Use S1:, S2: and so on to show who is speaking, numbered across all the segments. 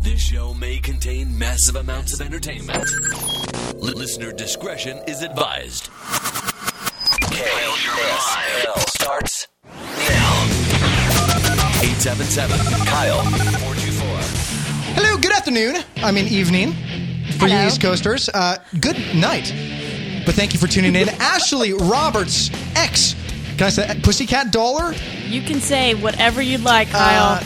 S1: This show may contain massive amounts of entertainment. Li- listener discretion is advised. KSL starts now. 877 Kyle 424.
S2: Hello, good afternoon. I mean, evening for you
S3: Hello.
S2: East Coasters. Uh, good night. But thank you for tuning in. Ashley Roberts, X. Can I say Pussycat Dollar?
S3: You can say whatever you'd like, Kyle.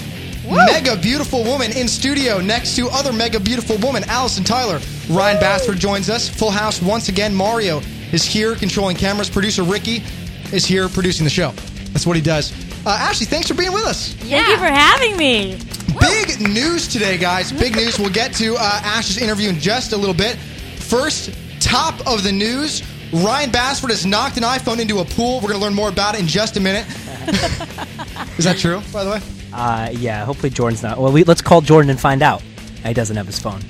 S2: Mega beautiful woman in studio next to other mega beautiful woman, Allison Tyler. Ryan Bassford joins us. Full house once again. Mario is here controlling cameras. Producer Ricky is here producing the show. That's what he does. Uh, Ashley, thanks for being with us.
S3: Thank you for having me.
S2: Big news today, guys. Big news. We'll get to uh, Ash's interview in just a little bit. First, top of the news Ryan Bassford has knocked an iPhone into a pool. We're going to learn more about it in just a minute. Is that true, by the way?
S4: Uh, yeah, hopefully Jordan's not. Well, we, let's call Jordan and find out. He doesn't have his phone.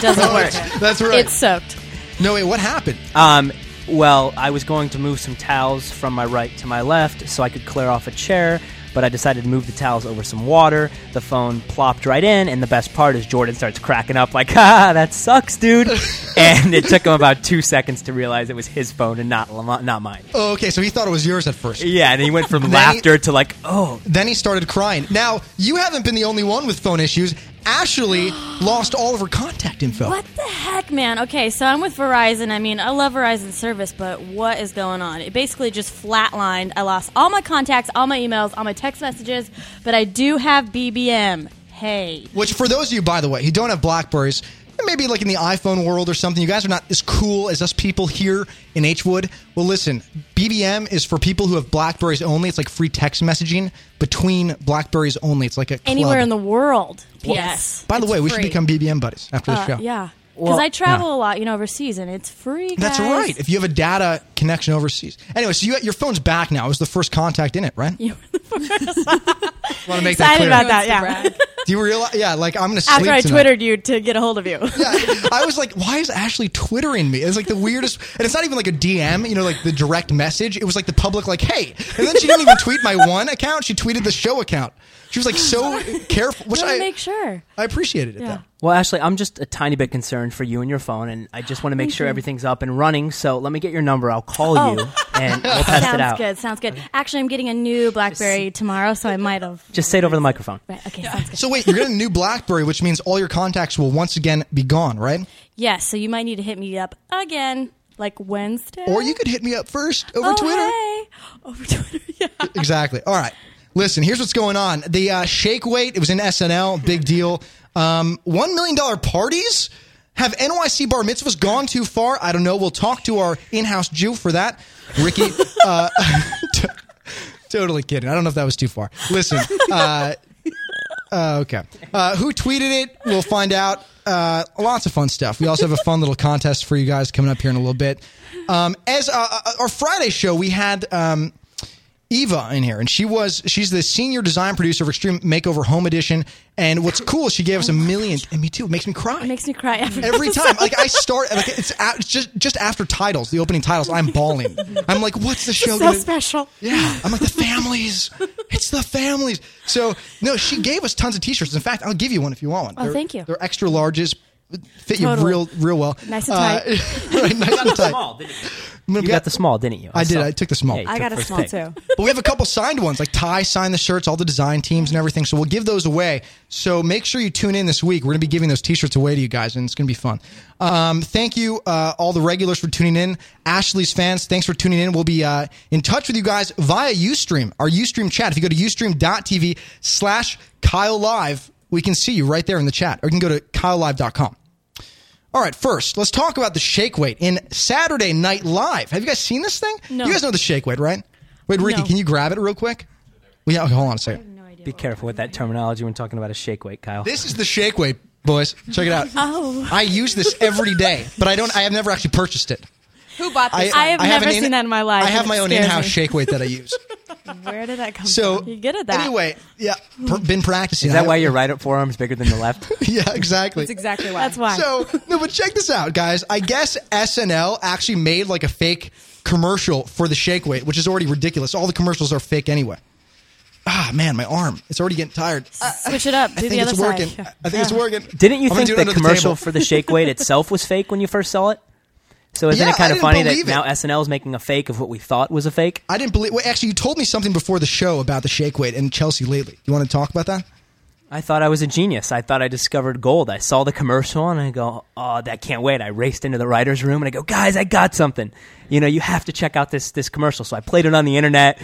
S3: doesn't work.
S2: That's, Oh, that's right.
S3: It's soaked.
S2: no, wait, what happened?
S4: Um, well, I was going to move some towels from my right to my left so I could clear off a chair, but I decided to move the towels over some water. The phone plopped right in, and the best part is Jordan starts cracking up like, ah, that sucks, dude. and it took him about two seconds to realize it was his phone and not Lamont, not mine.
S2: Oh, okay, so he thought it was yours at first.
S4: Yeah, and he went from
S2: he-
S4: laughter to like, oh,
S2: Then he started crying. Now, you haven't been the only one with phone issues. Ashley lost all of her contact info.
S3: What the heck, man? Okay, so I'm with Verizon. I mean, I love Verizon service, but what is going on? It basically just flatlined. I lost all my contacts, all my emails, all my text messages, but I do have BBM. Hey.
S2: Which, for those of you, by the way, who don't have Blackberries, maybe like in the iPhone world or something, you guys are not as cool as us people here in H Wood. Well, listen, BBM is for people who have Blackberries only. It's like free text messaging between Blackberries only. It's like a club.
S3: Anywhere in the world. Yes.
S2: By the way, we should
S3: free.
S2: become BBM buddies after the show.
S3: Yeah. Because
S4: Well,
S3: I travel
S4: yeah.
S3: a lot, you know, overseas, and it's free.
S2: That's
S3: guys.
S2: right. If you have a data connection overseas, anyway, so you your phone's back now. It was the first contact in it, right? You want to make that
S3: Excited
S2: clear?
S3: about that, yeah.
S2: Do you realize? Yeah, like I'm gonna sleep
S3: After I
S2: tonight.
S3: twittered you to get a hold of you.
S2: I was like, why is Ashley twittering me? It's like the weirdest, and it's not even like a DM, you know, like the direct message. It was like the public, like, hey, and then she didn't even tweet my one account. She tweeted the show account. She was like so careful, which
S3: Let me
S2: I
S3: make sure.
S2: I appreciated it.
S3: Yeah.
S2: Though.
S4: Well, Ashley, I'm just a tiny bit concerned for you and your phone, and I just want to make sure everything's up and running. So let me get your number. I'll call
S3: Oh.
S4: you, and we'll test
S3: sounds
S4: it out.
S3: good. Sounds good. Actually, I'm getting a new BlackBerry tomorrow, so I might have.
S4: Just say it over the microphone.
S3: Right, okay, sounds good.
S2: So wait, you're getting a new BlackBerry, which means all your contacts will once again be gone, right?
S3: Yes, so you might need to hit me up again, like Wednesday.
S2: Or you could hit me up first over
S3: oh,
S2: Twitter.
S3: hey. Over Twitter, yeah.
S2: Exactly. All right. Listen, here's what's going on. The uh, shake weight, it was in SNL, big deal. Um, $1 million parties? Have NYC bar mitzvahs gone too far? I don't know. We'll talk to our in house Jew for that. Ricky, uh, t- totally kidding. I don't know if that was too far. Listen, uh, uh, okay. Uh, who tweeted it? We'll find out. Uh, lots of fun stuff. We also have a fun little contest for you guys coming up here in a little bit. Um, as uh, uh, our Friday show, we had. Um, Eva in here, and she was she's the senior design producer of Extreme Makeover Home Edition. And what's cool is she gave us a million, and me too. It makes me cry
S3: Oh It makes me cry every,
S2: every time. Like I start, like it's, a it's just just after titles, the opening titles. I'm bawling. I'm like, what's the show?
S3: so
S2: gonna-
S3: special.
S2: Yeah, I'm like the families. It's the families. So no, she gave us tons of T-shirts. In fact, I'll give you one if you want one.
S3: Oh,
S2: They're-
S3: thank you.
S2: They're extra larges, fit you
S3: Totally.
S2: real real well.
S3: Nice and tight.
S2: Uh, right, nice and tight. I'm gonna
S4: You
S2: get-
S4: got the small, didn't you?
S2: I did.
S4: saw.
S2: I took the small.
S4: Yeah, you
S3: I
S4: took
S3: got a
S4: first
S3: small
S4: pick.
S3: too.
S2: But we have a couple signed ones. Like Ty signed the shirts, all the design teams and everything. So we'll give those away. So make sure you tune in this week. We're going to be giving those T-shirts away to you guys, and it's going to be fun. Um, thank you, uh, all the regulars for tuning in. Ashley's fans, thanks for tuning in. We'll be uh, in touch with you guys via UStream, our UStream chat. If you go to ustream.tv slash Kyle Live, we can see you right there in the chat. Or you can go to kylelive.com. All right, first, let's talk about the shake weight in Saturday Night Live. Have you guys seen this thing?
S3: No.
S2: You guys know the shake weight, right? Wait, Ricky,
S3: No.
S2: can you grab it real quick? Well, yeah, okay, hold on a second.
S4: Be careful with that terminology when talking about a shake weight, Kyle.
S2: This is the shake weight, boys. Check it out. Oh. I use this every day, but I don't. I have never actually purchased it.
S5: Who bought
S2: I,
S5: this?
S3: I have
S2: an
S3: never seen that in my life,
S2: I have
S3: and
S2: my
S3: it
S2: own
S3: scares
S2: in-house
S3: me.
S2: shake weight that I use.
S3: Where did that come
S2: So
S3: from? You're good at that.
S2: Anyway, yeah, pr- been practicing.
S4: is that
S2: I-
S4: why your right forearm's bigger than the left?
S2: Yeah, exactly.
S5: That's exactly why.
S3: That's why.
S2: So no, but check this out, guys. I guess SNL actually made like a fake commercial for the shake weight, which is already ridiculous. All the commercials are fake anyway. ah man, my arm. It's already getting tired.
S3: Switch it up. Do
S2: I
S3: the
S2: think
S3: other
S2: it's
S3: side.
S2: working.
S3: Sure.
S2: I think it's
S3: Yeah.
S2: working.
S4: Didn't you
S2: I'm gonna do
S4: think
S2: it under
S4: the commercial
S2: table.
S4: for the shake weight itself was fake when you first saw it? So isn't
S2: Yeah,
S4: it kind
S2: I
S4: of
S2: didn't
S4: funny that
S2: believe it.
S4: now SNL is making a fake of what we thought was a fake?
S2: I didn't believe. Well, actually, you told me something before the show about the shake weight and Chelsea lately. You want to talk about that?
S4: I thought I was a genius. I thought I discovered gold. I saw the commercial and I go, "Oh, that can't wait!" I raced into the writers' room and I go, "Guys, I got something! You know, you have to check out this this commercial." So I played it on the internet,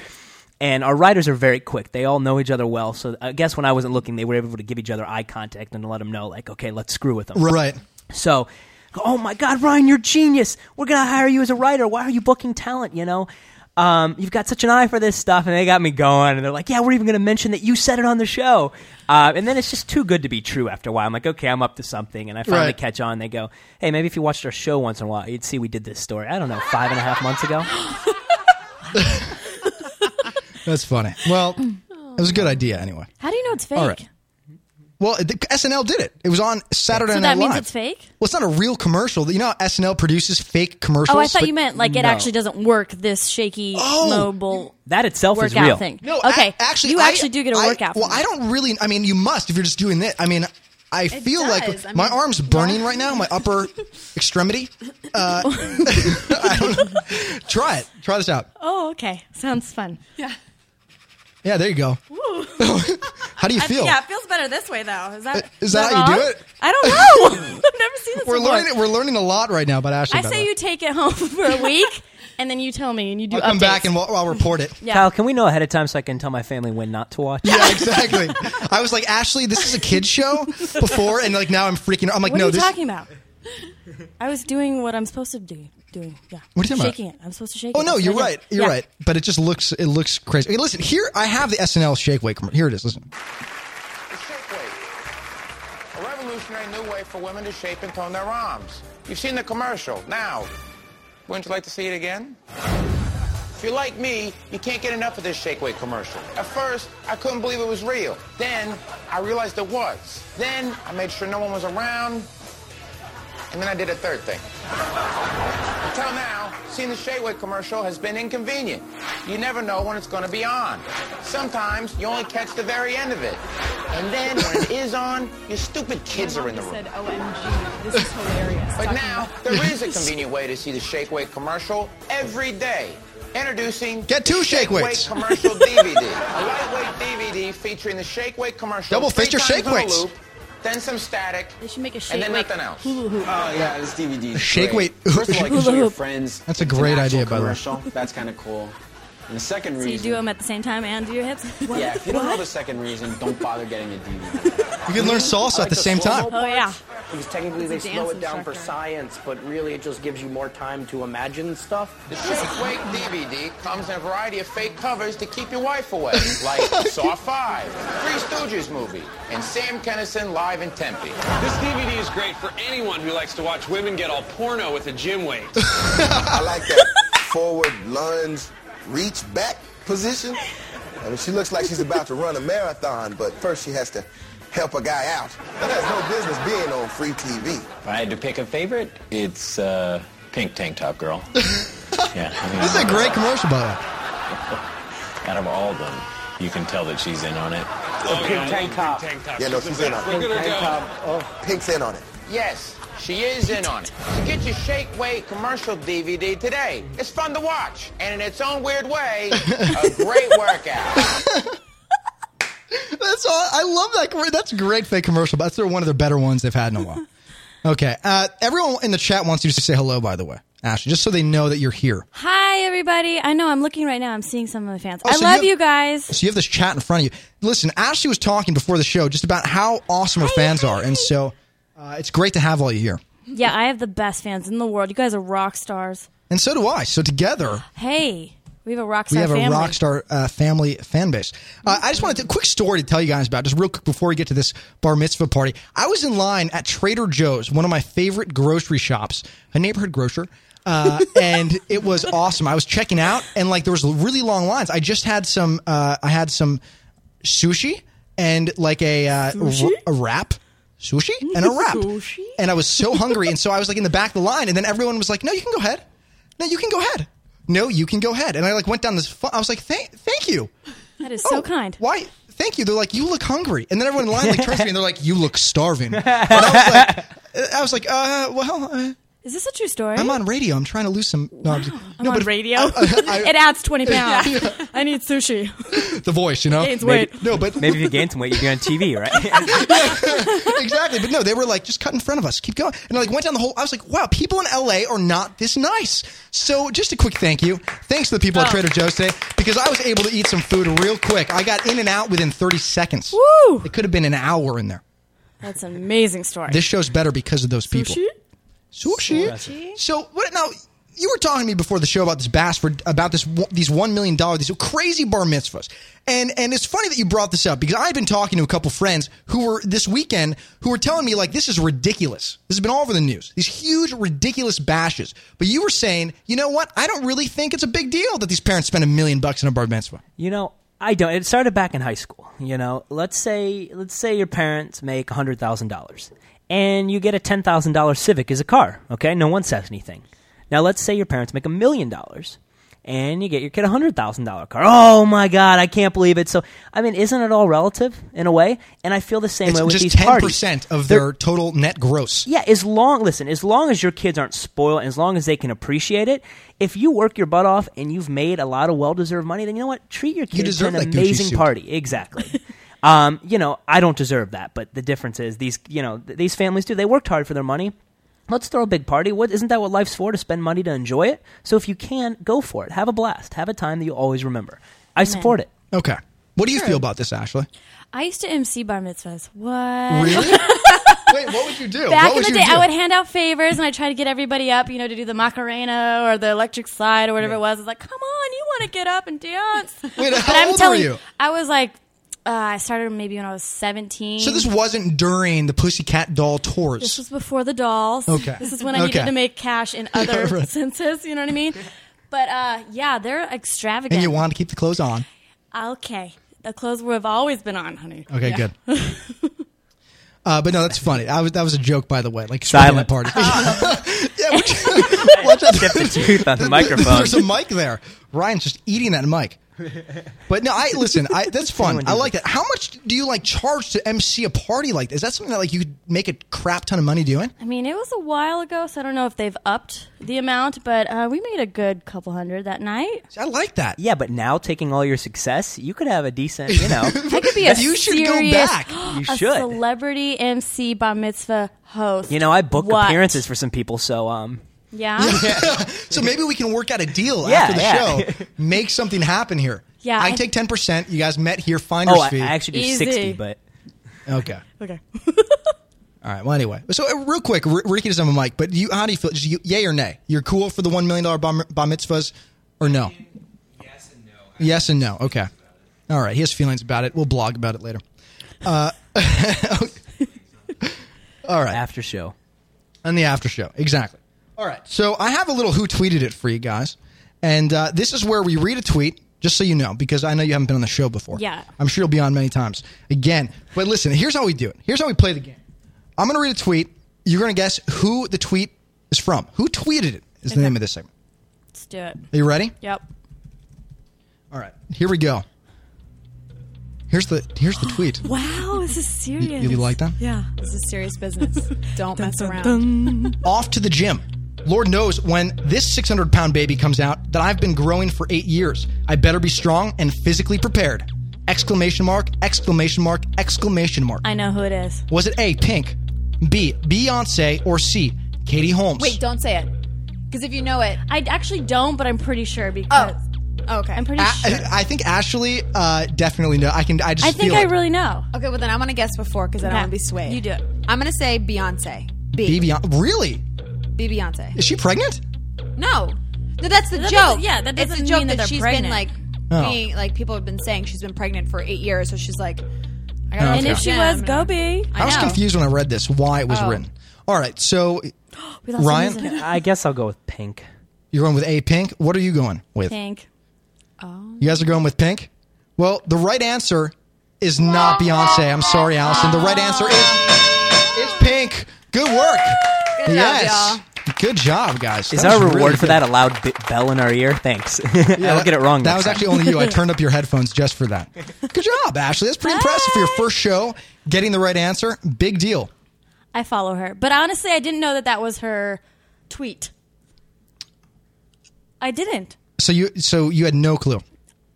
S4: and our writers are very quick. They all know each other well, so I guess when I wasn't looking, they were able to give each other eye contact and let them know, like, "Okay, let's screw with them."
S2: Right.
S4: So, oh my God, Ryan, you're genius. We're gonna hire you as a writer. Why are you booking talent? You know, um, you've got such an eye for this stuff, and they got me going. And they're like, yeah, we're even gonna mention that you said it on the show. Uh, and then it's just too good to be true. After a while, I'm like, okay, I'm up to something. And I finally
S2: Right.
S4: catch on. They go, hey, maybe if you watched our show once in a while, you'd see we did this story. I don't know, five and a half months ago.
S2: That's funny. Well, it was a good idea anyway.
S3: How do you know it's fake?
S2: All right. Well, the, SNL did it. It was on Saturday
S3: So
S2: Night
S3: that means
S2: Live.
S3: it's fake?
S2: Well, it's not a real commercial. You know, how SNL produces fake commercials.
S3: Oh, I thought
S2: But-
S3: you meant like it
S4: no.
S3: actually doesn't work. This shaky
S2: Oh.
S3: mobile
S4: That itself is
S3: workout
S4: real.
S3: thing.
S2: No,
S3: okay.
S2: a- actually,
S3: you
S2: I-
S3: actually do get a
S2: I-
S3: workout.
S2: Well,
S3: from
S2: I
S3: it.
S2: don't really. I mean, you must if you're just doing this. I mean, I feel
S5: does.
S2: like
S5: I
S2: my
S5: mean,
S2: arm's burning right now, my upper extremity. Uh, I don't know. Try it. Try this out.
S3: Oh, okay. Sounds fun.
S2: Yeah, there you go. How do you feel? Uh,
S3: Yeah, it feels better this way though. Is that
S2: Is that how you do
S3: wrong?
S2: it?
S3: I don't know. I've never seen this.
S2: We're
S3: before.
S2: learning. We're learning a lot right now about Ashley.
S3: I
S2: by the
S3: say
S2: way.
S3: you take it home for a week, and then you tell me, and you do
S2: I'll come
S3: updates.
S2: back and we'll, I'll report it.
S3: yeah.
S4: Kyle, can we know ahead of time so I can tell my family when not to watch?
S2: Yeah, exactly. I was like, Ashley, this is a kids show before, and like now I'm freaking. out. I'm like,
S3: What
S2: no,
S3: are you
S2: this.
S3: talking about? I was doing what I'm supposed to do. Doing, yeah.
S2: What are you talking about?
S3: Shaking it. I'm supposed to shake
S2: Oh
S3: it.
S2: no,
S3: That's
S2: you're
S3: what I
S2: right.
S3: did.
S2: You're
S3: Yeah.
S2: right. But it just looks it looks crazy. Hey, listen, here I have the SNL Shake Weight commercial. Here it is. Listen.
S6: The Shape Weight. A revolutionary new way for women to shape and tone their arms. You've seen the commercial. Now, wouldn't you like to see it again? If you're like me, you can't get enough of this Shake Weight commercial. At first, I couldn't believe it was real. Then, I realized it was. Then, I made sure no one was around. And then I did a third thing. Until now, seeing the Shea Weight commercial has been inconvenient. You never know when it's going to be on. Sometimes you only catch the very end of it. And then when it is on, your stupid kids are in the
S5: Just
S6: room.
S5: said, OMG, this is hilarious.
S6: But
S5: Talking
S6: now,
S5: about-
S6: there is a convenient way to see the Shake Weight commercial every day. Introducing
S2: Get two
S6: the
S2: Shake
S6: Weight
S2: Weights.
S6: commercial DVD, a lightweight DVD featuring the Shake Weight commercial.
S2: Double fist
S6: three
S2: your
S6: times
S2: Shake
S6: in a
S2: Weights.
S6: Loop, then some static.
S3: They should make a shake
S6: And then
S3: weight
S6: nothing else.
S3: hula hoop.
S7: Oh yeah, this DVD.
S2: Shake
S7: great.
S2: weight-
S7: First of all, you can show
S3: Hula
S7: your
S3: hoop.
S7: friends.
S2: That's a
S7: It's an
S2: great
S7: actual
S2: idea, by the way.
S7: commercial. That's kind of cool. And the second
S3: So
S7: reason.
S3: you do them at the same time and do your hips.
S7: yeah, if you don't know the second reason, don't bother getting a DVD.
S2: You can learn salsa
S8: I
S2: at the
S8: like
S2: same
S8: slow-mo
S2: time.
S3: Oh yeah.
S8: parts, Because technically they
S3: It's a
S8: slow
S3: dance
S8: it down for
S3: instructor.
S8: science, but really it just gives you more time to imagine stuff.
S6: The Shake Weight DVD comes in a variety of fake covers to keep your wife away, like Saw 5, Three Stooges movie, and Sam Kennison live in Tempe.
S9: This DVD is great for anyone who likes to watch women get all porno with a gym weight.
S10: I like that forward lunge, reach back position. I mean, she looks like she's about to run a marathon, but first she has to help a guy out. That has no business being on free TV.
S7: If I had to pick a favorite, it's uh, Pink Tank Top Girl. yeah, I mean,
S2: This is a great commercial, by the way.
S7: out of all of them, you can tell that she's in on it.
S9: Oh,
S8: pink tank top.
S9: Tank top.
S10: Yeah, no, she's in on it.
S9: Look at her go.
S10: uh, Pink's in on it.
S6: Yes, she is in on it. So get your Shake Weight commercial DVD today. It's fun to watch, and in its own weird way, a great workout.
S2: That's all. I love that. commer- That's a great fake commercial. But that's their- one of their better ones they've had in a while. Okay. Uh, everyone in the chat wants you to say hello. By the way, Ashley, just so they know that you're here.
S3: Hi everybody. I know I'm looking right now. I'm seeing some of my fans. I
S2: Oh, so you
S3: love
S2: have-
S3: you guys.
S2: So you have this chat in front of you. Listen, Ashley was talking before the show just about how awesome her fans are, and so uh, it's great to have all you here.
S3: Yeah, I have the best fans in the world. You guys are rock stars.
S2: And so do I. So together,
S3: Hey, we have a rock
S2: we
S3: star
S2: have
S3: family.
S2: a rock star uh, family fan base. Uh, I just wanted to, a quick story to tell you guys about, just real quick before we get to this bar mitzvah party. I was in line at Trader Joe's, one of my favorite grocery shops, a neighborhood grocer. Uh, and it was awesome. I was checking out, and like there was really long lines. I just had some, uh, I had some sushi and like a uh, a wrap, sushi and a wrap.
S3: Sushi?
S2: And I was so hungry, and so I was like in the back of the line, and then everyone was like, "No, you can go ahead. No, you can go ahead. No, you can go ahead." And I like went down this. Fu- I was like, "Thank, thank you."
S3: That is so kind.
S2: Why? Thank you. They're like, you look hungry, and then everyone in line like turns to me and they're like, you look starving. And I was like, I was like, uh, well, uh,
S3: Is this a true story?
S2: I'm on radio. I'm trying to lose some. uh, No, I'm, just-
S3: I'm
S2: no,
S3: on
S2: but
S3: radio.
S2: I-
S3: it adds 20 pounds.
S2: Yeah. Oh,
S3: I need sushi.
S2: the voice, you know.
S3: Gains weight.
S2: No, but
S4: Maybe if you gain some weight, you'd be on TV, right?
S2: exactly. But no, they were like, just cut in front of us. Keep going. And I like went down the whole. I was like, wow, people in LA are not this nice. So just a quick thank you. Thanks to the people at
S3: Oh.
S2: Trader Joe's today because I was able to eat some food real quick. I got in and out within 30 seconds.
S3: Woo!
S2: It could have been an hour in there.
S3: That's an amazing story.
S2: This show's better because of those people.
S3: sushi?
S2: Sushi. So what now? You were talking to me before the show about this bass for about this one- these one million dollar these crazy bar mitzvahs, and and it's funny that you brought this up because I've been talking to a couple friends who were this weekend who were telling me like this is ridiculous. This has been all over the news. These huge ridiculous bashes. But you were saying, you know what? I don't really think it's a big deal that these parents spend a million bucks on a bar mitzvah.
S4: You know, I don't. It started back in high school. You know, let's say let's say your parents make hundred thousand dollars, and you get a ten thousand dollar Civic as a car. Okay, no one says anything. Now let's say your parents make a million dollars, and you get your kid a hundred thousand dollar car. Oh my God, I can't believe it. So I mean, isn't it all relative in a way? And I feel the same
S2: It's
S4: way with
S2: just
S4: these
S2: ten
S4: parties.
S2: percent of
S4: They're-
S2: their total net gross.
S4: yeah, as long listen, as long as your kids aren't spoiled, and as long as they can appreciate it, if you work your butt off and you've made a lot of well-deserved money, then you know what? Treat your kids to
S2: deserve
S4: an
S2: that Gucci
S4: amazing
S2: suit.
S4: party. Exactly. um, you know, I don't deserve that, but the difference is these, you know, th- these families do. They worked hard for their money. Let's throw a big party. What isn't that what life's for? To spend money to enjoy it. So if you can, go for it. Have a blast. Have a time that you'll always remember. I support it.
S2: Okay. What do you feel about this, Ashley?
S3: I used to MC bar mitzvahs. What?
S2: Really? Wait, what would you do?
S3: Back
S2: What
S3: in
S2: would
S3: the
S2: you
S3: day,
S2: do?
S3: I would hand out favors and I try to get everybody up, you know, to do the Macarena or the electric slide or whatever it was. It's like, come on, you want to get up and dance.
S2: Wait, how
S3: but I'm
S2: old were
S3: telling
S2: you?
S3: I was like, uh, I started maybe when I was 17.
S2: So this wasn't during the Pussycat Doll tours.
S3: This was before the dolls.
S2: Okay.
S3: This is when I
S2: Okay.
S3: needed to make cash in other
S2: Right.
S3: senses. You know what I mean? But uh, yeah, they're extravagant.
S2: and you wanted to keep the clothes on.
S3: okay. The clothes we have always been on, honey.
S2: Okay,
S3: Yeah.
S2: good. Uh, but no, that's funny. I was that was a joke, by the way. Like
S4: Silent.
S2: swimming at party. yeah, which, watch out.
S4: Get the tooth on the microphone.
S2: There's a mic there. Ryan's just eating that mic. But no, I listen. I, that's fun.
S4: Someone
S2: I
S4: did
S2: like that. How much do you like charge to MC a party like this? Is that something that like you could make a crap ton of money doing?
S3: I mean, it was a while ago, so I don't know if they've upped the amount, but uh, we made a good couple hundred that night.
S2: See, I like that.
S4: Yeah, but now taking all your success, you could have a decent, you know.
S3: I could be a
S2: You should go
S3: serious,
S2: back.
S4: You
S3: a
S4: should.
S3: celebrity MC bar mitzvah host.
S4: You know, I book
S3: What?
S4: appearances for some people, so um,
S3: Yeah.
S2: So maybe we can work out a deal
S4: Yeah,
S2: after the
S4: yeah.
S2: show. Make something happen here.
S3: Yeah,
S2: I,
S3: I-
S2: take ten percent. You guys met here. Finders
S4: oh, I, I
S2: fee.
S4: actually do
S3: Easy.
S4: sixty, but
S2: okay.
S3: okay.
S2: All right. Well, anyway. So uh, real quick, R- Ricky doesn't have a mic, but you, how do you feel? Just you, yay or nay? You're cool for the one million dollar bar, bar mitzvahs, or no? Yes and no. Okay. All right. He has feelings about it. We'll blog about it later. Uh, all right.
S4: after show.
S2: on the after show. Exactly. All right. So I have a little who tweeted it for you guys, and uh, this is where we read a tweet. Just so you know, because I know you haven't been on the show before.
S3: Yeah.
S2: I'm sure you'll be on many times again. But listen, here's how we do it. Here's how we play the game. I'm going to read a tweet. You're going to guess who the tweet is from. Who tweeted it is the name of this segment.
S3: Let's do it.
S2: Are you ready?
S3: Yep.
S2: All right. Here we go. Here's the here's the tweet.
S3: Wow, this is serious.
S2: you, you like that?
S5: Yeah, this is serious business. Don't mess around.
S2: off to the gym. Lord knows when this 600 pound baby comes out that I've been growing for eight years. I better be strong and physically prepared. Exclamation mark, exclamation mark, exclamation mark.
S3: I know who it is.
S2: Was it A, Pink, B, Beyonce, or C, Katie Holmes?
S5: Wait, don't say it. Because if you know it,
S3: I actually don't, but I'm pretty sure because
S5: oh, okay.
S3: I'm pretty
S2: A-
S3: sure.
S2: I, think Ashley uh, definitely know. I can. Ah, I just
S3: I think
S2: feel
S3: I
S2: it.
S3: really know.
S5: okay, well then I'm gonna guess before because I
S3: Okay.
S5: don't want to be swayed.
S3: You do it.
S5: I'm gonna say Beyonce.
S2: B,
S5: B.
S2: Beyonce. Really?
S5: B. Beyonce.
S2: Is she pregnant?
S5: No. No, that's the
S3: That
S5: joke.
S3: doesn't- yeah, that
S5: It's
S3: doesn't
S5: the joke
S3: mean that they're
S5: she's
S3: pregnant.
S5: been like
S2: Oh.
S5: being like people have been saying she's been pregnant for eight years, so she's like, I
S2: Oh,
S5: gotta
S2: okay.
S3: And if she was, go be.
S5: I,
S2: I, was
S5: know.
S2: confused when I read this. Why it was
S5: Oh.
S2: written. All right. So
S3: We lost the
S2: Ryan?
S3: music.
S4: I guess I'll go with pink.
S2: you're going with A, Pink. What are you going with?
S3: Pink.
S2: You guys are going with pink? Well, the right answer is not Beyonce. I'm sorry, Allison. The right answer is is pink. Good work.
S5: Good job,
S2: yes. Good job, guys.
S4: Is
S2: That
S4: our
S2: was
S4: reward
S2: really
S4: for
S2: good.
S4: that a loud bi- bell in our ear? Thanks. I will get it wrong.
S2: That
S4: next
S2: was
S4: time.
S2: actually only you. I turned up your headphones just for that. Good job, Ashley. That's pretty impressive for your first show. Getting the right answer, big deal.
S3: I follow her, but honestly, I didn't know that that was her tweet. I didn't.
S2: So you, so you had no clue.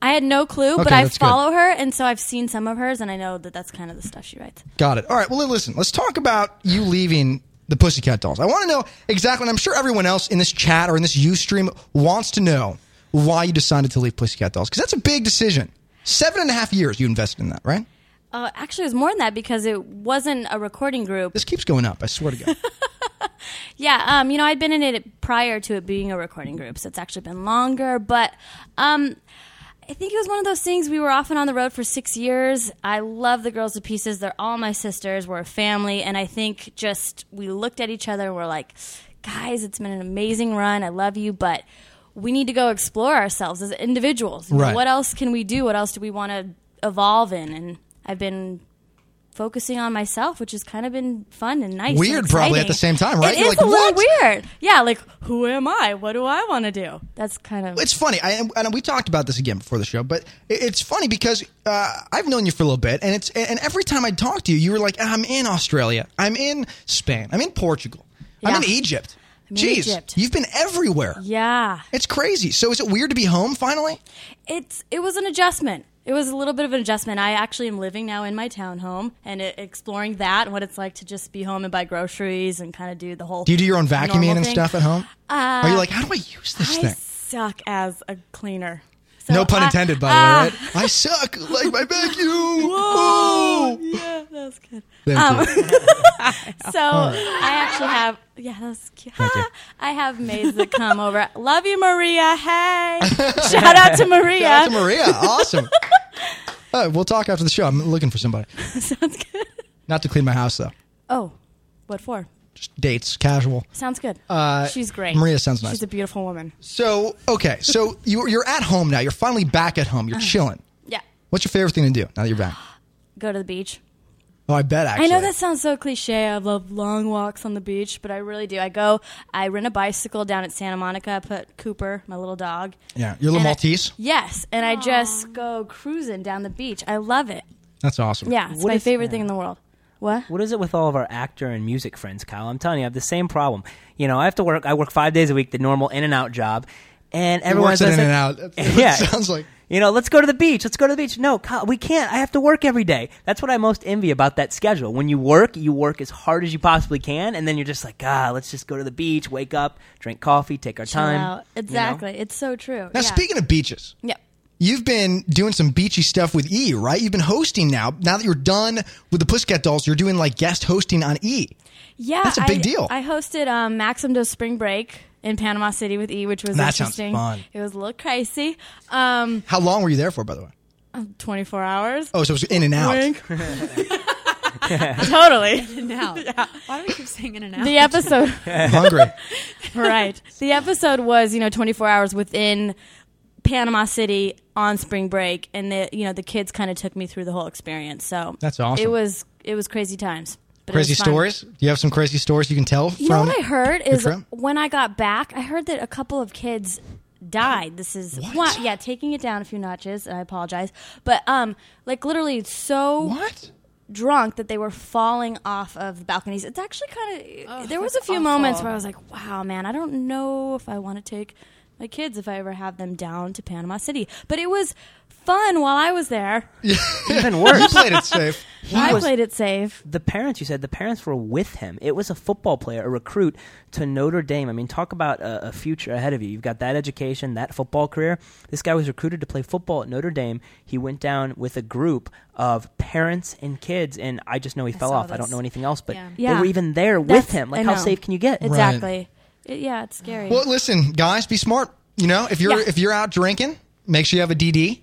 S3: I had no clue, but
S2: Okay,
S3: I
S2: that's good.
S3: follow her, and so I've seen some of hers, and I know that that's kind of the stuff she writes.
S2: Got it. All right. Well, listen, let's talk about you leaving the Pussycat Dolls. I want to know exactly, and I'm sure everyone else in this chat or in this Ustream wants to know why you decided to leave Pussycat Dolls because that's a big decision. Seven and a half years you invested in that, right?
S3: Uh, actually, it was more than that because it wasn't a recording group.
S2: This keeps going up. I swear to God.
S3: Yeah, um, you know, I'd been in it prior to it being a recording group, so it's actually been longer. But um, I think it was one of those things. We were often on the road for six years. I love the girls to pieces. They're all my sisters. We're a family, and I think just we looked at each other and we're like, guys, it's been an amazing run. I love you, but we need to go explore ourselves as individuals. You know,
S11: Right.
S3: What else can we do? What else do we want to evolve in? And I've been focusing on myself, which has kind of been fun and nice. and
S2: Weird probably at
S3: exciting.
S2: the same time, right?
S3: It
S2: You're
S3: is
S2: like,
S3: a little weird. Yeah, like who am I? What do I want to do? That's kind of
S2: It's funny, I, and we talked about this again before the show, but it- it's funny because uh, I've known you for a little bit, and it's and every time I talk to you, you were like, "I'm in Australia, I'm in Spain, I'm in Portugal, I'm in
S3: Yeah.
S2: Egypt."
S3: I'm in
S2: Jeez,
S3: Egypt.
S2: you've been everywhere.
S3: yeah.
S2: It's crazy. So is it weird to be home finally?
S3: It's it was an adjustment. It was a little bit of an adjustment. I actually am living now in my townhome and it, exploring that and what it's like to just be home and buy groceries and kind of do the whole.
S2: Do you do your own vacuuming
S3: normal
S2: and
S3: thing.
S2: stuff at home?
S3: Uh,
S2: Are you like, how do I use this
S3: I
S2: thing?
S3: suck as a cleaner.
S2: no pun
S3: I-
S2: intended, by the
S3: ah.
S2: way. Right? I suck like my vacuum.
S3: Whoa!
S2: Oh.
S3: Yeah, that was good.
S2: Thank
S3: um,
S2: you.
S3: so
S2: All right.
S3: I actually have. Yeah, that was cute.
S2: Thank you.
S3: I have maids that come over. Love you, Maria. Hey, shout out to Maria.
S2: Shout out to Maria. Awesome. Uh, we'll talk after the show. I'm looking for somebody.
S3: Sounds good.
S2: Not to clean my house though.
S3: Oh, what for?
S2: Just dates, casual.
S3: Sounds good.
S2: Uh,
S3: She's great.
S2: Maria sounds nice.
S3: She's a beautiful woman.
S2: So okay, so you, you're at home now. You're finally back at home. You're
S3: Uh-huh.
S2: chilling.
S3: Yeah.
S2: What's your favorite thing to do now that you're back?
S3: Go to the beach.
S2: Oh, I bet actually.
S3: I know that sounds so cliche. I love long walks on the beach, but I really do. I go, I rent a bicycle down at Santa Monica. I put Cooper, my little dog.
S2: Yeah, your little
S3: And I-
S2: Maltese.
S3: yes, and I just go cruising down the beach. I love it.
S2: That's awesome.
S3: Yeah, it's
S4: What
S3: my
S4: is-
S3: favorite thing in the world. What?
S4: What is it with all of our actor and music friends, Kyle? I'm telling you, I have the same problem. You know, I have to work. I work five days a week, the normal in and out job, and everyone
S2: works
S4: says
S2: at In
S4: like-
S2: and Out. That's what
S4: yeah,
S2: it sounds like.
S4: You know, let's go to the beach. Let's go to the beach. No, Kyle, we can't. I have to work every day. That's what I most envy about that schedule. When you work, you work as hard as you possibly can, and then you're just like, ah, let's just go to the beach, wake up, drink coffee, take our
S3: Chill
S4: time.
S3: out.
S4: you know?
S3: Exactly. It's so true.
S2: Now
S3: yeah.
S2: speaking of beaches,
S3: Yep.
S2: you've been doing some beachy stuff with E, right? You've been hosting now. Now that you're done with the Pussycat Dolls, you're doing like guest hosting on E.
S3: Yeah,
S2: That's a big
S3: I,
S2: deal.
S3: I hosted um, Maxim does spring break in Panama City with E, which was
S2: That sounds
S3: interesting.
S2: fun.
S3: It was a little crazy. Um,
S2: How long were you there for, by the way?
S3: uh, 24 hours.
S2: Oh, so it was in and out.
S3: Wink. totally.
S5: In and out. Why do we keep saying in and out?
S3: The episode.
S2: Hungry.
S3: right. The episode was, you know, 24 hours within Panama City on spring break and the, you know, the kids kind of took me through the whole experience. So
S2: That's awesome.
S3: It was it was crazy times. but it was
S2: crazy
S3: fun.
S2: stories? Do you have some crazy stories you can tell
S3: You know
S2: from
S3: what I heard
S2: your
S3: is
S2: trip?
S3: when I got back, I heard that a couple of kids died. This is what? yeah, taking it down a few notches. and I apologize, but um, like literally so
S2: what
S3: drunk that they were falling off of the balconies. It's actually kind of there was a
S5: that's
S3: few moments
S5: awful.
S3: where I was like, wow, man, I don't know if I want to take my kids if I ever have them down to Panama City, but it was fun while I was there.
S4: Even worse.
S2: You played it safe.
S3: I
S4: was-
S3: played it safe.
S4: the parents you said the parents were with him it was a football player a recruit to notre dame i mean talk about a, a future ahead of you you've got that education that football career this guy was recruited to play football at notre dame he went down with a group of parents and kids and i just know he fell
S3: saw
S4: off i don't
S3: this.
S4: know anything else but
S3: Yeah.
S4: they
S3: Yeah.
S4: were even there with
S3: That's-
S4: him
S3: I
S4: like how
S3: know.
S4: safe can you get
S3: Exactly. It- yeah, it's scary.
S2: Well, listen, guys, be smart. You know, if you're
S3: Yeah.
S2: if you're out drinking, make sure you have a DD.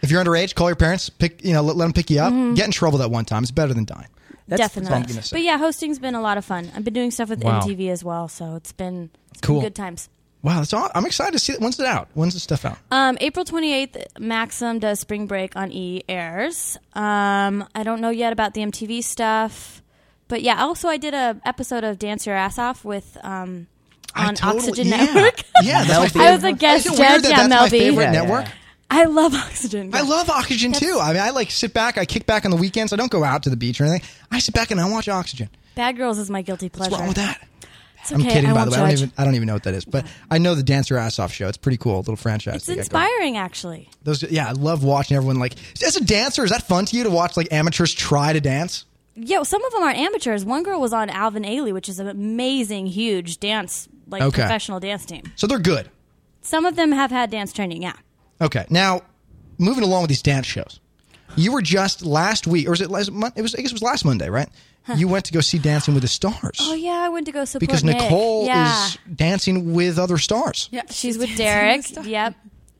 S2: If you're underage, call your parents. Pick you know, let, let them pick you up.
S3: Mhm.
S2: Get in trouble that one time. It's better than dying.
S3: Definitely.
S2: That's all I'm gonna say.
S3: But yeah, hosting's been a lot of fun. I've been doing stuff with
S2: Wow.
S3: MTV as well, so it's been, it's been
S2: Cool.
S3: good times.
S2: Wow, that's all. I'm excited to see that. When's it out? When's the stuff out?
S3: Um, April 28th, Maxim does Spring Break on E airs. Um, I don't know yet about the MTV stuff. But yeah, also I did a episode of Dance Your Ass Off with um, on
S2: totally-
S3: Oxygen
S2: yeah.
S3: Network.
S2: Yeah, that's my
S4: Mel B.
S3: I was a guest
S2: Isn't it
S3: judge.
S2: weird that
S3: yeah,
S2: that's
S3: Mel
S2: my
S3: B.
S2: favorite
S4: Yeah, yeah,
S2: network?
S4: yeah.
S3: I love Oxygen.
S2: I love Oxygen too. I mean, I like sit back. I kick back on the weekends. I don't go out to the beach or anything. I sit back and I watch Oxygen.
S3: Bad Girls is my guilty pleasure.
S2: What's wrong with that?
S3: It's
S2: I'm
S3: okay,
S2: kidding,
S3: I
S2: by
S3: won't
S2: the way. I don't
S3: judge.
S2: even I don't even know what that is, but I know the Dance Your Ass Off show. It's pretty cool, little franchise.
S3: It's
S2: they got going.
S3: inspiring, actually.
S2: Those, yeah, I love watching everyone like as a dancer. Is that fun to you to watch like amateurs try to dance?
S3: Yo, some of them aren't amateurs. One girl was on Alvin Ailey, which is an amazing, huge dance, like
S2: Okay.
S3: professional dance team.
S2: So they're good.
S3: Some of them have had dance training. Yeah,
S2: Okay, now moving along with these dance shows, you were just last week, or is it last month? It was I guess it was last Monday, right? You went to go see Dancing with the Stars.
S3: Oh yeah, I went to go support
S2: because
S3: Nick.
S2: Nicole
S3: yeah.
S2: is dancing with other stars.
S3: Yep, she's with Derek. Yep,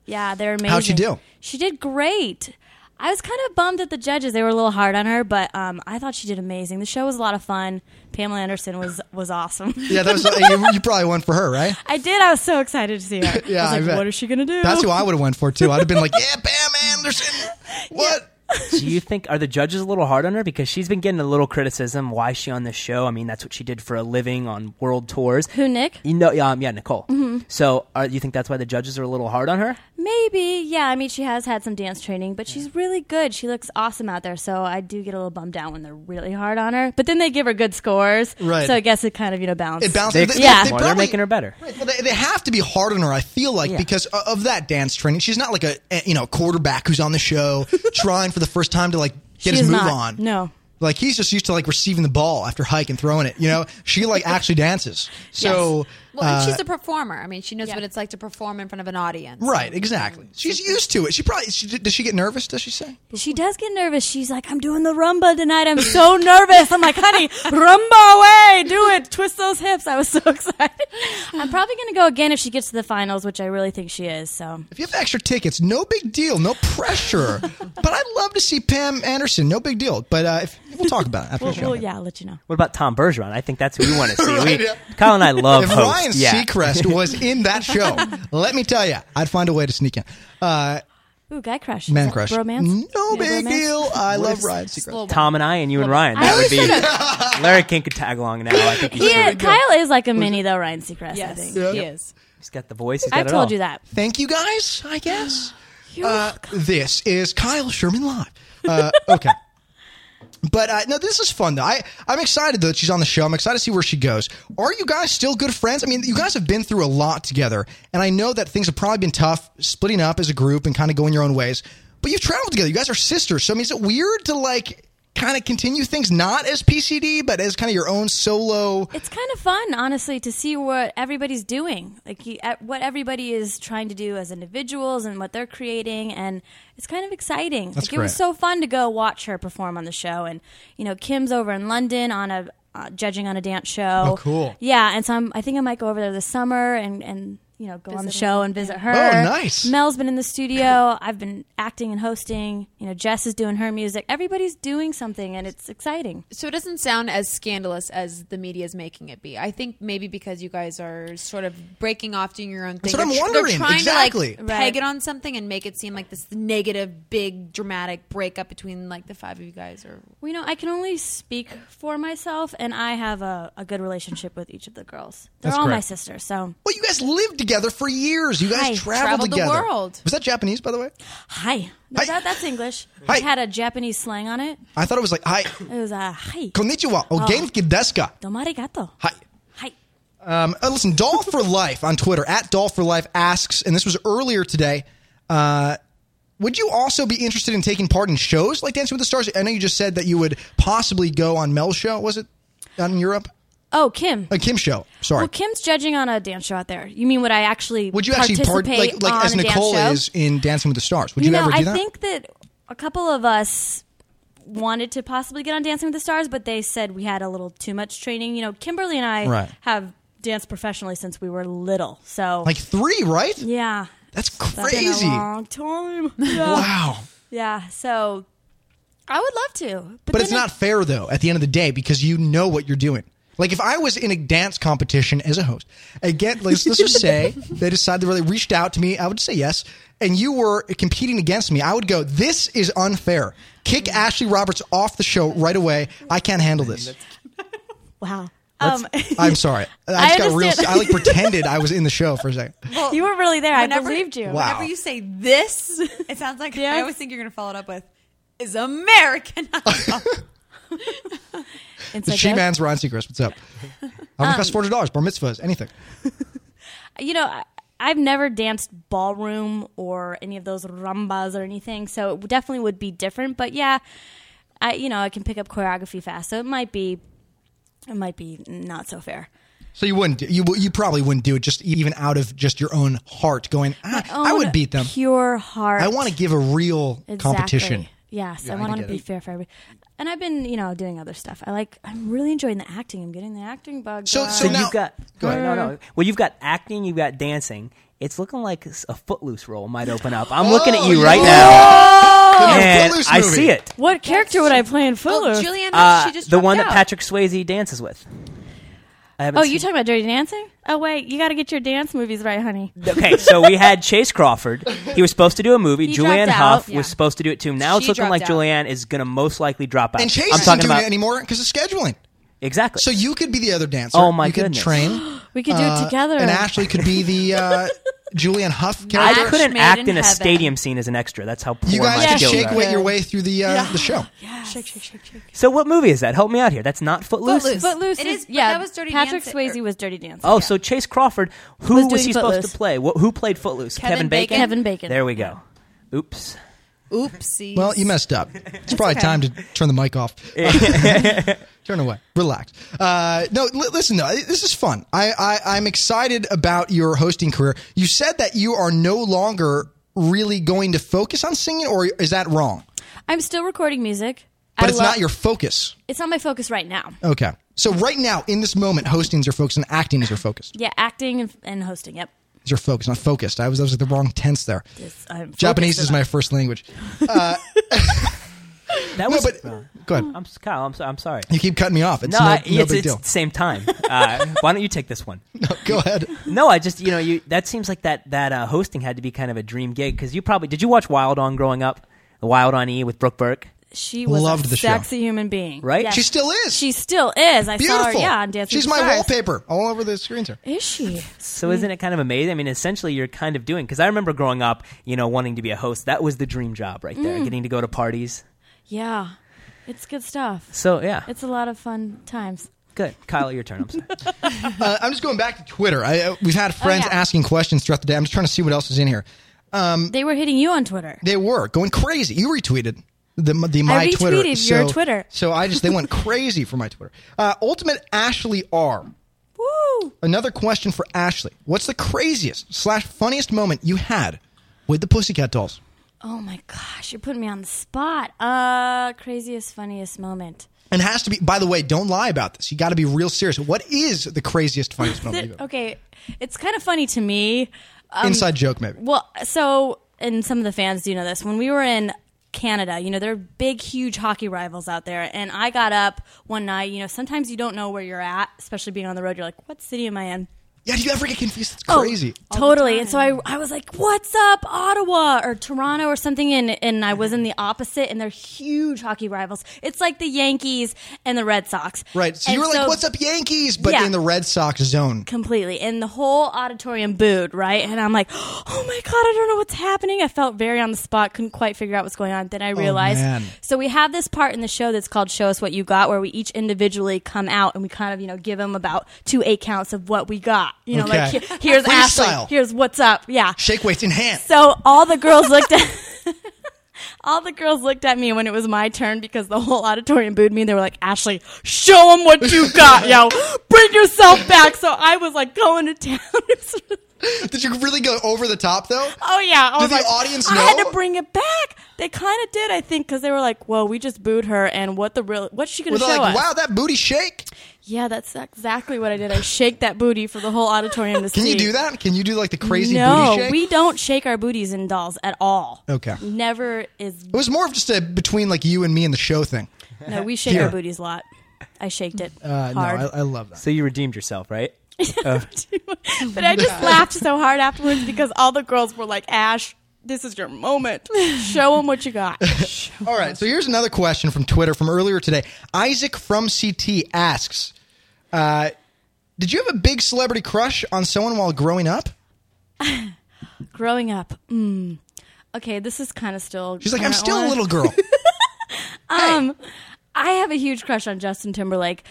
S3: yeah, they're amazing.
S2: How'd she do?
S3: She did great. I was kind of bummed at the judges; they were a little hard on her, but um, I thought she did amazing. The show was a lot of fun. Pamela Anderson was was awesome.
S2: Yeah, that was you, you probably went for her, right?
S3: I did. I was so excited to see her.
S2: Yeah,
S3: I was like,
S2: I bet.
S3: what is she gonna do?
S2: That's who I would have went for too. I'd have been like, yeah, Pam Anderson. What?
S4: Do you think are the judges a little hard on her because she's been getting a little criticism? Why is she on this show? I mean, that's what she did for a living on world tours.
S3: Who, Nick?
S4: You know, um, yeah, Nicole.
S3: Mm-hmm.
S4: So, are, you think that's why the judges are a little hard on her?
S3: Maybe, yeah. I mean, she has had some dance training, but she's really good. She looks awesome out there. So I do get a little bummed out when they're really hard on her. But then they give her good scores,
S2: Right.
S3: So I guess it kind of you know balances.
S2: It bounced.
S4: They
S2: they,
S4: expect
S3: Yeah.
S2: they
S4: more.
S2: probably-
S4: They're making her better.
S2: Right, well, they, they have to be hard on her. I feel like
S4: Yeah.
S2: because o- of that dance training, she's not like a a, you know quarterback who's on the show trying for the first time to like get
S3: She
S2: his
S3: is
S2: move
S3: not.
S2: on.
S3: No.
S2: Like he's just used to like receiving the ball after hike and throwing it. You know, she like actually dances. So
S5: Well, and
S2: uh,
S5: she's a performer. I mean, she knows what it's like to perform in front of an audience.
S2: right, exactly. She's used to it. She probably she, does. She get nervous? Does she say?
S3: She does get nervous. She's like, I'm doing the rumba tonight. I'm so nervous. I'm like, honey, rumba away. Do it. Twist those hips. I was so excited. I'm probably going to go again if she gets to the finals, which I really think she is. So
S2: If you have extra tickets, no big deal, no pressure. but I'd love to see Pam Anderson. No big deal. But uh, if, we'll talk about it after
S3: we'll,
S2: the show.
S3: we'll yeah, I'll let you know.
S4: What about Tom Bergeron? I think that's who we want to see. we, Kyle and I love
S2: If
S4: hosts.
S2: Ryan
S4: yeah.
S2: Seacrest was in that show, let me tell you, I'd find a way to sneak in. Uh,
S3: Ooh, guy crush. Is
S2: man
S3: that
S2: crush.
S3: Bromance.
S2: No
S3: Yeah,
S2: big
S3: bromance.
S2: deal. I love Ryan
S5: It's a
S2: Seacrest.
S5: little-
S4: Tom and I and you and Ryan.
S3: I
S4: That would
S3: always
S4: be Larry King could tag along now. I think he's,
S3: He is, Kyle is like a mini though, Ryan Seacrest. I
S5: Yes,
S3: think.
S5: he is.
S4: he's got the voice. He's got
S3: I've
S4: it all.
S3: told you that.
S2: Thank you guys, I guess. Uh, this is Kyle Sherman Live. Uh, okay. But uh, no, this is fun though. I I'm excited that she's on the show. I'm excited to see where she goes. Are you guys still good friends? I mean, you guys have been through a lot together, and I know that things have probably been tough, splitting up as a group and kind of going your own ways. But you've traveled together. You guys are sisters. So I mean, is it weird to like kind of continue things not as PCD, but as kind of your own solo?
S3: It's kind of fun, honestly, to see what everybody's doing, like he, at- what everybody is trying to do as individuals and what they're creating, and it's kind of exciting. like it was
S2: great.
S3: so fun to go watch her perform on the show, and you know, Kim's over in London on a uh, judging on a dance show.
S2: Oh, cool.
S3: Yeah, and so I'm, I think I might go over there this summer and and you know go on the show and visit her.
S2: Oh, nice.
S3: Mel's been in the studio. I've been acting and hosting. You know, Jess is doing her music. Everybody's doing something, and it's exciting.
S5: So it doesn't sound as scandalous as the media is making it be. I think maybe because you guys are sort of breaking off, doing your own thing.
S2: what I'm
S5: They're tr-
S2: wondering.
S5: They're trying
S2: Exactly.
S5: to like
S3: Right.
S5: peg it on something and make it seem like this negative, big, dramatic breakup between like the five of you guys. Or
S3: Well, you know, I can only speak for myself, and I have a, a good relationship with each of the girls. They're
S2: That's
S3: all my
S2: correct.
S3: sisters, so
S2: Well, you guys lived together for years. You guys
S3: Hi.
S2: traveled,
S5: Traveled the
S2: together.
S5: world.
S2: Was that Japanese, by the way?
S3: hi. No,
S2: Hi.
S3: That, that's English.
S2: Hi.
S3: It had a Japanese slang on it.
S2: I thought it was like hi,
S3: It was a uh, hi,
S2: konnichiwa, oh, o
S3: Oh.
S2: genki desu ka?
S3: domarigato,
S2: Hi.
S3: hi.
S2: Um, uh, listen, Doll for Life on Twitter at Doll for Life asks, and this was earlier today. Uh, would you also be interested in taking part in shows like Dancing with the Stars? I know you just said that you would possibly go on Mel's show. Was it out in Europe?
S3: Oh, Kim.
S2: Uh, Kim's show. Sorry.
S3: Well, Kim's judging on a dance show out there. You mean would I actually
S2: would you actually part
S3: participate
S2: like like
S3: on
S2: as
S3: a dance
S2: Nicole
S3: show?
S2: is in Dancing with the Stars? Would you,
S3: know,
S2: ever do
S3: I
S2: that?
S3: think that a couple of us wanted to possibly get on Dancing with the Stars, but they said we had a little too much training. You know, Kimberly and I
S2: Right.
S3: have danced professionally since we were little, so
S2: like three, right?
S3: yeah,
S2: That's
S3: that's been
S2: crazy.
S3: a long time. Yeah.
S2: Wow.
S3: yeah, so I would love to,
S2: But
S3: but, then
S2: it's
S3: it-
S2: not fair though. At the end of the day, because you know what you're doing. Like if I was in a dance competition as a host, again, let's, let's just say they decided they really reached out to me. I would say yes, and you were competing against me. I would go. This is unfair. Kick Ashley Roberts off the show right away. I can't handle this.
S3: Wow.
S2: Let's-
S3: Um,
S2: I'm sorry. I,
S3: I
S2: just got real.
S3: understand.
S2: I like pretended I was in the show for a second.
S3: Um, you were really there. I believed you.
S2: Wow.
S5: Whenever you say this, it sounds like
S3: Yeah. Oh.
S5: I always think you're going to follow it up with is American. Idol."
S3: It's
S2: The
S3: like
S2: She
S3: a-
S2: Man's Ryan Seacrest. What's up? I'm
S3: Um,
S2: cost four hundred dollars. Bar mitzvahs. Anything.
S3: you know, I, I've never danced ballroom or any of those rumbas or anything, so it definitely would be different. But yeah, I you know I can pick up choreography fast, so it might be, it might be not so fair.
S2: So you wouldn't. do- You w- you probably wouldn't do it just even out of just your own heart. Going, ah, I would
S3: Own
S2: beat them.
S3: Pure heart.
S2: I want to give a real
S3: Exactly.
S2: competition.
S3: Yes,
S2: Yeah,
S3: I
S2: I
S3: want to
S2: get
S3: be
S2: it.
S3: fair for everybody. And I've been, you know, doing other stuff. I like. I'm really enjoying the acting. I'm getting the acting bug.
S2: So-
S3: going.
S2: so now-
S4: you've got
S2: Go ahead.
S4: no, no, no. Well, you've got acting, you've got dancing. It's looking like a Footloose role might open up. I'm looking at you
S2: Oh, yeah.
S4: right now,
S3: Oh.
S2: Good
S4: and
S2: Footloose
S4: I
S2: movie.
S4: see it. Uh,
S3: what character would I play in Footloose?
S5: well, Julianne,
S2: Uh,
S5: she just
S4: the
S5: dropped
S4: one that
S5: out.
S4: Patrick Swayze dances with. I haven't
S3: Oh,
S4: seen-
S3: you talking about Dirty Dancing? Oh wait, you got to get your dance movies right, honey.
S4: okay, so we had Chase Crawford. He was supposed to do a movie.
S3: He
S4: Julianne
S3: dropped
S4: Hough
S3: out.
S4: was
S5: Yeah.
S4: supposed to do it too. Now it's
S5: She
S4: looking like
S5: dropped out.
S4: Julianne is going to most likely drop out.
S2: And Chase
S4: I'm
S2: isn't
S4: talking
S2: doing
S4: about
S2: it anymore because of scheduling.
S4: exactly.
S2: So you could be the other dancer.
S4: Oh, my
S2: you could
S4: goodness.
S2: Train.
S3: We could do
S2: Uh,
S3: it together.
S2: And Ashley could be the uh, Julianne Huff
S4: I
S2: character.
S5: Match
S4: couldn't
S5: made
S4: act
S5: in
S4: in, a
S5: heaven.
S4: stadium scene as an extra. That's how poor
S2: You
S4: my
S2: guys
S3: Yeah,
S2: could
S4: skills
S3: she
S2: shake
S4: are.
S2: weight your way through the uh, the show.
S3: Shake, shake, shake, shake.
S4: So what movie is that? Help me out here. That's not Footloose.
S5: Footloose.
S3: Footloose.
S5: It
S3: is,
S5: is- but
S3: yeah.
S5: that was Dirty
S3: Patrick
S5: Dancing-
S3: Swayze
S5: or-
S3: was Dirty Dancing.
S4: Oh, so Chase Crawford, who
S3: Was
S4: was,
S3: doing
S4: he supposed
S3: Footloose.
S4: to play? Wh- who played Footloose?
S5: Kevin Bacon?
S3: Kevin Bacon.
S4: There we go. Oops.
S5: Oopsie.
S2: Well, you messed up. It's probably time to turn the mic off. turn away. Relax. Uh, no, li- listen though. This is fun. I, I I'm excited about your hosting career. You said that you are no longer really going to focus on singing, or is that wrong?
S3: I'm still recording music.
S2: But
S3: I
S2: it's
S3: love-
S2: not your focus.
S3: It's not my focus right now.
S2: Okay. So right now, in this moment, hosting is your focus, and acting is your focus.
S3: Yeah, acting and, and hosting. Yep.
S2: Is your focus not focused? I was that was the wrong tense there.
S3: It's- I'm
S2: Japanese
S3: focused
S2: is
S3: on
S2: my
S3: that.
S2: first language.
S4: That
S2: No,
S4: was.
S2: but go ahead.
S4: I'm s- Kyle. I'm, so, I'm sorry.
S2: You keep cutting me off. It's
S4: No,
S2: no,
S4: I,
S2: no
S4: it's,
S2: big
S4: it's
S2: deal.
S4: the same time. Uh, why don't you take this one?
S2: Go ahead.
S4: No, I just you know you that seems like that that uh, hosting had to be kind of a dream gig because you probably did you watch Wild On growing up, Wild On E with Brooke Burke,
S3: She was
S2: Loved
S3: a
S2: the show.
S3: sexy human being.
S4: right?
S3: Yes.
S2: She still is.
S3: She still is. I
S2: beautiful.
S3: saw her. Yeah, on Dancing.
S2: She's
S3: with
S2: my
S3: the Stars.
S2: wallpaper all over the screens here.
S3: Is she?
S4: So isn't it kind of amazing? I mean, essentially you're kind of doing because I remember growing up, you know, wanting to be a host. That was the dream job right
S3: Mm.
S4: there, getting to go to parties.
S3: Yeah, it's good stuff.
S4: So yeah,
S3: It's a lot of fun times.
S4: good. Kyle, your turn. I'm sorry.
S2: Uh, I'm just going back to Twitter. I, uh, we've had friends
S3: Oh, yeah.
S2: asking questions throughout the day. I'm just trying to see what else is in here. Mm.
S3: They were hitting you on Twitter.
S2: They were going crazy. You retweeted the the my Twitter.
S3: retweeted your Twitter.
S2: So I just they went crazy for my Twitter. Uh, Ultimate Ashley R.
S3: Woo!
S2: Another question for Ashley. What's the craziest slash funniest moment you had with the Pussycat Dolls?
S3: Oh my gosh, you're putting me on the spot. Uh, craziest, funniest moment.
S2: And it has to be. By the way, don't lie about this. You got to be real serious. What is the craziest funniest moment?
S3: Th-
S2: you've had?
S3: okay, it's kind of funny to me. Um,
S2: Inside joke, maybe.
S3: Well, so and some of the fans do know this. When we were in Canada, you know, there are big, huge hockey rivals out there. And I got up one night. You know, sometimes you don't know where you're at, especially being on the road. You're like, "What city am I in?"
S2: Yeah, do you ever get confused? It's
S3: Oh,
S2: crazy.
S3: totally. And so I, I was like, "What's up, Ottawa or Toronto or something?" And and I was in the opposite, and they're huge hockey rivals. It's like the Yankees and the Red Sox.
S2: Right. So you
S3: And
S2: were like, "What's up, Yankees?" But
S3: Yeah.
S2: in the Red Sox zone.
S3: Completely, and the whole auditorium booed, right? And I'm like, oh my god, I don't know what's happening. I felt very on the spot, couldn't quite figure out what's going on. Then I realized.
S2: Oh, man.
S3: so we have this part in the show that's called "Show Us What You Got," where we each individually come out and we kind of, you know, give them about two eight counts of what we got. You know, like
S2: Okay.
S3: he- here's Ashley,
S2: Freestyle.
S3: here's what's up, yeah.
S2: Shake weights in hand.
S3: So all the girls looked at all the girls looked at me when it was my turn because the whole auditorium booed me. They were like, "Ashley, show them what you got, yo! Bring yourself back!" So I was like going to town. It was-
S2: Did you really go over the top though?
S3: oh yeah, I
S2: Did
S3: was
S2: the
S3: like,
S2: audience
S3: I had
S2: know?
S3: to bring it back. They kind of did, I think, because they were like, "Well, we just booed her, and what the real? What's she
S2: Were
S3: gonna
S2: they
S3: show
S2: like,
S3: us?"
S2: "Wow, that booty shake"?
S3: Yeah, that's exactly what I did. I shake that booty for the whole auditorium to
S2: Can
S3: see.
S2: you do that? Can you do like the crazy
S3: No,
S2: booty shake?
S3: we don't shake our booties in dolls at all.
S2: Okay.
S3: Never is
S2: it was more of just a between like you and me and the show thing.
S3: No, we shake
S2: Here.
S3: our booties a lot. I shaked it
S2: Uh, no,
S3: hard.
S2: I, I love that.
S4: So you redeemed yourself, right?
S3: but I just laughed so hard afterwards because all the girls were like, Ash, this is your moment. Show them what you got.
S2: All right, so here's another question from Twitter from earlier today. Isaac from CT asks, Uh, did you have a big celebrity crush on someone while growing up?
S3: Growing up. Mm. Okay, this is kind of still.
S2: She's like,
S3: I
S2: I'm
S3: don't
S2: still a
S3: wanna-
S2: little girl.
S3: Um, I have a huge crush on Justin Timberlake.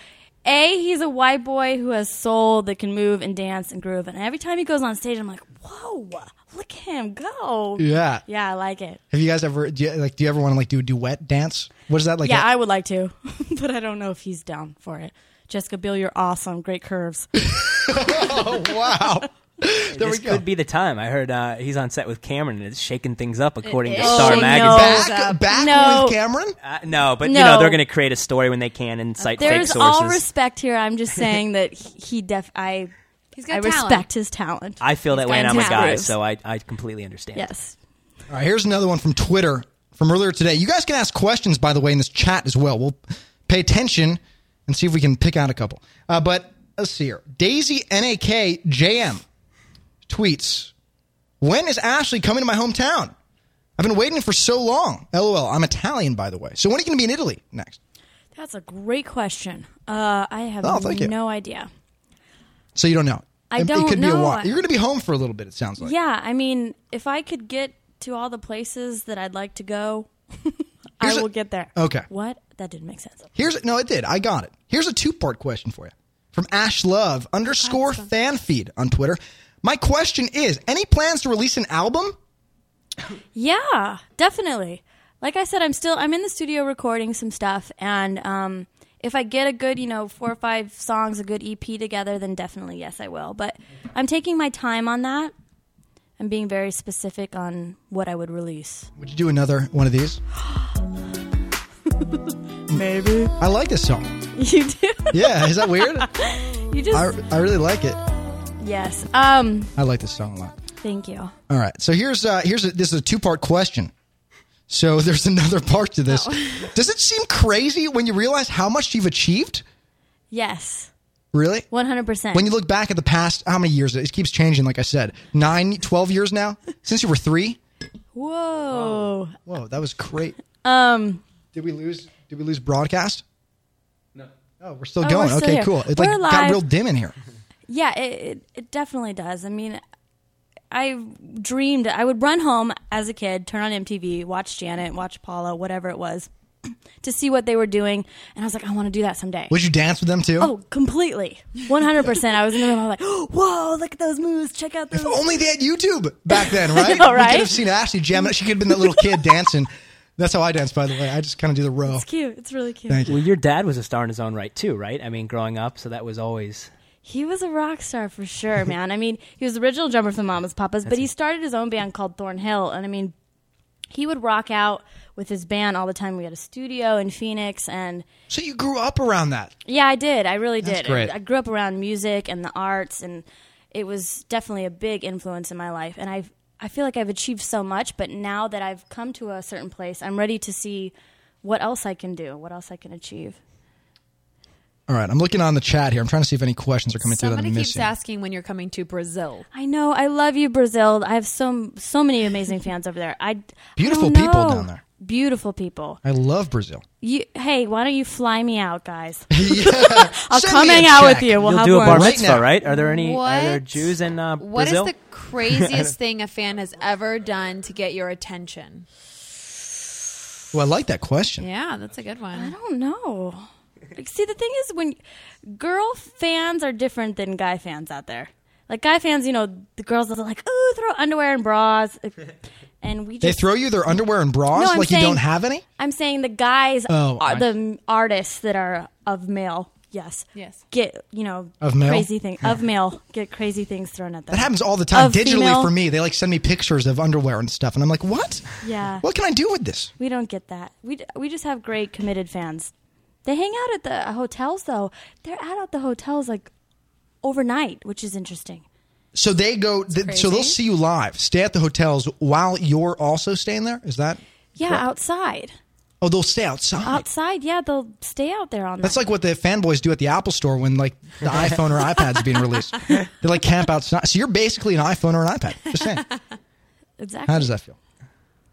S3: A, he's a white boy who has soul that can move and dance and groove. And every time he goes on stage, I'm like, whoa, look at him go.
S2: Yeah.
S3: Yeah, I like it.
S2: Have you guys ever do you, like? Do you ever want to like do a duet dance? What is that like?
S3: yeah,
S2: a-
S3: I would like to, but I don't know if he's down for it. Jessica Biel, you're awesome. Great curves.
S2: oh, wow. There
S4: this
S2: we go.
S4: could be the time. I heard uh, he's on set with Cameron and it's shaking things up according to
S3: is Oh,
S4: Star
S3: shaking
S4: Magazine.
S3: things
S2: back
S3: up.
S2: back
S3: No.
S2: with Cameron.
S4: Uh, no, but you
S3: No.
S4: know they're going to create a story when they can and cite fake
S3: There's
S4: sources.
S3: all respect here. I'm just saying that he he def I
S5: He's got
S3: I
S5: talent.
S3: respect his talent.
S4: I feel that
S3: He's
S4: way, and
S3: got
S4: I'm a
S3: his
S4: guy,
S3: grooves.
S4: so I, I completely understand.
S3: yes.
S2: All right, here's another one from Twitter from earlier today. You guys can ask questions, by the way, in this chat as well. We'll pay attention and see if we can pick out a couple. Uh, but let's see here. Daisy NAK JM tweets When is Ashley coming to my hometown? I've been waiting for so long. LOL. I'm Italian, by the way. So when are you going to be in Italy next?
S3: That's a great question. Uh, I have
S2: Oh,
S3: no
S2: thank you.
S3: idea.
S2: So you don't know.
S3: I
S2: It- It
S3: don't
S2: could be a
S3: know.
S2: while. You're going to be home for a little bit, it sounds like.
S3: Yeah, I mean, if I could get to all the places that I'd like to go, I
S2: Here's a-
S3: will get there.
S2: Okay.
S3: What? That didn't make sense.
S2: Here's no, it did. I got it. Here's a two part question for you from Ash Love underscore fan feed on Twitter. My question is: Any plans to release an album?
S3: Yeah, definitely. Like I said, I'm still I'm in the studio recording some stuff, and um, if I get a good, you know, four or five songs, a good EP together, then definitely yes, I will. But I'm taking my time on that. I'm being very specific on what I would release.
S2: Would you do another one of these?
S3: Maybe
S2: I like this song.
S3: you do.
S2: Yeah, is that weird? I,
S3: You just
S2: I really like it.
S3: yes. Um,
S2: I like this song a lot.
S3: thank you.
S2: All right, so here's uh, here's a, this is a two part question. So there's another part to this. Does it seem crazy when you realize how much you've achieved?
S3: Yes,
S2: Really?
S3: one hundred percent.
S2: When you look back at the past, how many years? It keeps changing, like I said. Nine, 12 years now? Since you were three?
S3: Whoa.
S2: Whoa, that was great. Um, did we lose? Did we lose broadcast? No. Oh, we're still
S3: Oh,
S2: going.
S3: we're still
S2: okay,
S3: here.
S2: cool. It
S3: We're
S2: like got
S3: live.
S2: real dim in here.
S3: Yeah, it, it, it definitely does. I mean, I dreamed I would run home as a kid, turn on MTV, watch Janet, watch Paula, whatever it was, to see what they were doing, and I was like, I want to do that someday.
S2: Would you dance with them too?
S3: Oh, completely, one hundred percent. I was in the room. I was like, Whoa, look at those moves! Check out those.
S2: If only they had YouTube back then, right?
S3: know,
S2: We
S3: right?
S2: could have seen Ashley jamming. She could have been that little kid dancing. That's how I dance, by the way. I just kind of do the row.
S3: It's cute. It's really cute.
S2: Thank you.
S4: Well, your dad was a star in his own right too, right? I mean, growing up, so that was always
S3: He was a rock star for sure, man. I mean, he was the original drummer for the Mamas Papas, but he started his own band called Thornhill, and I mean, he would rock out with his band all the time. We had a studio in Phoenix, and
S2: So you grew up around that.
S3: yeah, I did. I really did.
S2: great.
S3: I, I grew up around music and the arts, and it was definitely a big influence in my life. And I, I feel like I've achieved so much, but now that I've come to a certain place, I'm ready to see what else I can do, what else I can achieve.
S2: All right, I'm looking on the chat here. I'm trying to see if any questions are coming through that
S5: Somebody
S2: I'm
S5: keeps
S2: missing.
S5: asking when you're coming to Brazil.
S3: I know. I love you, Brazil. I have so so many amazing fans over there. I
S2: Beautiful
S3: I don't
S2: people
S3: know.
S2: down there.
S3: Beautiful people.
S2: I love Brazil.
S3: You, hey, why don't you fly me out, guys?
S2: I'll
S3: I'll come hang out with you. We'll
S4: you'll
S3: have
S4: do a
S3: lunch.
S4: bar
S2: Right
S4: mitzvah,
S2: now.
S4: right? Are there any
S5: What?
S4: are there Jews in uh,
S5: What is
S4: Brazil?
S5: the craziest thing a fan has ever done to get your attention?
S2: Well, I like that question.
S5: Yeah, that's a good one.
S3: I don't know. Like, See, the thing is, when girl fans are different than guy fans out there. Like guy fans, you know, the girls are like, "Ooh, throw underwear and bras," and we
S2: They
S3: just.
S2: throw you their underwear and bras
S3: No, I'm
S2: like
S3: saying-
S2: you don't have any?
S3: I'm saying the guys
S2: Oh,
S3: are
S2: I-
S3: the m- artists that are of male. Yes.
S5: Yes.
S3: Get you know
S2: Of male?
S3: crazy thing of male get crazy things thrown at them.
S2: That happens all the time
S3: Of
S2: digitally
S3: female-
S2: for me. They like send me pictures of underwear and stuff, and I'm like, what?
S3: Yeah.
S2: What can I do with this?
S3: We don't get that. We d- we just have great committed fans. They hang out at the uh, hotels though. They're out at the hotels like overnight, which is interesting.
S2: So they go. Th- so
S5: crazy.
S2: they'll see you live, stay at the hotels while you're also staying there. Is that?
S3: Yeah, outside.
S2: Oh, they'll stay outside.
S3: Outside, yeah, they'll stay out there on
S2: That's
S3: that.
S2: like what the fanboys do at the Apple Store when like the iPhone or iPad's being released. They like camp outside. So you're basically an iPhone or an iPad. Just saying.
S3: exactly
S2: How does that feel?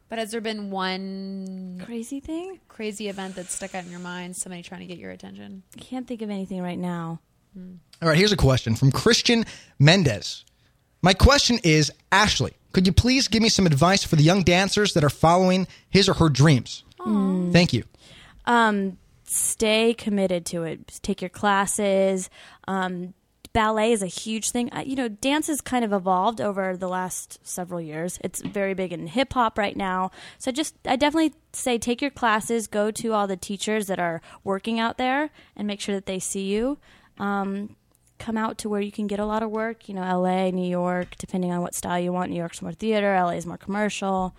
S5: But has there been one
S3: crazy thing.
S5: crazy event that stuck out in your mind? Somebody trying to get your attention?
S3: Can't think of anything right now.
S2: All right, here's a question from Christian Mendez. My question is Ashley, could you please give me some advice for the young dancers that are following his or her dreams? Thank you.
S3: Um, stay committed to it. Take your classes. Um, ballet is a huge thing. I, you know, dance has kind of evolved over the last several years. It's very big in hip hop right now. So just, I definitely say take your classes, go to all the teachers that are working out there, and make sure that they see you. Um, come out to where you can get a lot of work. You know, LA, New York, depending on what style you want. New York's more theater. LA is more commercial.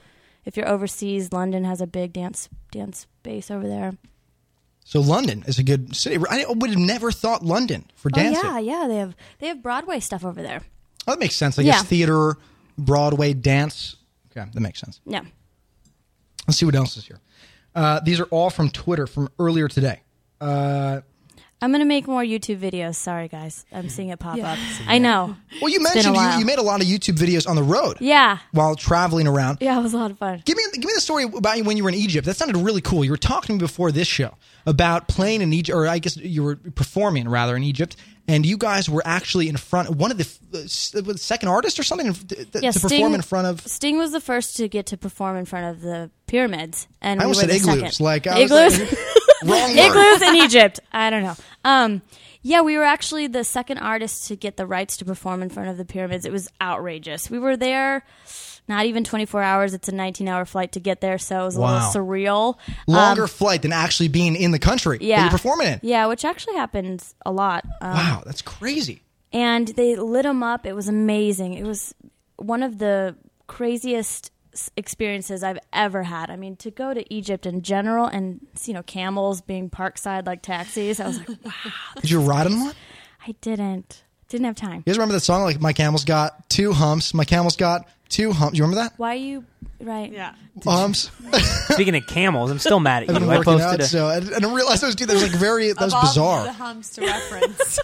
S3: If you're overseas, London has a big dance dance base over there.
S2: So, London is a good city. I would have never thought London for dancing.
S3: Oh yeah, yeah. They have they have Broadway stuff over there.
S2: Oh, that makes sense. I
S3: Yeah.
S2: guess theater, Broadway, dance. Okay, that makes sense.
S3: Yeah.
S2: Let's see what else is here. Uh, these are all from Twitter from earlier today. Uh,
S3: I'm gonna make more YouTube videos. Sorry guys, I'm seeing it pop
S2: Yeah.
S3: up. I know.
S2: well, you
S3: It's been a
S2: mentioned you,
S3: while.
S2: you made a lot of YouTube videos on the road
S3: Yeah,
S2: while traveling around.
S3: yeah. It was a lot of fun.
S2: Give me give me the story about when you were in Egypt. That sounded really cool. You were talking to me before this show about playing in Egypt, or I guess you were performing rather in Egypt, and you guys were actually in front one of the uh, s- the second artist or something uh, th- th-
S3: Yeah,
S2: to
S3: Sting-
S2: perform in front of.
S3: Sting was the first to get to perform in front of the pyramids, and
S2: I
S3: we
S2: almost
S3: were
S2: said
S3: the
S2: igloos.
S3: second.
S2: Like I
S3: igloos.
S2: Was like, wrong word.
S3: igloos in Egypt. I don't know. Um, yeah, we were actually the second artist to get the rights to perform in front of the pyramids. It was outrageous. We were there not even 24 hours. It's a 19 hour flight to get there, so it was a
S2: Wow.
S3: little surreal. Um,
S2: Longer flight than actually being in the country that
S3: yeah.
S2: you're performing in.
S3: Yeah, which actually happens a lot. Um,
S2: Wow, that's crazy.
S3: and they lit them up. It was amazing. It was one of the craziest s- experiences I've ever had. I mean, to go to Egypt in general and you know camels being parkside like taxis, I was like, wow.
S2: Did you ride on one?
S3: I didn't didn't have time.
S2: You guys remember that song? Like my camel's got two humps. My camel's got two humps. You remember that?
S3: Why you right? Yeah.
S2: Humps.
S4: Speaking of camels, I'm still mad
S2: I've
S4: at you.
S2: been
S4: I
S2: working
S4: posted
S2: out,
S4: a,
S2: so I didn't I didn't realize those two. That was like very. That was
S5: Of all
S2: bizarre.
S5: The humps to reference.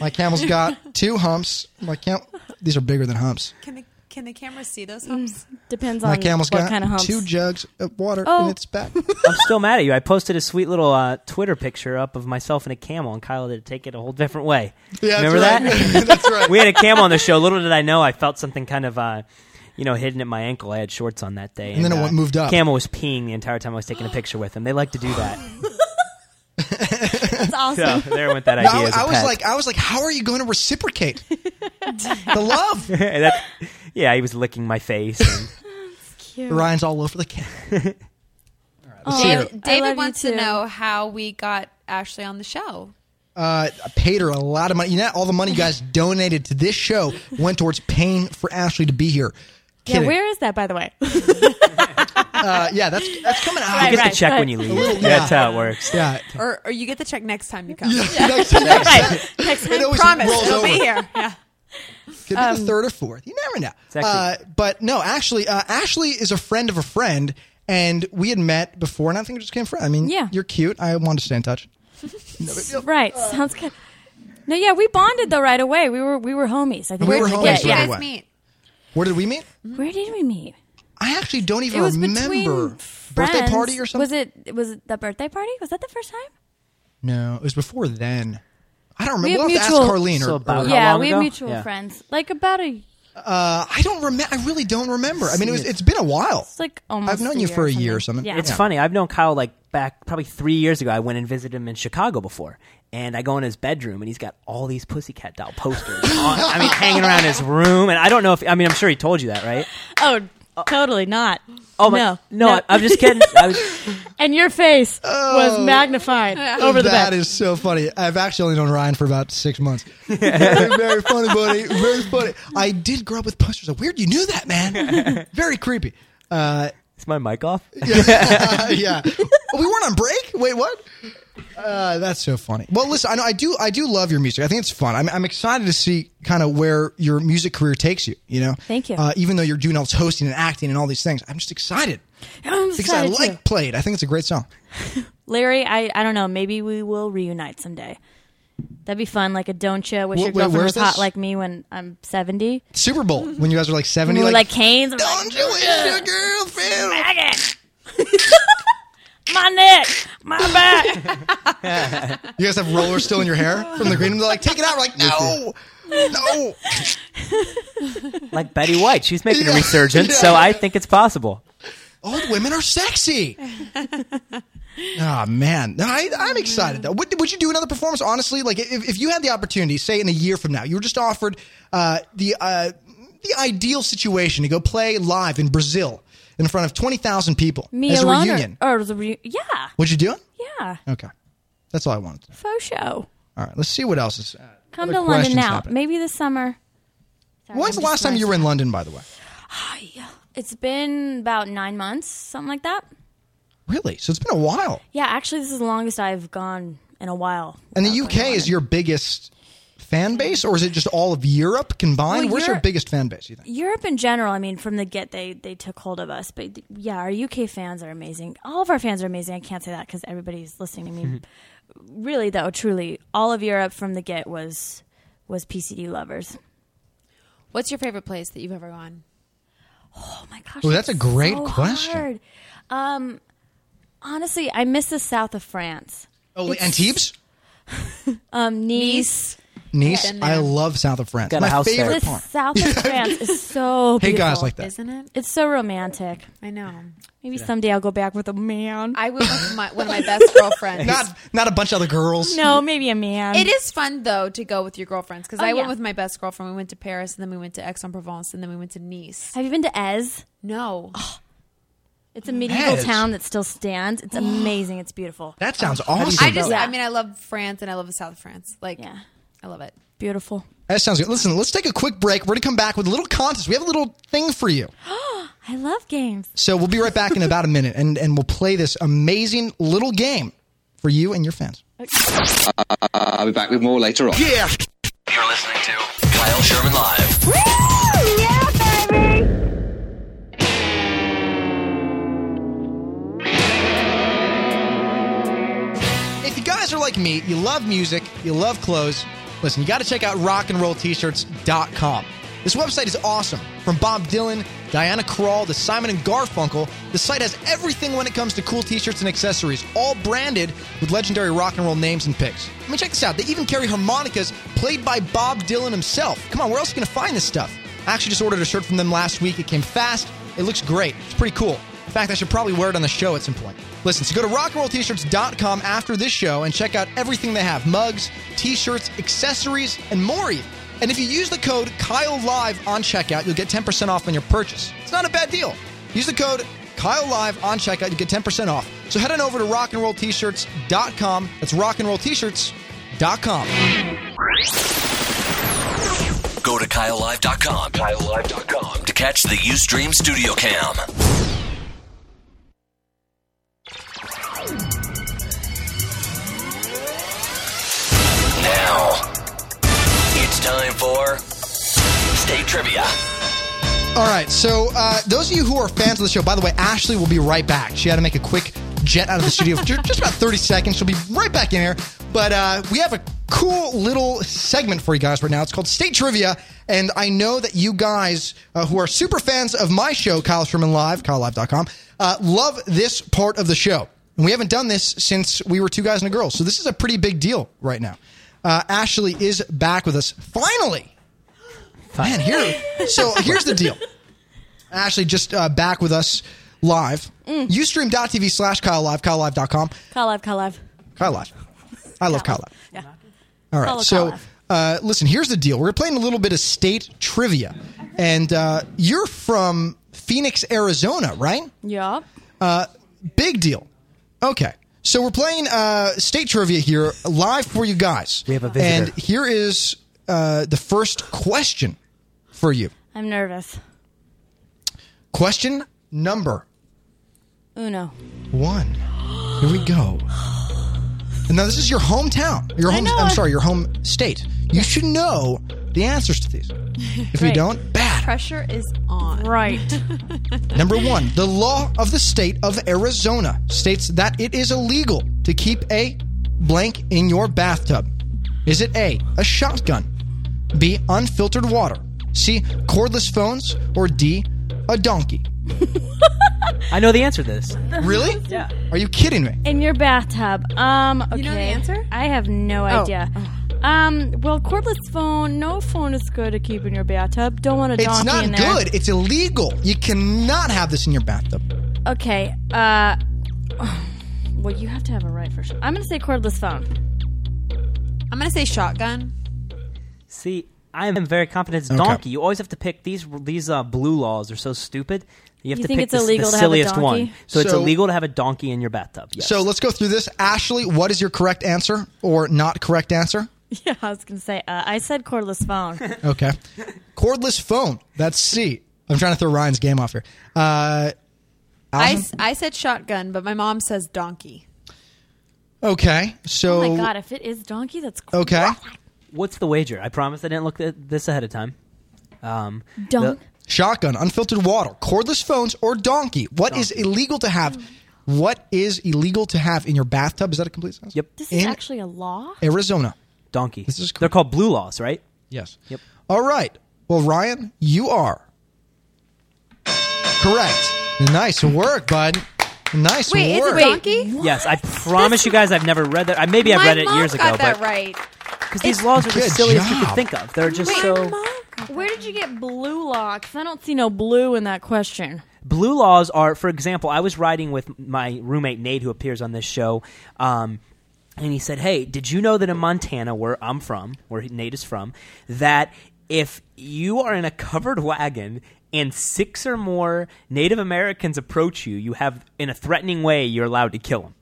S2: My camel's got two humps. My cam. These are bigger than humps.
S5: Can the can the camera see those humps?
S3: Depends
S2: My camel's
S3: what
S2: got
S3: kind of humps.
S2: two jugs of water
S5: Oh.
S2: in its back.
S4: I'm still mad at you. I posted a sweet little uh, Twitter picture up of myself and a camel, and Kyle did take it a whole different way.
S2: Yeah, that's
S4: remember
S2: right.
S4: that?
S2: That's right.
S4: We had a camel on the show. Little did I know, I felt something kind of. Uh, you know, hidden at my ankle. I had shorts on that day, uh,
S2: And then it went- moved up.
S4: Camel was peeing the entire time I was taking a picture with him. They like to do that.
S3: That's
S4: So
S3: awesome.
S4: there went that
S2: No,
S4: idea.
S2: I,
S4: as a
S2: I was
S4: pet.
S2: like, I was like, how are you going to reciprocate the love?
S4: That's- yeah, he was licking my face. and-
S3: Cute.
S2: Ryan's all over the camel. All right, let's see here.
S3: Oh, I
S5: David,
S3: love
S5: David
S3: you
S5: wants to
S3: too.
S5: know how we got Ashley on the show.
S2: Uh, I paid her a lot of money. You know, all the money you guys donated to this show went towards paying for Ashley to be here.
S3: Yeah,
S2: Kidding.
S3: where is that by the way?
S2: Uh, yeah, that's that's coming out.
S4: you get
S3: right,
S4: the check
S3: right.
S4: when you leave.
S2: little-
S4: That's
S2: yeah.
S4: how it works.
S2: Yeah.
S5: Or, or you get the check next time you come.
S2: Next, next,
S5: Right. Next
S2: It
S5: time,
S2: always
S5: promise,
S2: rolls
S5: it'll be
S2: over.
S5: here. Yeah.
S2: Could be
S3: Um,
S2: the third or fourth. You never know.
S4: Exactly.
S2: Uh, but no, actually, uh, Ashley is a friend of a friend, and we had met before, and I think we just came friends. I mean,
S3: Yeah.
S2: you're cute. I wanted to stay in touch.
S3: right. Sounds good. No, yeah, we bonded though right away. We were we were homies. I think
S2: We were
S3: forget,
S2: homies right
S5: Did you
S3: yeah.
S5: guys
S2: away.
S5: meet?
S2: Where did we meet?
S3: Where did we meet?
S2: I actually don't even
S3: It was
S2: remember.
S3: between
S2: Birthday
S3: friends.
S2: party or something?
S3: Was it was it the birthday party? Was that the first time?
S2: No, it was before then. I don't
S3: We
S2: remember.
S3: have
S2: We'll have to ask
S3: mutual-
S2: Carlene. Or,
S4: So about
S2: or-
S4: How
S3: yeah,
S4: long
S3: we
S4: ago?
S3: have mutual
S4: Yeah.
S3: friends. Like about a
S2: uh, I don't remember. I really don't remember. I mean, it was, it's been a while.
S3: it's like almost.
S2: I've known you for a year or something.
S3: Yeah,
S4: It's funny. I've known Kyle like back probably three years ago. I went and visited him in Chicago before, and I go in his bedroom, and he's got all these Pussycat doll posters. on, I mean, hanging around his room, and I don't know if I mean I'm sure he told you that, right?
S3: Oh, totally not.
S4: Oh my,
S3: no,
S4: no, I, I'm just kidding. I was,
S3: and your face was magnified over the
S2: Oh. That
S3: bed.
S2: is so funny. I've actually only known Ryan for about six months. very, very funny, buddy. Very funny. I did grow up with posters. Weird, you knew that, man. very creepy. Uh,
S4: is my mic off?
S2: yeah. We weren't on break. Wait, what? Uh, that's so funny. Well, listen, I know I do. I do love your music. I think it's fun. I'm, I'm excited to see kind of where your music career takes you. You know,
S3: Thank you.
S2: Uh, even though you're doing all this hosting and acting and all these things, I'm just excited
S3: I'm
S2: because I
S3: excited too.
S2: like played. I think it's a great song.
S3: Larry. I, I don't know. Maybe we will reunite someday. That'd be fun. Like a don't you wish
S2: Wh-
S3: your
S2: wait,
S3: girlfriend
S2: where's
S3: was hot
S2: this?
S3: like me when I'm 70.
S2: Super Bowl when you guys were like 70,
S3: we were
S2: like
S3: like Canes.
S2: Don't you wish your girlfriend?
S3: Maggot. my neck, my back.
S2: You guys have rollers still in your hair from the green room? They're like, take it out. We're like, no, no.
S4: like Betty White. She's making
S2: Yeah.
S4: a resurgence, so
S2: Yeah.
S4: I think it's possible.
S2: Old women are sexy. Oh man, no, I, I'm excited though. Would, would you do another performance? Honestly, like if, if you had the opportunity, say in a year from now, you were just offered uh, the uh, the ideal situation to go play live in Brazil in front of twenty thousand people
S3: Me
S2: as
S3: alone,
S2: a reunion,
S3: or, or as a reu- yeah,
S2: would you do it?
S3: yeah,
S2: Okay, that's all I wanted. to know.
S3: faux show.
S2: All right, let's see what else is. Uh,
S3: Come
S2: other
S3: to London
S2: questions
S3: now,
S2: happening.
S3: maybe this summer. Sorry,
S2: When's
S3: I'm
S2: the last
S3: just
S2: time you
S3: glancing.
S2: were in London? By the way,
S3: It's been about nine months, something like that.
S2: really? So it's been a while.
S3: Yeah, actually, this is the longest I've gone in a while.
S2: And the UK is your biggest fan base, or is it just all of Europe combined?
S3: Well,
S2: Where's your
S3: Europe-
S2: biggest fan base? You think?
S3: Europe in general, I mean, from the get, they they took hold of us. But th- yeah, our UK fans are amazing. All of our fans are amazing. I can't say that because everybody's listening to me. really, though, truly, all of Europe from the get was was PCD lovers.
S5: What's your favorite place that you've ever gone?
S3: Oh my gosh!
S2: Ooh, that's a great
S3: so
S2: question.
S3: hard. Um, honestly, I miss the south of France.
S2: Oh, wait, Antibes.
S3: Um, Nice.
S2: Nice.
S5: Been there.
S2: I love South of France.
S4: Got a
S2: My
S4: house
S2: favorite
S4: there.
S3: The
S2: part.
S3: south of France is so
S2: Hey
S3: beautiful.
S2: guys, like that.
S5: Isn't it?
S3: It's so romantic.
S5: I know.
S3: Maybe someday I'll go back with a man.
S5: I went with my, one of my best girlfriends.
S2: Not not a bunch of other girls.
S3: no, maybe a man.
S5: It is fun though to go with your girlfriends because
S3: Oh,
S5: I
S3: yeah.
S5: went with my best girlfriend. We went to Paris and then we went to Aix-en-Provence and then we went to Nice. Oh,
S3: Have you been to Ez?
S5: No,
S3: It's a medieval
S2: Yes.
S3: town that still stands. It's amazing. It's beautiful.
S2: That sounds
S5: I
S2: awesome.
S5: just
S3: Yeah.
S5: I mean I love France and I love the south of France. Like
S3: Yeah.
S5: I love it.
S3: Beautiful.
S2: That sounds good. Listen, let's take a quick break. We're going to come back with a little contest. We have a little thing for you.
S3: I love games.
S2: So we'll be right back in about a minute and, and we'll play this amazing little game for you and your fans.
S11: I'll be back with more later on.
S2: Yeah.
S1: You're listening to Kyle Sherman Live.
S2: If you guys are like me, you love music, you love clothes, listen, you got to check out rockandrolltshirts.com. This website is awesome. From Bob Dylan, Diana Krall, to Simon and Garfunkel, the site has everything when it comes to cool t-shirts and accessories, all branded with legendary rock and roll names and picks. I mean, check this out. They even carry harmonicas played by Bob Dylan himself. Come on, where else are you going to find this stuff? I actually just ordered a shirt from them last week. It came fast. It looks great. It's pretty cool. In fact, I should probably wear it on the show at some point. Listen, so go to rockandrolltshirts.com after this show and check out everything they have mugs, t shirts, accessories, and more. even. And if you use the code KyleLive on checkout, you'll get 10% off on your purchase. It's not a bad deal. Use the code KyleLive on checkout, you get 10% off. So head on over to rockandrolltshirts.com. That's rockandrolltshirts.com.
S1: Go to KyleLive.com. KyleLive.com to catch the Ustream Studio Cam. Now, it's time for State Trivia.
S2: All right, so uh, those of you who are fans of the show, by the way, Ashley will be right back. She had to make a quick jet out of the studio for ju- just about 30 seconds. She'll be right back in here. But uh, we have a cool little segment for you guys right now. It's called State Trivia. And I know that you guys uh, who are super fans of my show, Kyle Sherman Live, kylelive.com, uh, love this part of the show. And we haven't done this since we were two guys and a girl. So this is a pretty big deal right now. Uh, Ashley is back with us finally. Man, here. So here's the deal. Ashley, just uh, back with us live.
S3: Mm.
S2: Ustream.tv slash Kyle Live, KyleLive.com.
S3: Call live, call live.
S2: Kyle Live. I love Kyle Live.
S3: Yeah.
S2: All
S3: Follow
S2: right. So,
S3: Kyle Live.
S2: uh, listen, here's the deal. We're playing a little bit of state trivia. And uh, you're from Phoenix, Arizona, right?
S3: Yeah.
S2: Big deal. Okay. So we're playing uh, state trivia here live for you guys. We
S4: have a visitor.
S2: And here is uh, the first question for you.
S3: I'm nervous.
S2: Question number
S3: Uno.
S2: one. Here we go. And now this is your hometown. Your
S3: I
S2: home.
S3: know
S2: I'm
S3: it.
S2: sorry, your home state. You should know the answers to these. If you
S3: Right.
S2: don't, bad.
S5: Pressure is on.
S3: Right.
S2: Number one, the law of the state of Arizona states that it is illegal to keep a blank in your bathtub. Is it A, a shotgun, B, unfiltered water, C, cordless phones, or D, a donkey?
S4: I know the answer to this.
S2: Really?
S4: Yeah.
S2: Are you kidding me?
S3: In your bathtub. Um, okay. You know the answer? I have no
S2: Oh.
S3: idea. Um, well, cordless phone, no phone is good to keep in your bathtub. Don't want a
S2: It's
S3: donkey
S2: not
S3: in there.
S2: good. It's illegal. You cannot have this in your bathtub.
S3: Okay. Uh, well, you have to have a right for sure. I'm gonna say cordless phone.
S5: I'm gonna say shotgun.
S4: See, I am very confident it's
S5: Okay.
S4: donkey. You always have to pick these these uh, blue laws are so stupid. You have
S3: You
S4: to
S3: think
S4: pick
S3: it's
S4: the, the
S3: illegal to have a
S4: silliest
S3: donkey?
S4: one. So, it's
S2: So-
S4: illegal to have a donkey in your bathtub. Yes.
S2: So let's go through this. Ashley, what is your correct answer or not correct answer?
S3: Yeah, I was gonna say. Uh, I said cordless phone.
S2: Okay. Cordless phone. That's C. I'm trying to throw Ryan's game off here. Uh,
S5: I,
S2: Allison?
S5: s- I said shotgun, but my mom says donkey.
S2: okay. So.
S3: oh my god, if it is donkey, that's cordless.
S2: Okay.
S4: What's the wager? I promise I didn't look at this ahead of time. Um,
S3: Dunk.
S2: Shotgun, unfiltered water, cordless phones, or donkey. What is illegal to have? What is illegal to have in your bathtub? Is that a complete sentence? Yep.
S3: This is actually a law.
S2: Arizona.
S4: Donkey.
S2: This is
S4: They're called blue laws, right?
S2: Yes.
S4: Yep.
S2: All right. Well, Ryan, you are correct. Nice work, bud. Nice
S5: Wait, is it
S2: work.
S5: donkey?
S4: Yes, I promise you guys I've never read that. I, maybe
S5: my
S4: I've read it
S5: mom
S4: years
S5: got
S4: ago,
S5: that
S4: but
S5: right.
S4: because these laws are the
S2: Good
S4: silliest you
S2: job.
S4: could think of. They're just
S3: Wait,
S4: so.
S3: Where did you get blue law? 'Cause I don't see no blue in that question.
S4: blue laws are for example i was riding with my roommate nate who appears on this show um, and he said hey did you know that in montana where i'm from where nate is from that if you are in a covered wagon and six or more native americans approach you you have in a threatening way you're allowed to kill them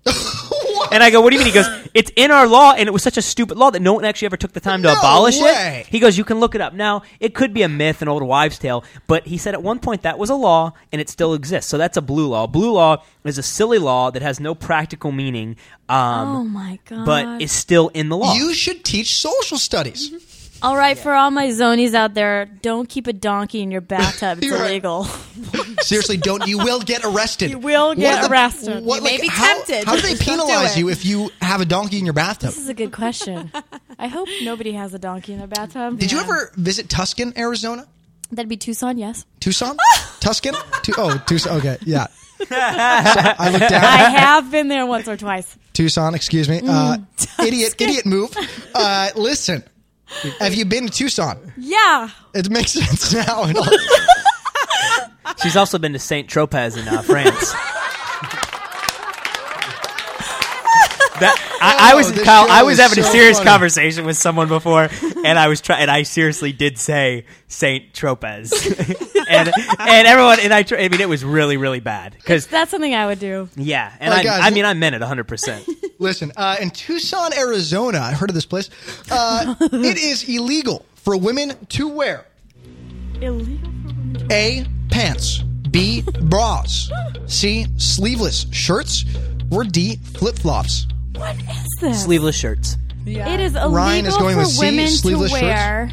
S4: And I go, what do you mean? He goes, it's in our law, and it was such a stupid law that no one actually ever took the time to
S2: No
S4: abolish
S2: way.
S4: it. He goes, you can look it up. Now, it could be a myth, an old wives' tale, but he said at one point that was a law, and it still exists. So that's a blue law. Blue law is a silly law that has no practical meaning, um,
S3: oh my god.
S4: but is still in the law.
S2: You should teach social studies.
S3: all right, for all my zonies out there, don't keep a donkey in your bathtub. It's
S2: You're right.
S3: illegal.
S2: Seriously, don't. You will get arrested. You
S3: will get arrested. You may be
S2: how,
S3: tempted.
S2: How do they
S3: Just don't do
S2: penalize
S3: it.
S2: you if you have a donkey in your bathtub?
S3: This is a good question. I hope nobody has a donkey in their bathtub.
S2: Did you ever visit Tuscan, Arizona?
S3: That'd be Tucson, yes.
S2: Tucson? Tuscan? Tu- oh, Tucson. Okay, yeah. I looked down.
S3: I have been there once or twice.
S2: Tucson, excuse me. Uh,
S3: Mm,
S2: idiot, idiot move. Uh, listen, have you been to Tucson?
S3: Yeah.
S2: It makes sense now. and all-
S4: She's also been to St. Tropez in uh, France. That, I, I was
S2: Oh, this
S4: Kyle,
S2: show
S4: I was
S2: is
S4: having a
S2: so
S4: serious
S2: funny.
S4: conversation with someone before, and I was trying, and I seriously did say Saint Tropez, and and everyone, and I, tr- I mean, it was really really bad because
S3: That's something I would do.
S4: yeah, and
S2: Oh,
S4: I,
S2: guys,
S4: I mean, I meant it hundred percent.
S2: listen, uh, in Tucson, Arizona, I heard of this place. Uh, it is illegal for women to wear
S3: Illegal.
S2: A. Pants. B. Bras. C. Sleeveless shirts. Or D. Flip flops.
S3: What is this?
S4: Sleeveless shirts.
S3: It is illegal
S2: Ryan is going
S3: for
S2: with C,
S3: women
S2: sleeveless
S3: to
S2: shirts.
S3: wear.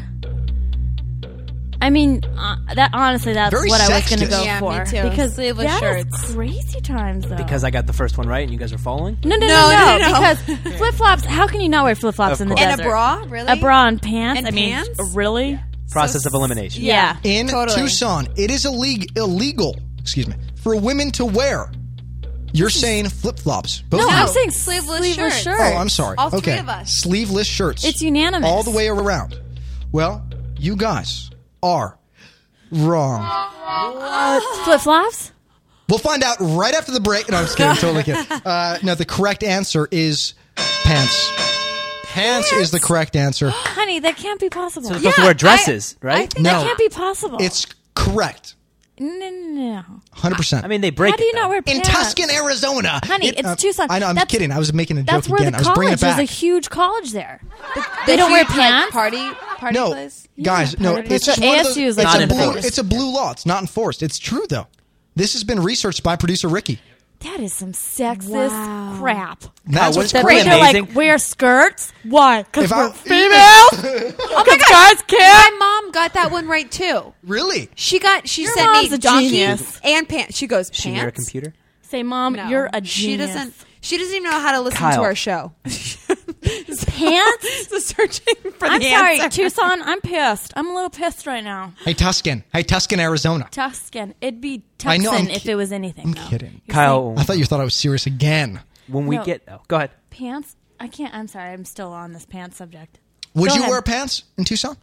S3: I mean, uh, that honestly, that's
S2: Very
S3: what I was going to
S2: sexist.
S3: go
S5: Yeah,
S3: for
S5: me too.
S3: because
S5: Sleeveless
S3: that is
S5: shirts.
S3: crazy times though.
S4: Because I got the first one right, and you guys are following.
S3: no, no, no,
S5: No,
S3: no,
S5: no, no, no.
S3: because flip flops. How can you not wear flip flops
S4: Of
S3: in the
S4: course.
S5: And a
S3: desert?
S5: bra? Really?
S3: A bra and pants.
S5: And
S3: I mean,
S5: pants?
S3: really?
S4: Process of elimination.
S3: Yeah.
S2: In
S5: Totally.
S2: Tucson, it is illeg- illegal, excuse me, for women to wear. You're saying flip flops.
S3: No,
S2: of you.
S3: I'm saying
S5: Sleeveless
S3: sleeveless,
S5: shirts.
S3: shirts.
S2: Oh, I'm sorry.
S5: All three
S2: okay.
S5: of us.
S2: Sleeveless shirts.
S3: It's unanimous.
S2: All the way around. Well, you guys are wrong.
S3: Flip flops.
S2: We'll find out right after the break. No, I'm just kidding. Totally kidding. Uh, no, the correct answer is pants. Pants is the correct answer.
S3: Honey, that can't be possible.
S4: So they're supposed to wear dresses,
S5: I
S4: right?
S5: think-
S2: No.
S3: That can't be possible.
S2: It's correct.
S3: no, no, no. no.
S2: 100%.
S4: I mean, they break.
S3: How do you
S4: it,
S3: not
S4: though.
S3: wear
S2: in
S3: pants?
S2: Tuscan, Arizona. uh,
S3: Honey, it's Tucson.
S2: I know, I'm
S3: That's-
S2: kidding. I was making a joke
S3: That's where
S2: again.
S3: the
S2: I was bringing
S3: college.
S2: it
S3: There's
S2: back.
S3: a huge college there. they don't
S5: Huge,
S3: wear pants.
S5: Like, party party
S2: no,
S5: place.
S2: guys,
S3: Yeah,
S2: no.
S3: part of it.
S2: It's
S3: That's
S2: just
S3: what
S2: one of those,
S3: ASU is
S2: it's
S4: like.
S2: a
S4: Not
S2: blue,
S4: enforced.
S2: It's a blue law. It's not enforced. It's true though. This has been researched by producer Ricky.
S3: that is some sexist
S5: Wow.
S3: crap.
S2: That's
S4: wouldn't
S2: what's
S4: that be
S3: Great,
S2: great.
S3: they're like
S4: amazing?
S3: wear skirts. Why? Because
S2: If
S3: we're Oh
S2: I-
S3: females. Because guys can't.
S5: My mom got that one right too.
S2: Really?
S5: She got she
S3: Your
S5: sent
S3: mom's a
S5: me donkey
S3: genius.
S5: and pants. She goes pants.
S4: She near a computer.
S3: Say, mom,
S5: No.
S3: you're a genius.
S5: She doesn't. She doesn't even know how to listen
S4: Kyle.
S5: to our show.
S3: pants.
S5: so searching for
S3: I'm
S5: the
S3: sorry,
S5: answer.
S3: Tucson. I'm pissed. I'm a little pissed right now.
S2: Hey, Tuscan. Hey, Tuscan, Arizona.
S3: Tuscan. It'd be
S2: I
S3: Tucson
S2: know, I'm
S3: if
S2: ki-
S3: it was anything.
S2: I'm
S3: though.
S2: kidding.
S4: Kyle.
S2: I thought you thought I was serious again.
S4: When
S3: we No.
S4: get- oh, go ahead.
S3: Pants. I can't. I'm sorry. I'm still on this pants subject.
S2: Would
S3: Go
S2: you
S3: ahead.
S2: wear pants in Tucson?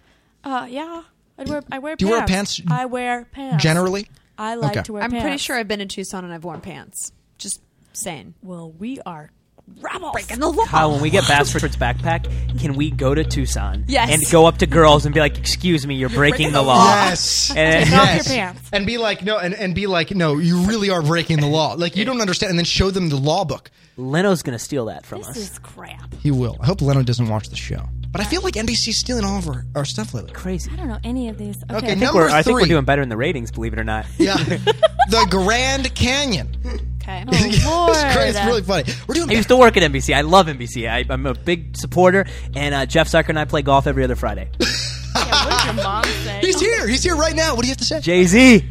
S3: Uh, yeah. I'd wear, I wear
S2: Do you
S3: pants.
S2: wear pants
S3: I wear pants.
S2: generally?
S3: I like
S2: Okay.
S3: to wear
S5: I'm
S3: pants.
S5: pretty sure I've been in Tucson and I've worn pants. Just saying.
S3: Well, we are rebels.
S5: Breaking the law.
S4: Kyle, Uh, when we get Bassford's backpack, can we go to Tucson?
S5: Yes.
S4: And go up to girls and be like, "Excuse me, you're breaking the law."
S2: Yes.
S3: Ah.
S4: And-
S3: Take off your pants.
S2: And be like, no, and, and be like, no, you really are breaking the law. Like, you don't understand. And then show them the law book.
S4: Leno's gonna steal that from
S3: This
S4: us.
S3: is crap.
S2: He will. I hope Leno doesn't watch the show. But I feel like NBC's stealing all of our, our stuff lately.
S4: Crazy.
S3: I don't know any of these.
S2: Okay,
S3: Okay.
S2: I think
S4: We're,
S2: Number
S4: I think we're
S2: three.
S4: doing better in the ratings, believe it or not.
S2: Yeah. the Grand Canyon.
S5: Okay.
S3: Oh,
S2: It's great. It's
S3: Lord.
S2: really funny. We're doing
S4: I used to work at NBC. I love NBC. I, I'm a big supporter, and uh, Jeff Zucker and I play golf every other Friday.
S3: Yeah, what did your mom say?
S2: He's here. He's here right now. What do you have to say?
S4: Jay Z.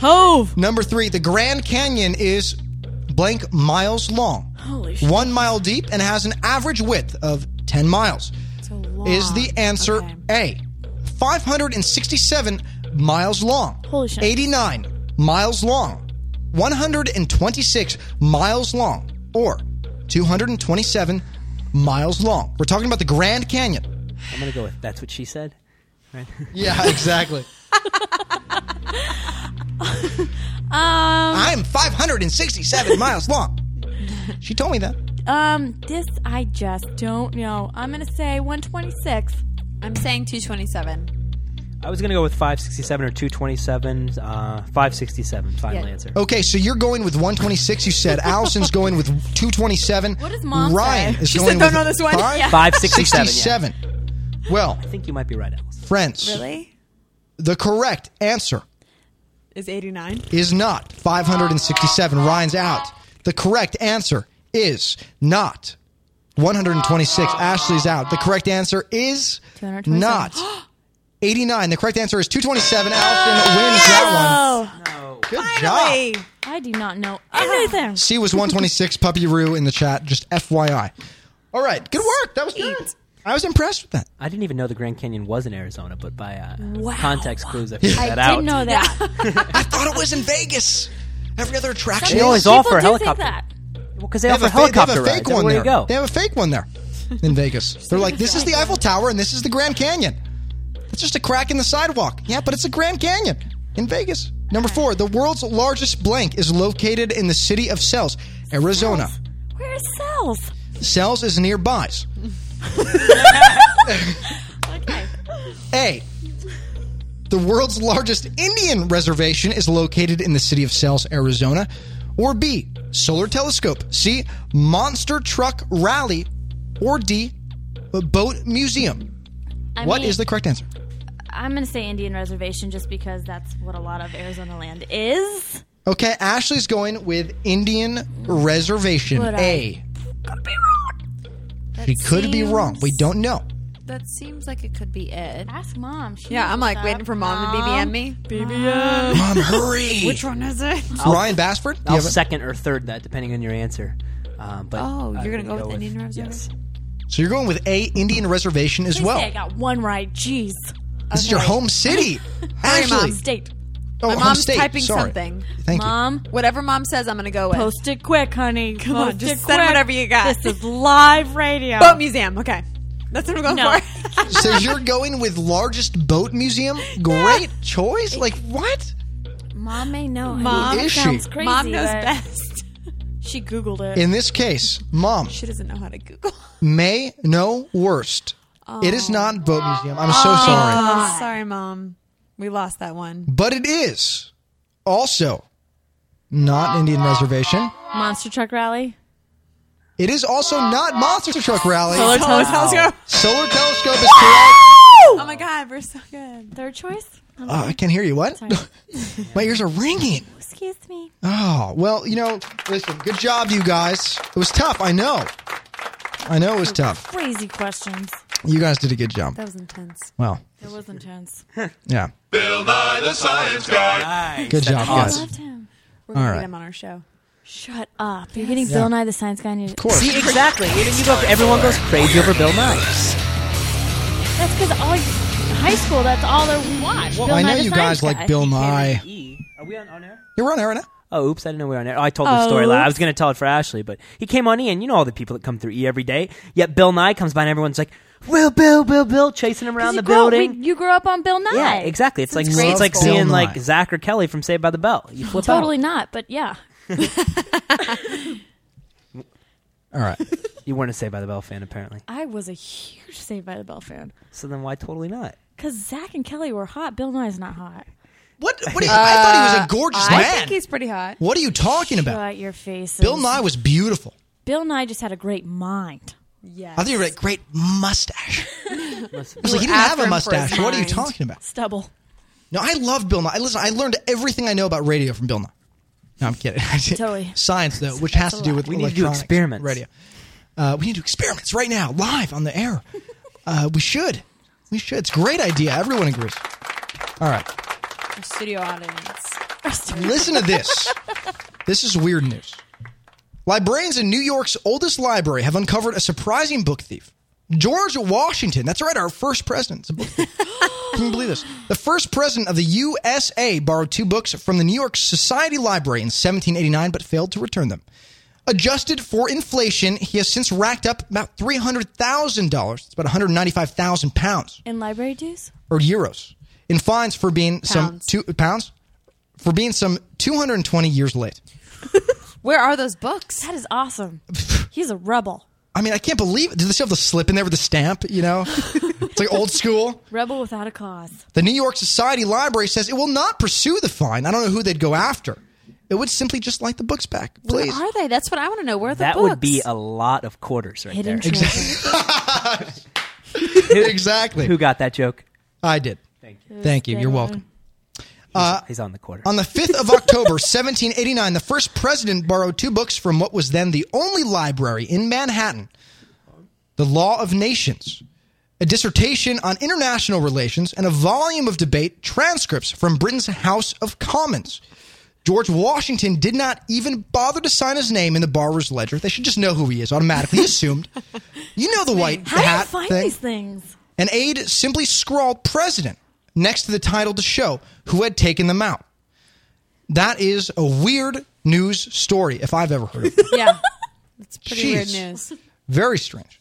S3: Hove.
S2: Number three, the Grand Canyon is blank miles long,
S3: Holy shit.
S2: one mile deep, and has an average width of 10 miles. Is the answer A, 567 miles long,
S3: Holy shit.
S2: 89 miles long, 126 miles long, or 227 miles long? We're talking about the Grand Canyon.
S4: I'm gonna go with that's what she said.
S2: Yeah, exactly.
S3: Um,
S2: I'm 567 miles long. She told me that.
S3: um, this I just don't know. I'm gonna say 126.
S5: I'm saying 227.
S4: I was gonna go with 567 or 227. Uh, 567, final
S5: Yeah.
S4: answer.
S2: Okay, so you're going with 126. You said Allison's going with 227.
S3: What does Mom
S2: Ryan
S3: say?
S2: is
S5: She
S2: going
S5: said, "Don't
S2: with
S5: know this one."
S2: five-
S5: Yeah.
S4: 567. Yeah.
S2: 67. Well,
S4: I think you might be right, Alice.
S2: friends,
S5: Really?
S2: the correct answer
S5: Is 89?
S2: is not 567. Ryan's out. The correct answer is not 126. Ashley's out. The correct answer is
S3: 227.
S2: not 89. The correct answer is 227. Allison wins that one.
S3: Oh,
S2: Good job.
S5: Finally.
S3: I do not know anything.
S2: C was 126. Puppy Roo in the chat. Just FYI. All right. Good work. That was good. I was impressed with that.
S4: I didn't even know the Grand Canyon was in Arizona, but by uh,
S3: Wow.
S4: context clues, I figured
S3: I
S4: that
S3: didn't
S4: out.
S3: know that.
S2: I thought it was in Vegas. Every other attraction.
S4: They always
S3: People
S4: offer a
S3: do think
S4: helicopter.
S3: that.
S4: because they,
S2: They have
S4: offer
S2: a, fa- they have
S4: helicopter
S2: a fake
S4: rides
S2: one
S4: everywhere
S2: there.
S4: you go.
S2: They have a fake one there in Vegas. They're like, this is the Eiffel Tower and this is the Grand Canyon. It's just a crack in the sidewalk. Yeah, but it's a Grand Canyon in Vegas. Number four, the world's largest blank is located in the city of Cells, Arizona.
S3: Where's cells?
S2: Cells is nearby.
S3: Okay.
S2: A. The world's largest Indian reservation is located in the city of Sales, Arizona. Or B. Solar telescope. C. Monster truck rally. Or D. A boat museum.
S3: I
S2: What
S3: mean,
S2: is the correct answer?
S3: I'm gonna say Indian reservation just because that's what a lot of Arizona land is.
S2: Okay, Ashley's going with Indian reservation.
S3: Would I-
S2: A.
S5: Could be wrong.
S2: She could be wrong. We don't know.
S5: That seems like it could be it.
S3: Ask mom. She
S5: Yeah,
S3: knows
S5: I'm
S3: what's
S5: like
S3: up.
S5: waiting for mom to BBM me. BBM.
S2: Mom, hurry.
S5: Which one is it?
S2: Ryan Bassford? Do you
S4: I'll
S2: have a-
S4: second or third that, depending on your answer. Um, but
S5: Oh,
S4: I'm
S5: you're gonna go with Indian
S4: Yes.
S5: reservation?
S2: so you're going with A. Indian reservation as
S3: Please
S2: well.
S3: say I got one right. Jeez.
S2: This is your home city. Ashley.
S5: Mom.
S3: State.
S2: Oh,
S5: My
S2: home
S5: mom's
S2: state.
S5: typing
S2: Sorry.
S5: something.
S2: Thank you.
S3: Mom,
S5: Whatever mom says, I'm gonna go with.
S3: post it quick, honey. Come
S5: on,
S3: post
S5: just
S3: it
S5: send
S3: quick.
S5: whatever you got.
S3: This is live radio.
S5: Boat museum. Okay, that's what I'm going
S3: No.
S5: for.
S2: So you're going with largest boat museum? Great choice. Like what?
S3: Mom may know.
S5: Mom-
S3: honey. That
S2: Is she?
S3: sounds crazy.
S5: mom knows
S3: but
S5: best.
S3: She googled it.
S2: In this case, mom
S5: She doesn't know how to Google.
S2: may know worst. It is not boat museum. I'm so sorry,
S5: Oh, sorry, mom. We lost that one.
S2: but it is also not Indian reservation.
S3: Monster truck rally.
S2: It is also not monster truck rally.
S3: Solar
S5: Tell us how it's going.
S2: Solar telescope is correct.
S5: Oh my god, we're so good.
S3: Third choice.
S2: Oh, I can't hear you. What? My ears are ringing.
S3: Excuse me.
S2: Oh, well, you know, listen, good job, you guys. It was tough. I know. I know it was tough.
S3: Crazy questions.
S2: You guys did a good job.
S5: That was intense.
S2: Well,
S3: That was intense.
S2: yeah.
S9: Bill Nye the Science Guy.
S2: Good job, guys.
S3: Loved him.
S5: We're gonna
S2: All
S5: get
S2: right.
S5: him on our show.
S3: Shut up. You're getting Bill Nye the Science Guy. Of
S4: See, exactly. You, you go, everyone goes crazy over Bill Nye.
S3: That's because all high school, that's all they watch. Bill
S2: I know
S3: Nye the
S2: you guys
S3: Science Guy.
S2: like Bill Nye.
S4: E. Are we on, on air?
S2: You're on air right now.
S4: Oh, oops! I didn't know we were on air. Oh, I told the story.
S2: Oh.
S4: Loud. I was going to tell it for Ashley, but he came on E, and you know all the people that come through E every day. Yet Bill Nye comes by, and everyone's like, "Will, Bill, Bill, Bill," chasing him around the
S3: you grow,
S4: building.
S3: we- you grew up on Bill Nye.
S4: yeah, exactly. It's like
S3: Since grade
S4: it's like
S3: school.
S4: seeing
S2: Bill Nye.
S4: like Zach or Kelly from Saved by the Bell. You flip
S3: Totally not, but yeah.
S2: All right.
S4: out. You weren't a Saved by the Bell fan, apparently.
S3: I was a huge Saved by the Bell fan.
S4: So then why totally not?
S3: Because Zach and Kelly were hot. Bill Nye's not hot.
S2: What? What? do you- I thought
S3: Uh,
S2: he was a gorgeous
S5: I
S2: man.
S5: think he's pretty hot.
S2: What are you talking about?
S3: Shut your faces.
S2: Bill Nye was beautiful.
S3: Bill Nye just had a great mind.
S5: Yeah.
S2: I thought you were like great mustache. I was like, he
S3: We're
S2: didn't have
S3: after
S2: a
S3: him for his
S2: mustache. What are you
S3: mind.
S2: talking about?
S3: Stubble.
S2: No, I love Bill Nye. I- Listen, I learned everything I know about radio from Bill Nye. No, I'm kidding.
S3: Totally.
S2: Science, though, which has to
S4: That's a
S2: do
S4: lot.
S2: with
S4: We need to do
S2: electronics,
S4: experiments.
S2: Radio. Uh, we need to do experiments right now, live on the air. Uh, we should. We should. It's a great idea. Everyone agrees. All right.
S5: Our studio audience.
S2: Listen to this. This is weird news. Librarians in New York's oldest library have uncovered a surprising book thief. George Washington. That's right, our first president. is a book thief. Can you believe this? The first president of the USA borrowed two books from the New York Society Library in 1789 but failed to return them. Adjusted for inflation, he has since racked up about $300,000. It's about 195,000 pounds
S3: In library dues?
S2: or euros in fines for being some
S5: Pounds.
S2: two pounds for being some 220 years late.
S5: Where are those books?
S3: That is awesome. He's a rebel.
S2: I mean, I can't believe. Did they still have the slip in there with the stamp? You know, it's like old school.
S3: Rebel without a cause.
S2: The New York Society Library says it will not pursue the fine. I don't know who they'd go after. It would simply just like the books back, please.
S5: Where are they? That's what I want to know. Where are the
S4: That
S5: books?
S4: would be a lot of quarters right
S3: Hidden
S4: there.
S3: treasure.
S2: exactly.
S4: Who got that joke?
S2: I did. Thank you. Thank you. You're welcome.
S4: He's on the quarter.
S2: Uh, On the 5th of October, 1789, the first president borrowed two books from what was then the only library in Manhattan The Law of Nations, a dissertation on international relations, and a volume of debate transcripts from Britain's House of Commons. George Washington did not even bother to sign his name in the borrower's ledger. They should just know who he is automatically, assumed. You know the white
S3: How do you
S2: hat
S3: find
S2: thing.
S3: these things?
S2: An aide simply scrawled president next to the title to show who had taken them out. That is a weird news story, if I've ever heard of it.
S5: yeah. It's pretty
S2: Jeez.
S5: weird news.
S2: Very strange.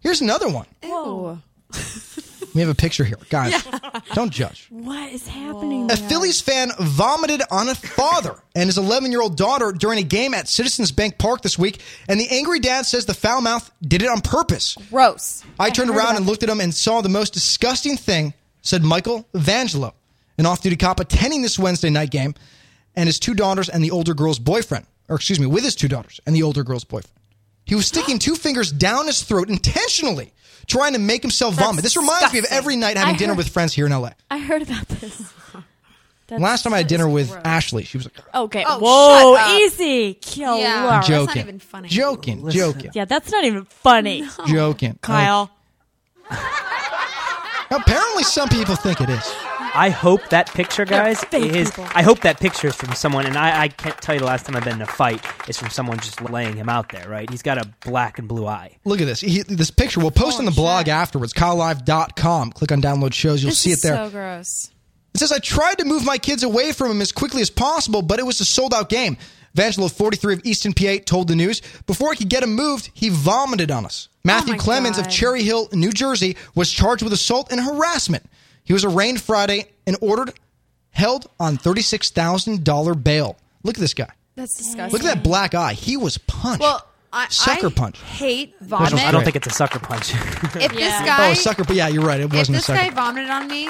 S2: Here's another one.
S5: Whoa.
S2: We have a picture here. Guys, don't judge.
S3: What is happening?
S2: A
S3: there?
S2: Phillies fan vomited on a father and his 11 year old daughter during a game at Citizens Bank Park this week, and the angry dad says the foul mouth did it on purpose.
S5: Gross.
S2: I turned around and looked at him and saw the most disgusting thing, said Michael Vangelo, an off duty cop attending this Wednesday night game, and his two daughters and the older girl's boyfriend, or excuse me, with his two daughters and the older girl's boyfriend. He was sticking two fingers down his throat intentionally, trying to make himself vomit. This reminds me of
S5: disgusting.
S2: every night having
S3: I
S2: dinner
S3: heard-
S2: with friends here in LA.
S3: I heard about this. That's-
S2: Last time I had dinner with
S5: gross.
S2: Ashley, she was like,
S3: Okay.
S5: Oh, shut up.
S3: Whoa, easy. Kill
S5: Yeah.
S3: Laura.
S5: that's not
S2: joking.
S5: even funny.
S2: Joking, joking,
S3: Yeah, that's not even funny.
S2: joking.
S3: Kyle.
S2: Uh, apparently, some people think it is.
S4: I hope that picture, guys,
S3: fake
S4: is.
S3: people.
S4: I hope that picture is from someone, and I, I can't tell you the last time I've been in a fight is from someone just laying him out there, right? He's got a black and blue eye.
S2: Look at this. He, this picture. We'll post on
S5: Oh,
S2: the blog afterwards. KyleLive.com. Click on download shows. You'll
S5: This
S2: see
S5: is
S2: it there.
S5: so gross.
S2: it says, I tried to move my kids away from him as quickly as possible, but it was a sold out game. Vangelo, 43 of Easton PA, told the news. Before I could get him moved, he vomited on us.
S5: Oh
S2: Matthew
S3: my
S2: Clemens of
S3: God.
S2: Cherry Hill, New Jersey, was charged with assault and harassment. He was arraigned Friday and ordered held on $36,000 bail. Look at this guy.
S5: That's disgusting.
S2: Look at that black eye. He was punched.
S5: Well, I,
S2: Sucker
S5: I
S2: punch.
S5: hate
S4: I
S5: vomit.
S4: don't, I
S2: Right.
S4: don't think it's a sucker punch.
S5: If
S3: Yeah.
S5: this guy,
S2: oh, sucker. But yeah, you're right. It
S5: if
S2: wasn't a
S5: this
S2: sucker.
S5: guy vomited on me,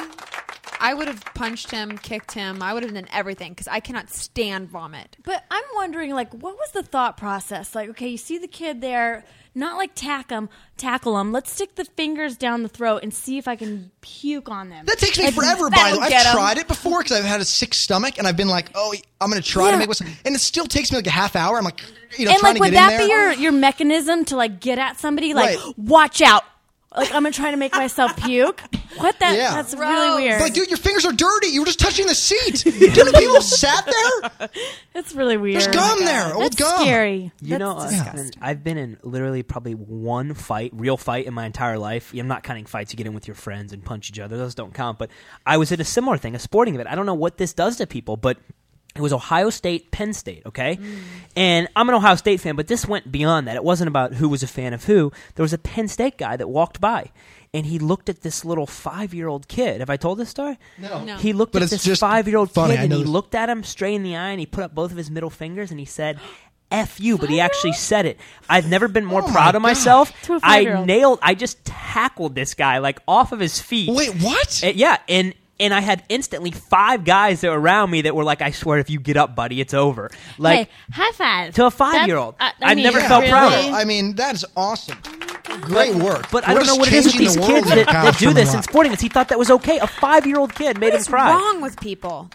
S5: I would have punched him, kicked him. I would have done everything because I cannot stand vomit.
S3: But I'm wondering, like, what was the thought process? Like, okay, you see the kid there, not like tack 'em, tackle him. Let's stick the fingers down the throat and see if I can puke on them.
S2: That takes me
S3: Like,
S2: forever, by the
S3: that'll
S2: way.
S3: get
S2: I've
S3: 'em.
S2: tried it before because I've had a sick stomach and I've been like, oh, I'm going to try to
S3: Yeah.
S2: make what's. And it still takes me like a half hour. I'm like, you know,
S3: and
S2: trying
S3: like,
S2: to get
S3: would that
S2: in
S3: be
S2: there.
S3: your your mechanism to like get at somebody? Like,
S2: Right.
S3: watch out! Like, I'm gonna try to make myself puke. What that?
S2: Yeah.
S3: That's really weird.
S2: It's like, dude, your fingers are dirty. You were just touching the seat. Do you know people sat there?
S3: It's really weird.
S2: There's gum there. Old
S3: That's
S2: gum.
S3: Scary.
S4: You
S3: That's
S4: know, I've
S3: disgusting.
S4: been- I've been in literally probably one fight, real fight in my entire life. I'm not counting fights you get in with your friends and punch each other; those don't count. But I was at a similar thing, a sporting event. I don't know what this does to people, but it was Ohio State, Penn State. Okay,
S3: Mm.
S4: and I'm an Ohio State fan, but this went beyond that. It wasn't about who was a fan of who. There was a Penn State guy that walked by. And he looked at this little five-year-old kid. Have I told this story?
S2: No. No.
S4: He looked
S2: But
S4: at
S2: it's
S4: this
S2: just
S4: five-year-old
S2: funny.
S4: kid,
S2: I
S4: and
S2: know
S4: he
S2: this-
S4: looked at him straight in the eye, and he put up both of his middle fingers, and he said, F you, but he actually said it. I've never been more
S2: Oh
S4: proud
S2: my
S4: of myself.
S3: To a
S4: I
S3: five-year-old.
S4: nailed, I just tackled this guy like off of his feet.
S2: Wait, what?
S4: Uh, yeah, and and I had instantly five guys that were around me that were like, "I swear, if you get up, buddy, it's over." Like,
S3: hey, high five uh,
S4: to a five-year-old.
S3: That's-
S4: I've never felt
S3: really?
S4: proud.
S2: Well, I mean, that's awesome. Great work.
S4: but I don't know what it is with these kids that, that do this in sporting events. He thought that was okay. A five-year-old kid made
S5: What's
S4: him cry.
S5: wrong with people?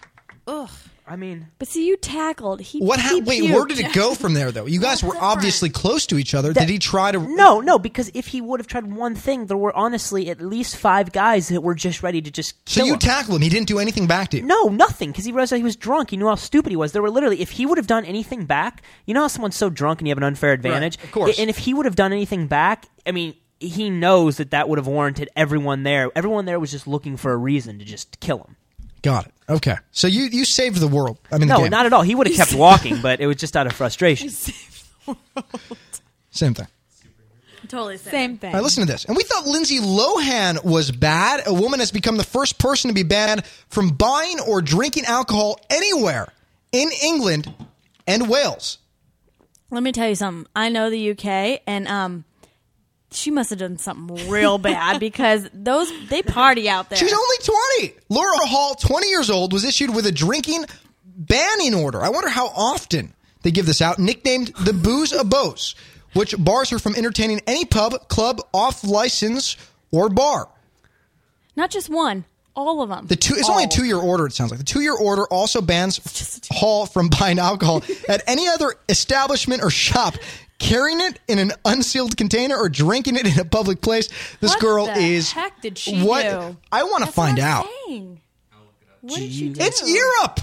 S5: Ugh.
S4: I mean,
S3: But see, you tackled. He
S2: What?
S3: he
S2: hap wait,
S3: puked.
S2: where did it go from there, though? You guys were obviously close to each other. Did he try to?
S4: No, no, because if he would have tried one thing, there were honestly at least five guys that were just ready to just
S2: So
S4: kill
S2: you
S4: him.
S2: tackle him. He didn't do anything back to you.
S4: No, nothing, because he realized that he was drunk. He knew how stupid he was. There were literally, if he would have done anything back, you know how someone's so drunk and you have an unfair advantage?
S2: of course.
S4: And if he would have done anything back, I mean, he knows that that would have warranted everyone there. Everyone there was just looking for a reason to just kill him.
S2: Got it. Okay. So you you saved the world. I mean, the
S4: No,
S2: game.
S4: not at all. He would have kept walking, but it was just out of frustration.
S2: Same thing.
S3: Totally same.
S5: Same thing.
S2: All right, listen to this. And we thought Lindsay Lohan was bad. A woman has become the first person to be banned from buying or drinking alcohol anywhere in England and Wales.
S3: Let me tell you something. I know the UK, and um, she must have done something real bad because those they party out there.
S2: She's only 20. Laura Hall, 20 years old, was issued with a drinking banning order. I wonder how often they give this out. Nicknamed the Booze a Bose, which bars her from entertaining any pub, club, off license, or bar.
S3: Not just one, all of them.
S2: The two, it's only a
S5: Oh.
S2: two year order, it sounds like. The two year order also bans Hall from buying alcohol at any other establishment or shop, carrying it in an unsealed container or drinking it in a public place. This
S5: What
S2: girl
S5: the
S2: is.
S5: heck did she
S2: what,
S5: do?
S2: I want to find out.
S3: Dang. What did she do?
S2: It's Europe.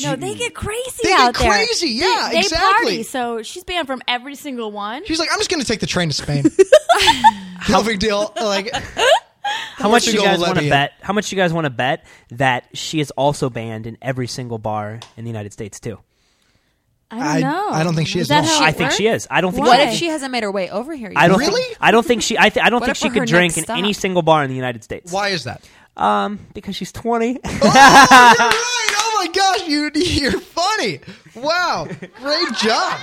S3: No, they get crazy
S2: They get
S3: out there.
S2: crazy, yeah,
S3: they, they
S2: exactly.
S3: Party, so she's banned from every single one.
S2: She's like, I'm just going to take the train to Spain. no big deal. Like,
S4: How much
S2: Portugal
S4: you guys
S2: will let
S4: want
S2: me
S4: to
S2: in.
S4: bet? How much you guys want to bet that she is also banned in every single bar in the United States too?
S3: I don't
S2: I-
S3: know.
S2: I don't think she is
S3: that
S2: at all.
S3: how it
S4: I think she
S3: works?
S4: is. I don't think
S3: Why?
S5: What if she hasn't made her way over here? Yet?
S4: I don't
S2: Really?
S4: Think, I don't think she. I, th- I don't
S5: What
S4: think
S5: if
S4: she
S5: for
S4: could
S5: her
S4: drink in
S5: next
S4: any
S5: stop?
S4: single bar in the United States.
S2: why is that?
S4: Um, because she's twenty.
S2: Oh, you're right. Oh my gosh, you, you're funny. Wow. Great job.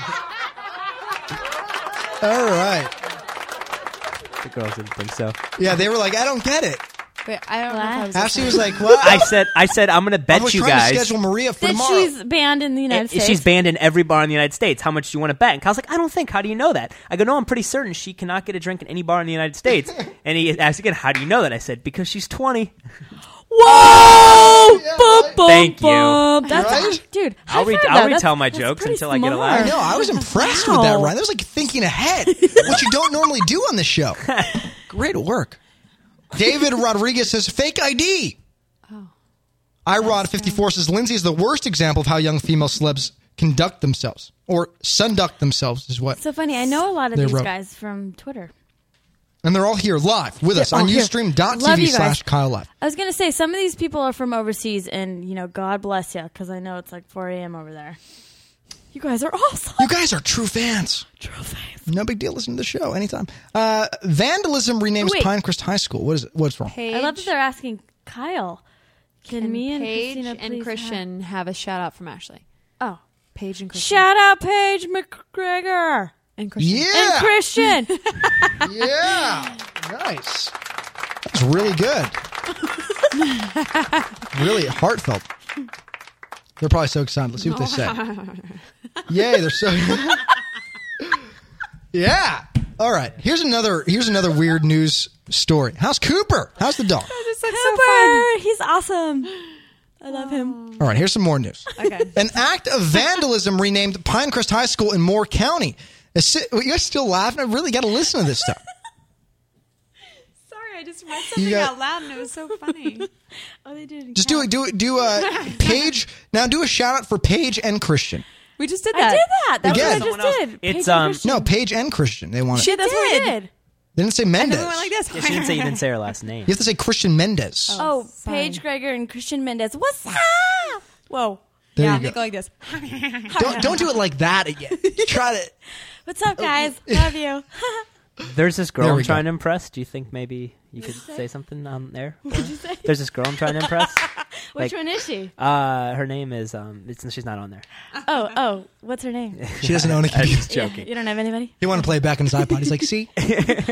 S2: All right.
S4: the girls didn't think so.
S2: Yeah, they were like, I don't get it.
S5: Wait, I don't know if I was
S2: Ashley was like, "What?"
S4: I said. I said. I'm gonna
S2: I
S4: bet
S2: was
S4: you
S2: trying
S4: guys.
S2: to schedule Maria for
S3: That
S2: tomorrow.
S3: she's banned in the United
S4: if
S3: States.
S4: She's banned in every bar in the United States. How much do you want to bet? And Kyle's like, I don't think. How do you know that? I go, No, I'm pretty certain she cannot get a drink in any bar in the United States. and he asked again, How do you know that? I said, Because she's 20.
S3: Whoa!
S2: Yeah,
S3: Bum,
S2: right.
S3: bum,
S4: Thank you.
S3: bum. That's
S2: Right?
S3: dude.
S4: I'll
S3: high
S4: re-
S3: five,
S4: I'll
S3: though.
S4: retell
S3: That's-
S4: my
S3: that's
S4: jokes
S3: pretty
S4: until I get a
S3: smart.
S4: laugh.
S2: I know. I was impressed with that,
S3: Wow.
S2: Ryan. That was like thinking ahead, which you don't normally do on this show. Great work. David Rodriguez says fake ID. Oh. iRod54 says Lindsay is the worst example of how young female celebs conduct themselves or sunduct themselves is what.
S3: So funny. I know a lot of
S2: They
S3: these
S2: wrote-
S3: guys from Twitter.
S2: And they're all here live with us
S3: They're
S2: on
S3: all here. Love
S2: ustream.tv
S3: you guys.
S2: slash Kyle Live.
S3: I was gonna say some of these people are from overseas, and you know, God bless you, because I know it's like 4 a.m. over there. You guys are awesome.
S2: You guys are true fans.
S3: True fans.
S2: No big deal. Listen to the show anytime. Uh, vandalism renames
S3: Wait.
S2: Pinecrest High School. What is it? What's wrong?
S5: Paige
S3: I love that they're asking Kyle. Can, me and
S5: Paige
S3: Christina please
S5: and Christian have a shout out from Ashley.
S3: Have- oh,
S5: Paige and Christian.
S3: shout out Paige McGregor
S5: and Christian.
S3: and
S2: Yeah.
S3: Christian.
S2: Yeah. Nice. That's really good. really heartfelt. They're probably so excited. Let's see what they say. Yay, they're so Yeah. All right. Here's another here's another weird news story. How's Cooper? How's the dog?
S3: Cooper, he's awesome. I love him.
S2: All right, here's some more news. Okay. An act of vandalism renamed Pinecrest High School in Moore County. A ci- You guys still laughing? I really got to listen to this stuff.
S5: Sorry, I just just read
S2: You
S5: something
S2: got-
S5: out loud and it was so funny.
S3: oh, they did.
S2: Just do it. Do it. Do uh, Paige. Now do a shout out for Paige and Christian.
S5: We just did
S3: I
S5: that.
S3: did that. That's
S2: Again.
S3: what I just did. Paige
S4: It's,
S3: and
S4: um,
S3: Christian.
S2: No, Paige and Christian. They want it.
S3: Shit, that's what I did.
S2: They didn't say Mendez.
S5: We went like this.
S4: Yeah, she didn't say you didn't say her last name.
S2: You have to say Christian Mendez.
S3: Oh, Paige Gregor and Christian Mendez. What's up? Whoa.
S2: There
S5: yeah,
S2: you go.
S5: make it like this.
S2: Don't don't do it like that again. Try to.
S3: What's
S4: Oh,
S3: up, guys? Love you.
S4: There's this girl
S2: There we
S4: I'm
S2: go.
S4: trying to impress. Do you think maybe you could say something on there? There's this girl I'm trying to impress.
S3: Which
S4: Like-
S3: one is she?
S4: Uh, her name is um. It's, she's not on there.
S3: Oh, oh, what's her name?
S2: She doesn't own a
S4: I'm
S2: computer.
S4: just joking.
S3: You don't have anybody?
S2: He wanted to play it back on his iPod. He's like, see,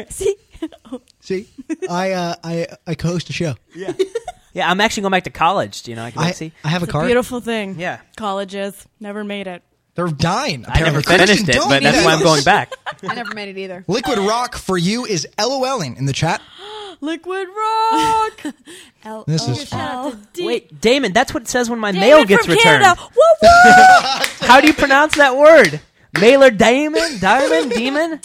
S3: See?
S2: see, I uh, I I co-host a show.
S4: Yeah, I'm actually going back to college. You know, I can
S2: I
S4: see.
S2: I have a card.
S3: Beautiful thing.
S4: Yeah.
S3: Colleges. Never made it.
S2: They're dying.
S4: I never
S2: apparently. Christian,
S4: finished it,
S2: don't
S4: but
S2: do
S4: that's why I'm
S2: that.
S4: going back.
S5: I never made it either.
S2: Liquid Rock for you is LOLing in the chat.
S3: Liquid rock.
S5: L-
S2: This is
S3: Shout out to D-
S4: Wait, Damon, that's what it says when my
S3: Damon
S4: mail gets
S3: from
S4: returned.
S3: Canada. Woo woo.
S4: How do you pronounce that word? Mailer Damon? Diamond? Demon?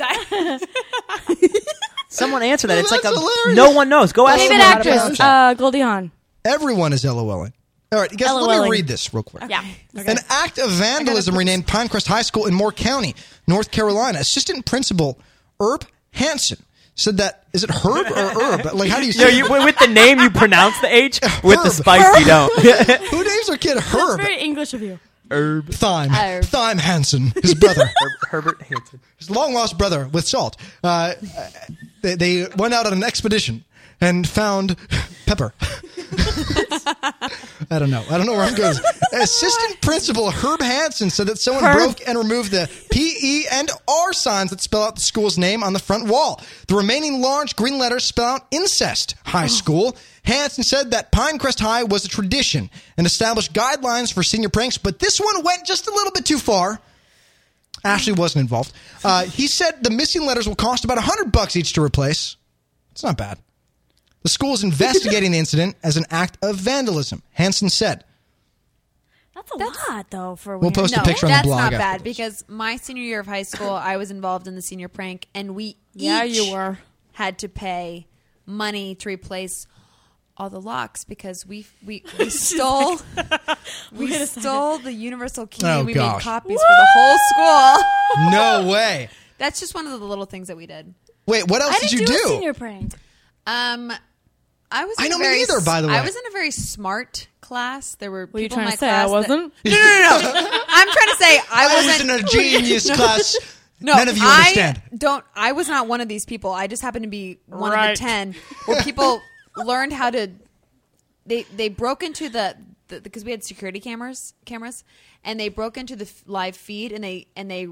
S4: Someone answer that. It's like
S2: That's
S4: a,
S2: hilarious.
S4: no one knows. Go ask
S3: David
S4: someone how to pronounce
S3: actress.
S4: that.
S3: Uh, Goldie Hawn.
S2: Everyone is LOLing. All right, guys, let me
S3: LOLing.
S2: read this real quick.
S3: Yeah.
S2: An act of vandalism renamed Pinecrest High School in Moore County, North Carolina. Assistant principal Herb Hansen said that is it Herb or Herb? Like how do you
S4: No,
S2: say?
S4: you, with the name you pronounce the H. With the
S2: Herb.
S4: spice you don't.
S2: it? Who names their kid Herb?
S3: Very English of you.
S2: Thyme.
S5: Herb.
S2: Thyme Hansen, his brother,
S4: Herbert Hanson.
S2: his long lost brother with salt. Uh, they, they went out on an expedition and found pepper. I don't know. I don't know where I'm going. Assistant principal Herb Hansen said that someone
S3: Herb.
S2: broke and removed the P, E, and R signs that spell out the school's name on the front wall. The remaining large green letters spell out incest high school. Hansen said that Pinecrest High was a tradition and established guidelines for senior pranks, but this one went just a little bit too far. Ashley wasn't involved. Uh, he said the missing letters will cost about 100 bucks each to replace. It's not bad. The school is investigating the incident as an act of vandalism, Hansen said.
S3: That's a lot, though. For
S2: We'll
S3: weird.
S2: post a
S5: no,
S2: picture on the
S5: that's
S2: blog
S5: not bad
S2: afterwards.
S5: because my senior year of high school, I was involved in the senior prank, and we
S3: Yeah,
S5: each
S3: you were.
S5: had to pay money to replace all the locks because we we, we stole we stole the universal key
S2: Oh,
S5: and we
S2: gosh.
S5: made copies for the whole school.
S2: No way.
S5: That's just one of the little things that we did.
S2: Wait, what else
S3: I
S2: did
S3: didn't
S2: you
S3: do
S2: do?
S3: a senior prank.
S5: Um, I was.
S2: I
S5: in a
S2: know me
S5: very
S2: neither,
S5: s-
S2: by the way.
S5: I was in a very smart class. There were.
S3: Were you
S5: people
S3: trying
S5: in my
S3: to say I
S5: class that-
S3: wasn't?
S5: I'm trying to say I
S2: I was
S5: wasn't
S2: in a genius class.
S5: No,
S2: None of you
S5: I
S2: understand.
S5: Don't. I was not one of these people. I just happened to be one
S3: Right.
S5: of the ten where people learned how to. They they broke into the because we had security cameras cameras, and they broke into the f- live feed and they and they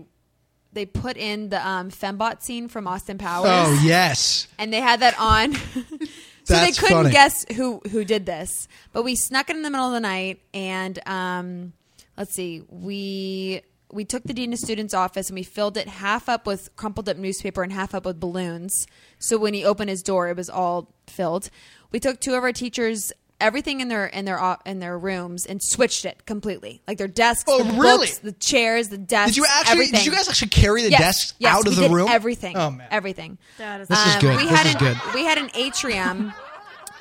S5: they put in the um, fembot scene from Austin Powers
S2: Oh, yes.
S5: and they had that on. so they
S2: That's
S5: couldn't
S2: funny.
S5: guess who who did this. But we snuck it in the middle of the night, and um, let's see, we we took the dean of students' office and we filled it half up with crumpled up newspaper and half up with balloons. So when he opened his door, it was all filled. We took two of our teachers. Everything in their in their o- in their rooms and switched it completely, like their desks,
S2: Oh,
S5: the
S2: really?
S5: books, the chairs, the desks.
S2: Did you actually?
S5: Everything.
S2: Did you guys actually carry the
S5: Yes,
S2: desks
S5: yes,
S2: out
S5: we
S2: of the
S5: did
S2: room?
S5: Everything.
S2: Oh man.
S5: Everything.
S3: That is
S2: This is good.
S5: Um, We
S2: This
S5: had
S2: is
S5: an,
S2: good.
S5: We had an atrium,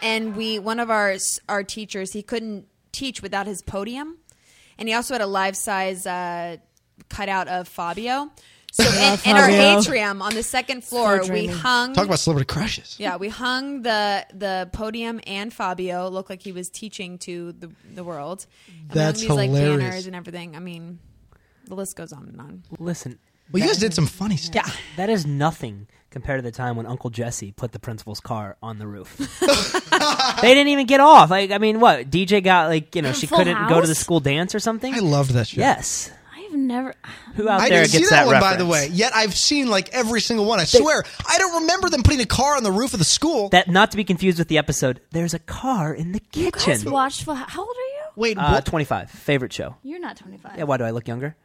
S5: and we one of our our teachers he couldn't teach without his podium, and he also had a life size uh, cutout of Fabio. So in, in our
S3: Fabio.
S5: atrium on the second floor, we
S3: dreamy.
S5: hung.
S2: Talk about celebrity crushes.
S5: yeah, we hung the the podium and Fabio looked like he was teaching to the the world. And we hung
S2: That's
S5: these
S2: hilarious.
S5: like banners and everything. I mean, the list goes on and on.
S4: Listen,
S2: Well, you guys did some funny stuff.
S5: Yeah.
S4: that is nothing compared to the time when Uncle Jesse put the principal's car on the roof. they didn't even get off. Like, I mean, what? DJ got, like, you know, she
S3: Full
S4: couldn't go to the
S3: House?
S4: school dance or something?
S2: I loved that show.
S4: Yes.
S3: I've never.
S4: Who out
S2: I
S4: there
S2: didn't see
S4: gets
S2: that, one, by
S4: reference?
S2: the way. Yet I've seen like every single one. I swear, I don't remember them putting a car on the roof of the school.
S4: That not to be confused with the episode. There's a car in the
S3: You
S4: kitchen.
S3: guys watched. Full House- How old are you?
S2: Wait,
S4: Uh,
S2: what?
S4: 25. Favorite show.
S3: You're not 25.
S4: Yeah, why do I look younger?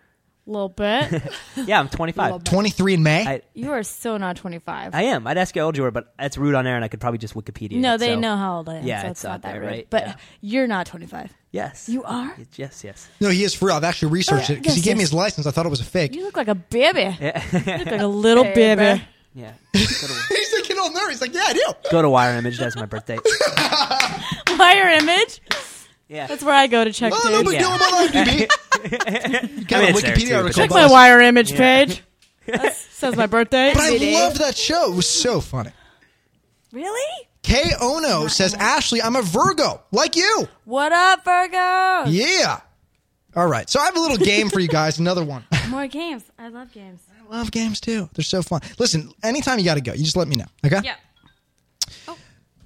S3: little bit.
S4: Yeah, I'm 25.
S2: Twenty-three in May.
S4: I,
S3: You are so not 25.
S4: I am. I'd ask you how old you were, but that's rude on air, and I could probably just Wikipedia.
S3: no,
S4: it,
S3: they
S4: so-
S3: know how old I am.
S4: Yeah,
S3: so
S4: it's
S3: it's,
S4: out
S3: not that
S4: there,
S3: rude.
S4: right?
S3: But
S4: Yeah.
S3: you're not 25.
S4: Yes,
S3: You are?
S4: Yes, yes.
S2: no, he is for real. I've actually researched it because he
S3: Oh, yes,
S2: gave me
S3: yes.
S2: his license. I thought it was a fake.
S3: You look like a baby. you look like a little baby.
S4: Yeah.
S2: He's like, can don't know. He's like, yeah, I do.
S4: Go to Wire Image. That's my birthday.
S3: Wire image.
S4: Yeah.
S3: That's where I go to check.
S2: Oh, no
S3: dude.
S2: big deal about IMDb.
S4: I
S2: a
S4: mean, it's there,
S2: Wikipedia
S4: too, but
S2: article.
S3: Check my Wire image page. That says my birthday.
S2: But I loved that show. It was so funny.
S3: Really?
S2: Kay Ono says, Ashley, I'm a Virgo, like you.
S3: What up, Virgo?
S2: Yeah. All right. So I have a little game for you guys. Another one. I
S3: More games. I love games.
S2: love games too. They're so fun. Listen, anytime you got to go, you just let me know. Okay.
S3: Yeah.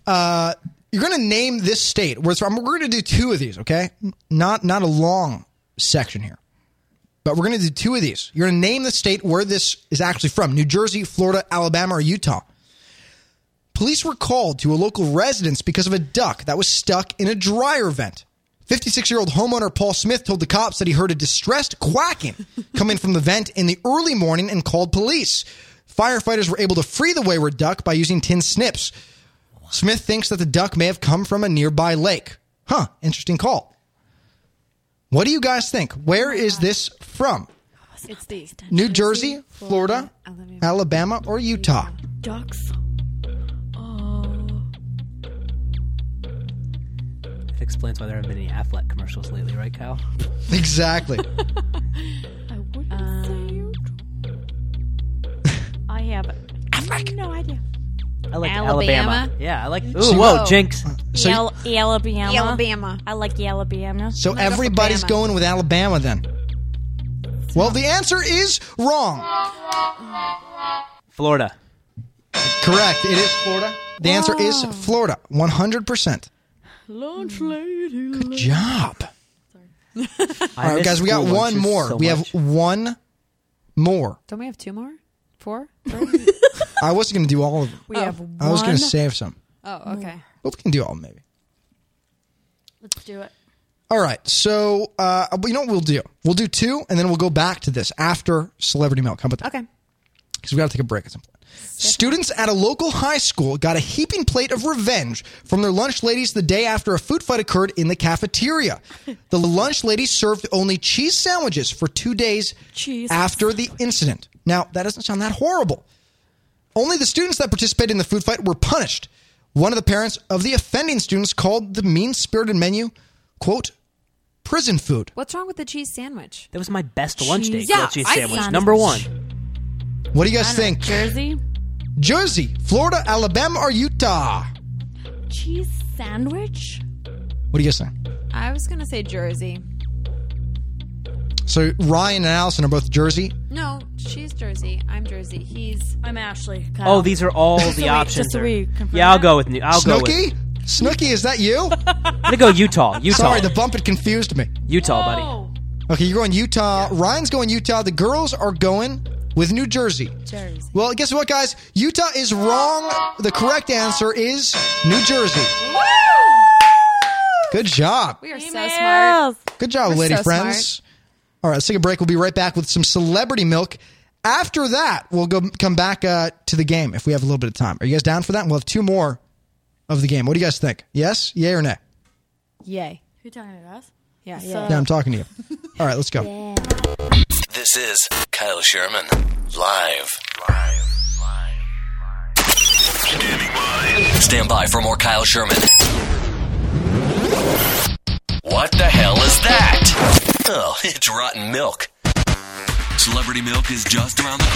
S2: Uh, you're going to name this state where it's from. We're going to do two of these. Okay. Not not a long section here, but we're going to do two of these. You're going to name the state where this is actually from: New Jersey, Florida, Alabama, or Utah. Police were called to a local residence because of a duck that was stuck in a dryer vent. 56 year old homeowner Paul Smith told the cops that he heard a distressed quacking coming from the vent in the early morning and called police. Firefighters were able to free the wayward duck by using tin snips. Smith thinks that the duck may have come from a nearby lake. Huh, interesting call. What do you guys think? Where is this from?
S3: It's the
S2: New Jersey, Florida, Alabama, or Utah?
S3: ducks. Oh, um,
S4: It explains why there haven't been any Affleck commercials lately, right, Cal?
S2: Exactly.
S3: I wouldn't say you. I have
S2: Ah,
S3: no idea.
S4: I like
S5: Alabama?
S4: Alabama. Yeah, I like. Ooh,
S2: So-
S4: whoa,
S5: Whoa.
S4: Jinx.
S2: So-
S3: Yal- Alabama.
S5: Alabama.
S3: I like Alabama.
S2: So
S5: go for
S2: everybody's
S5: Bama.
S2: going with Alabama then. Well, the answer is wrong.
S4: Florida.
S2: Correct. It is Florida. The answer is Florida. 100%.
S3: Lunch lady.
S2: Good job.
S4: I
S2: All right,
S4: miss
S2: guys, we got
S4: school lunches
S2: one more.
S4: so
S2: we have
S4: much.
S2: one more.
S5: Don't we have two more? Four?
S2: I wasn't going to do all of them.
S5: We have one.
S2: I was going to save some.
S5: Oh, okay.
S2: But we can do all maybe.
S3: Let's do it.
S2: All right. So, uh, you know what we'll do? We'll do two, and then we'll go back to this after Celebrity Milk. How about that?
S5: Okay.
S2: because we got to take a break at some point. Students at a local high school got a heaping plate of revenge from their lunch ladies the day after a food fight occurred in the cafeteria. The lunch lady served only cheese sandwiches for two days
S3: Cheese
S2: after the incident. Now, that doesn't sound that horrible. Only the students that participated in the food fight were punished. One of the parents of the offending students called the mean spirited menu, quote, prison food.
S5: What's wrong with the cheese sandwich?
S4: That was my best lunch date.
S5: Cheese. Yeah,
S4: grilled cheese
S5: I-
S4: sandwich.
S3: Sandwich.
S4: Number one.
S2: What do you guys think?
S3: Jersey
S2: Jersey, Florida, Alabama, or Utah?
S3: cheese sandwich.
S2: What do you guys think?
S5: I was going to say Jersey.
S2: So Ryan and Allison are both Jersey.
S5: No, she's Jersey. I'm Jersey. He's.
S3: I'm Ashley.
S4: Oh, these are all the
S3: we-
S4: options.
S3: just so
S4: are-
S3: we confirm
S4: yeah, I'll
S3: that?
S4: go with. New- I'll go with.
S2: Snooky, Snooky, is that you?
S4: I'm gonna go Utah. Utah.
S2: Sorry, the bump had confused me.
S4: Utah, buddy.
S2: Okay, you're going Utah. Ryan's going Utah. The girls are going with New Jersey.
S5: Jersey.
S2: Well, guess what, guys? Utah is wrong. The correct answer is New Jersey. Good job.
S5: We are so smart.
S3: Emails.
S2: Good job,
S5: We're
S2: lady
S5: so
S2: friends. All right, let's take a break. We'll be right back with some celebrity milk. After that, we'll go come back uh, to the game if we have a little bit of time. Are you guys down for that? We'll have two more of the game. What do you guys think? Yes, yay, or nay?
S5: Yay.
S3: Who talking to us?
S5: Yeah,
S3: So-
S5: yeah.
S2: Yeah, I'm talking to you. All right, let's go.
S1: This is Kyle Sherman live. Live. Stand by for more Kyle Sherman. What the hell is that? Oh, it's rotten milk. Celebrity milk is just around the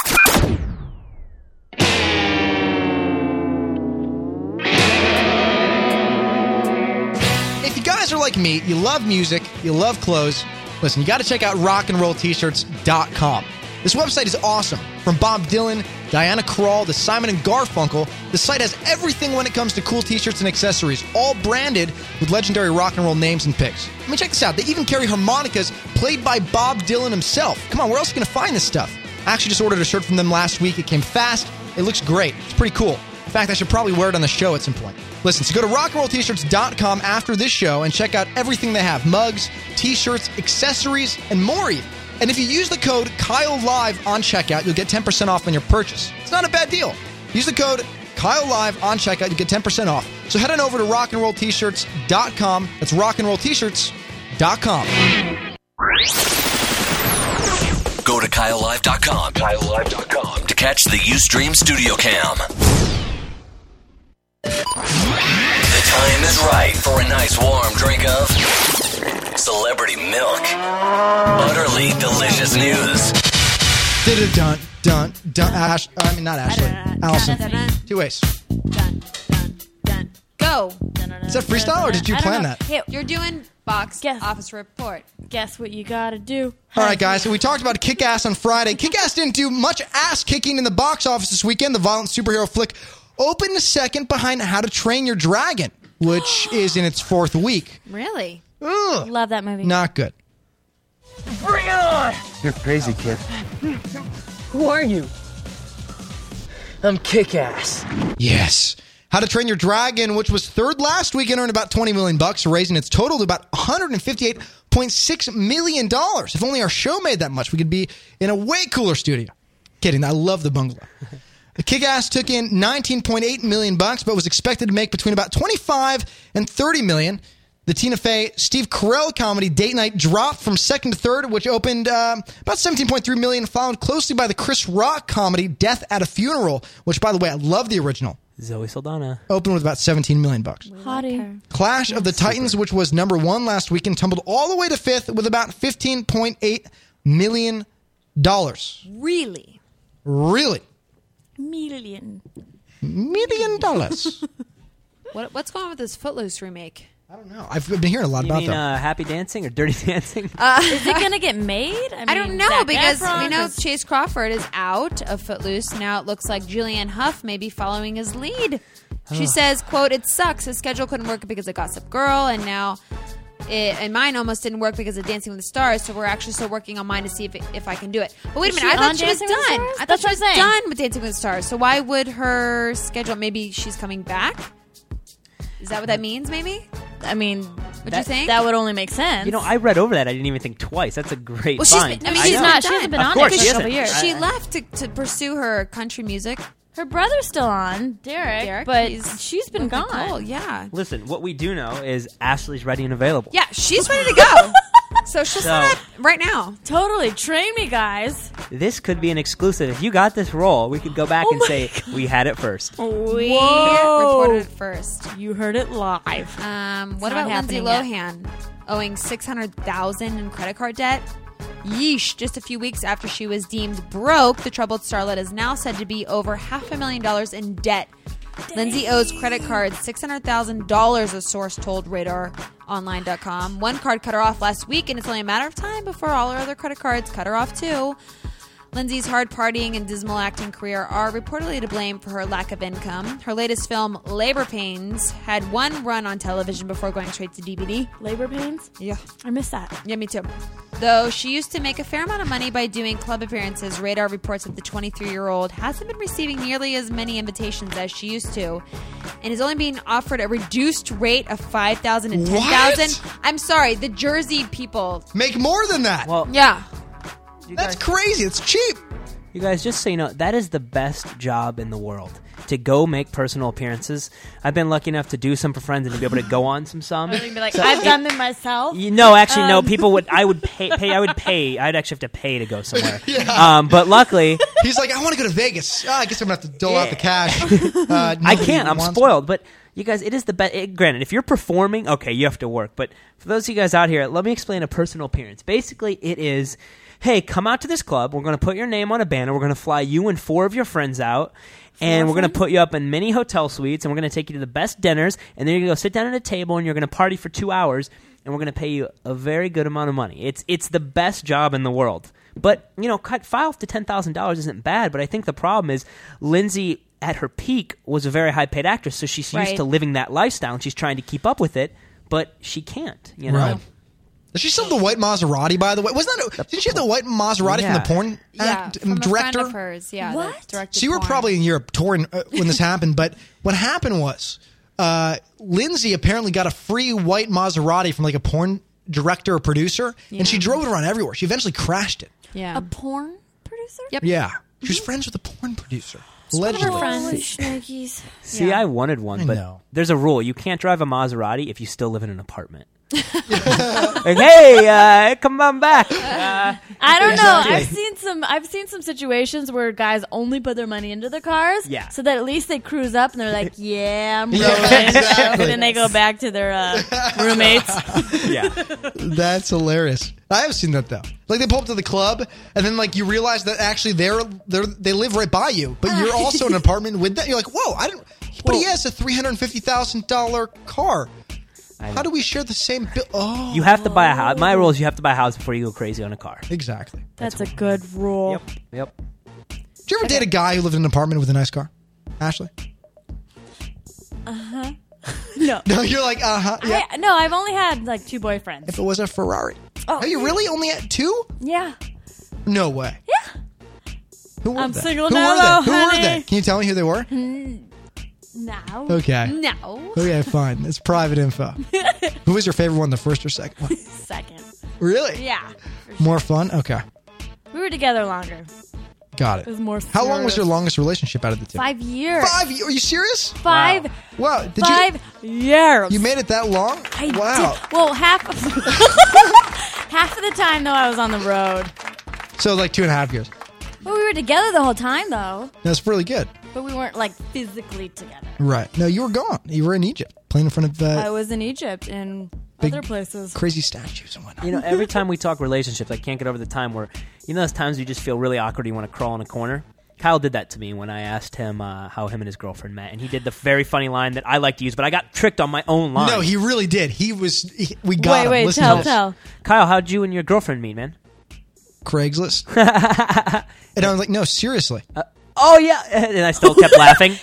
S1: corner.
S2: If you guys are like me, you love music, you love clothes, listen, you got to check out rockandrolltshirts.com. This website is awesome. From Bob Dylan, Diana Krall, to Simon and Garfunkel, the site has everything when it comes to cool t-shirts and accessories, all branded with legendary rock and roll names and pics. I mean, check this out. They even carry harmonicas played by Bob Dylan himself. Come on, where else are you going to find this stuff? I actually just ordered a shirt from them last week. It came fast. It looks great. It's pretty cool. In fact, I should probably wear it on the show at some point. Listen, so go to rockandrolltshirts.com after this show and check out everything they have mugs, t shirts, accessories, and more even. And if you use the code Kyle Live on checkout, you'll get 10% off on your purchase. It's not a bad deal. Use the code Kyle Live on checkout, you get 10% off. So head on over to rockandrolltshirts.com. That's rockandrolltshirts.com.
S1: Go to KyleLive.com. KyleLive.com to Catch the Ustream Studio Cam. The time is right for a nice warm drink of celebrity milk. Utterly delicious news.
S2: Did it dun dun dun. Ash, I mean not Ashley. Allison. Two ways.
S5: Go.
S2: Is that freestyle or did you
S5: I don't
S2: plan
S5: know.
S2: that?
S5: Hey, You're doing box office report.
S3: Guess what you gotta do.
S2: All right, guys. So we talked about Kick Ass on Friday. Kick Ass didn't do much ass kicking in the box office this weekend. The violent superhero flick opened a second behind How to Train Your Dragon, which is in its fourth week.
S5: Really?
S3: Love that movie.
S2: Not good.
S12: Bring it on!
S13: You're crazy, kid.
S12: Who are you? I'm kick ass.
S2: Yes. How to Train Your Dragon, which was third last week and earned about 20 million bucks, raising its total to about 158.6 million dollars. If only our show made that much, we could be in a way cooler studio. Kidding, I love the bungalow. The Kick-Ass took in 19.8 million bucks but was expected to make between about 25 and 30 million. The Tina Fey Steve Carell comedy Date Night dropped from second to third, which opened um about 17.3 million, followed closely by the Chris Rock comedy Death at a Funeral, which, by the way, I love the original
S4: Zoe Saldana.
S2: opened with about 17 million bucks.
S3: Hottie.
S2: Clash of the Titans, which was number one last week and tumbled all the way to fifth with about 15.8 million dollars.
S5: Really?
S2: Really?
S3: Million.
S2: Million dollars.
S5: What, what's going on with this Footloose remake?
S2: I don't know. I've been hearing a lot
S4: You
S2: about
S4: mean
S2: that.
S4: uh, Happy Dancing or Dirty Dancing?
S3: is it gonna get made? I,
S5: I don't
S3: mean,
S5: know
S3: Mm, Zac
S5: because we
S3: Efron
S5: know
S3: is-
S5: Chase Crawford is out of Footloose. Now it looks like Julianne Hough may be following his lead. She
S3: Ugh.
S5: says, "quote It sucks. His schedule couldn't work because of Gossip Girl, and now it, and mine almost didn't work because of Dancing with the Stars. So we're actually still working on mine to see if it, if I can do it. But wait
S3: Is
S5: a
S3: she
S5: minute, I
S3: on
S5: thought she was
S3: Dancing
S5: done.
S3: with the Stars?
S5: I thought
S3: That's
S5: she
S3: what
S5: was
S3: I'm saying.
S5: done with Dancing with the Stars. So why would her schedule? Maybe she's coming back. Is that what that means? Maybe.
S3: I mean,
S5: what do you
S4: that-
S5: think?
S3: That would only make sense.
S4: You know, I read over that. I didn't even think twice. That's a great
S5: Well, she's
S4: find.
S5: been, I mean,
S4: I
S5: she's
S4: know.
S5: not. She hasn't been
S4: Of
S5: on
S4: course she
S5: it for a
S4: isn't.
S5: couple years.
S4: I-
S5: She
S4: I-
S5: left to, to pursue her country music.
S3: Her brother's still on, Derek,
S5: Derek,
S3: but
S5: he's
S3: she's been
S5: with
S3: gone.
S5: Nicole, yeah.
S4: Listen, what we do know is Ashley's ready and available.
S5: Yeah, she's ready to go. so she'll
S4: So-
S5: sign up right now.
S3: Totally. Train me, guys.
S4: This could be an exclusive. If you got this role, we could go back and say we had it first.
S3: We
S5: Whoa. reported it first.
S3: You heard it live.
S5: Um, what
S3: It's not
S5: about Lindsay
S3: happening
S5: Lohan owing 600000 in credit card debt? Yeesh, just a few weeks after she was deemed broke, the troubled starlet is now said to be over half a million dollars in debt. Lindsay owes credit cards $600,000, a source told radaronline.com. One card cut her off last week, and it's only a matter of time before all her other credit cards cut her off too. Lindsay's hard partying and dismal acting career are reportedly to blame for her lack of income. Her latest film, Labor Pains, had one run on television before going straight to DVD.
S3: Labor Pains?
S5: Yeah.
S3: I miss that.
S5: Yeah, me too. Though she used to make a fair amount of money by doing club appearances, Radar reports that the 23 year old hasn't been receiving nearly as many invitations as she used to and is only being offered a reduced rate of 5000 and
S2: What?
S5: 10000 I'm sorry, the Jersey people.
S2: Make more than that.
S4: Well,
S5: Yeah.
S2: That's crazy. It's cheap.
S4: You guys, just so you know, that is the best job in the world to go make personal appearances. I've been lucky enough to do some for friends and to be able to go on some some.
S3: I was gonna be like,
S4: So
S3: I've
S4: it-
S3: done them myself.
S4: You, no, actually, no.
S3: Um,
S4: People would. I would pay, pay. I would pay. I'd actually have to pay to go somewhere. Um, but luckily,
S2: He's like, I want to go to Vegas. Ah, I guess I'm gonna have to dole out the cash. Uh,
S4: I
S2: nobody
S4: can't. I'm
S2: wants-
S4: spoiled. But you guys, it is the best. Granted, if you're performing, okay, you have to work. But for those of you guys out here, let me explain a personal appearance. Basically, it is. Hey, come out to this club. We're going to put your name on a banner. We're going to fly you and four of your friends out, and we're going to put you up in many hotel suites, and we're going to take you to the best dinners, and then you're going to go sit down at a table, and you're going to party for two hours, and we're going to pay you a very good amount of money. It's it's the best job in the world. But you know, cut five to ten thousand dollars isn't bad. But I think the problem is Lindsay at her peak was a very high paid actress, so she's used
S5: Right.
S4: to living that lifestyle and she's trying to keep up with it, but she can't. You know,
S2: Right. Does she still have the white Maserati? By the way, wasn't that? A, didn't she have the white Maserati from
S4: Yeah.
S2: the porn
S5: Yeah,
S2: act,
S5: from a
S2: Uh, director?
S5: friend of hers. Yeah, that
S3: What?
S5: directed
S2: So you were
S5: porn.
S2: probably in Europe touring uh, when this happened, but what happened was uh, Lindsay apparently got a free white Maserati from like a porn director or producer, and she drove it around everywhere. She eventually crashed it.
S5: Yeah.
S3: A porn producer?
S5: Yep.
S2: Yeah. She
S5: Mm-hmm.
S2: was friends with a porn producer.
S3: One of her
S2: Allegedly.
S3: friends. Schnikes.
S4: see, I wanted one, but there's a rule: you can't drive a Maserati if you still live in an apartment. like, hey, uh, come on back. Uh,
S3: I don't know.
S4: Exactly.
S3: I've seen some. I've seen some situations where guys only put their money into their cars,
S4: Yeah.
S3: so that at least they cruise up and they're like, "Yeah, I'm rolling,"
S2: Yeah, exactly.
S3: and then they go back to their uh, roommates.
S2: That's hilarious. I have seen that though. Like they pull up to the club, and then like you realize that actually they're they're they live right by you, but you're also in an apartment with them. You're like, whoa, I didn't. But he has a three hundred fifty thousand dollar car. How do we share the same bill? Oh,
S4: you have to buy a house. My rule is you have to buy a house before you go crazy on a car.
S2: exactly.
S3: That's a good rule.
S4: Yep. Yep.
S2: Did you ever date a guy who lived in an apartment with a nice car, Ashley?
S3: No,
S2: No, you're like, uh huh. Yeah.
S3: I, no, I've only had like two boyfriends.
S2: If it was a Ferrari,
S3: Oh.
S2: are you really only at two?
S3: Yeah,
S2: No way. Yeah. Who were
S3: I'm
S2: they?
S3: single
S2: who
S3: now,
S2: were they?
S3: though,
S2: Who were
S3: honey. Mm-hmm.
S2: they? Can you tell me who they were?
S3: now.
S2: Okay.
S5: No.
S2: Okay, fine. It's private info. Who was your favorite one, the first or second one?
S3: Second.
S2: Really?
S3: Yeah,
S2: More fun? Okay.
S3: we were together longer.
S2: Got
S3: It
S2: it.
S3: was more.
S2: How long was
S3: serious.
S2: your longest relationship out of the two?
S3: Five years.
S2: Five ye- Are you serious?
S3: Five.
S2: Wow. Did
S3: Five years.
S2: you you made it that long?
S3: I
S2: wow.
S3: did. Well, half half of the time though, I was on the road.
S2: So like two and a half years.
S3: Well, we were together the whole time though,
S2: That's really good.
S3: but we weren't like physically together.
S2: Right. No, you were gone. You were in Egypt playing in front of
S3: I
S2: uh,
S3: was in Egypt and
S2: Big-
S3: other places.
S2: crazy statues and whatnot.
S4: You know, every time we talk relationships, I can't get over the time where you know those times you just feel really awkward. You want to crawl in a corner. Kyle did that to me when I asked him uh, how him and his girlfriend met, and he did the very funny line that I like to use, but I got tricked on my own line.
S2: No, he really did. He was. He, we got
S3: Wait,
S2: him.
S3: wait,
S2: Listen to
S3: tell,
S2: this.
S3: tell.
S4: Kyle, how'd you and your girlfriend meet, man?
S2: Craigslist. and I was like, no, seriously.
S4: Oh yeah, and I still kept laughing.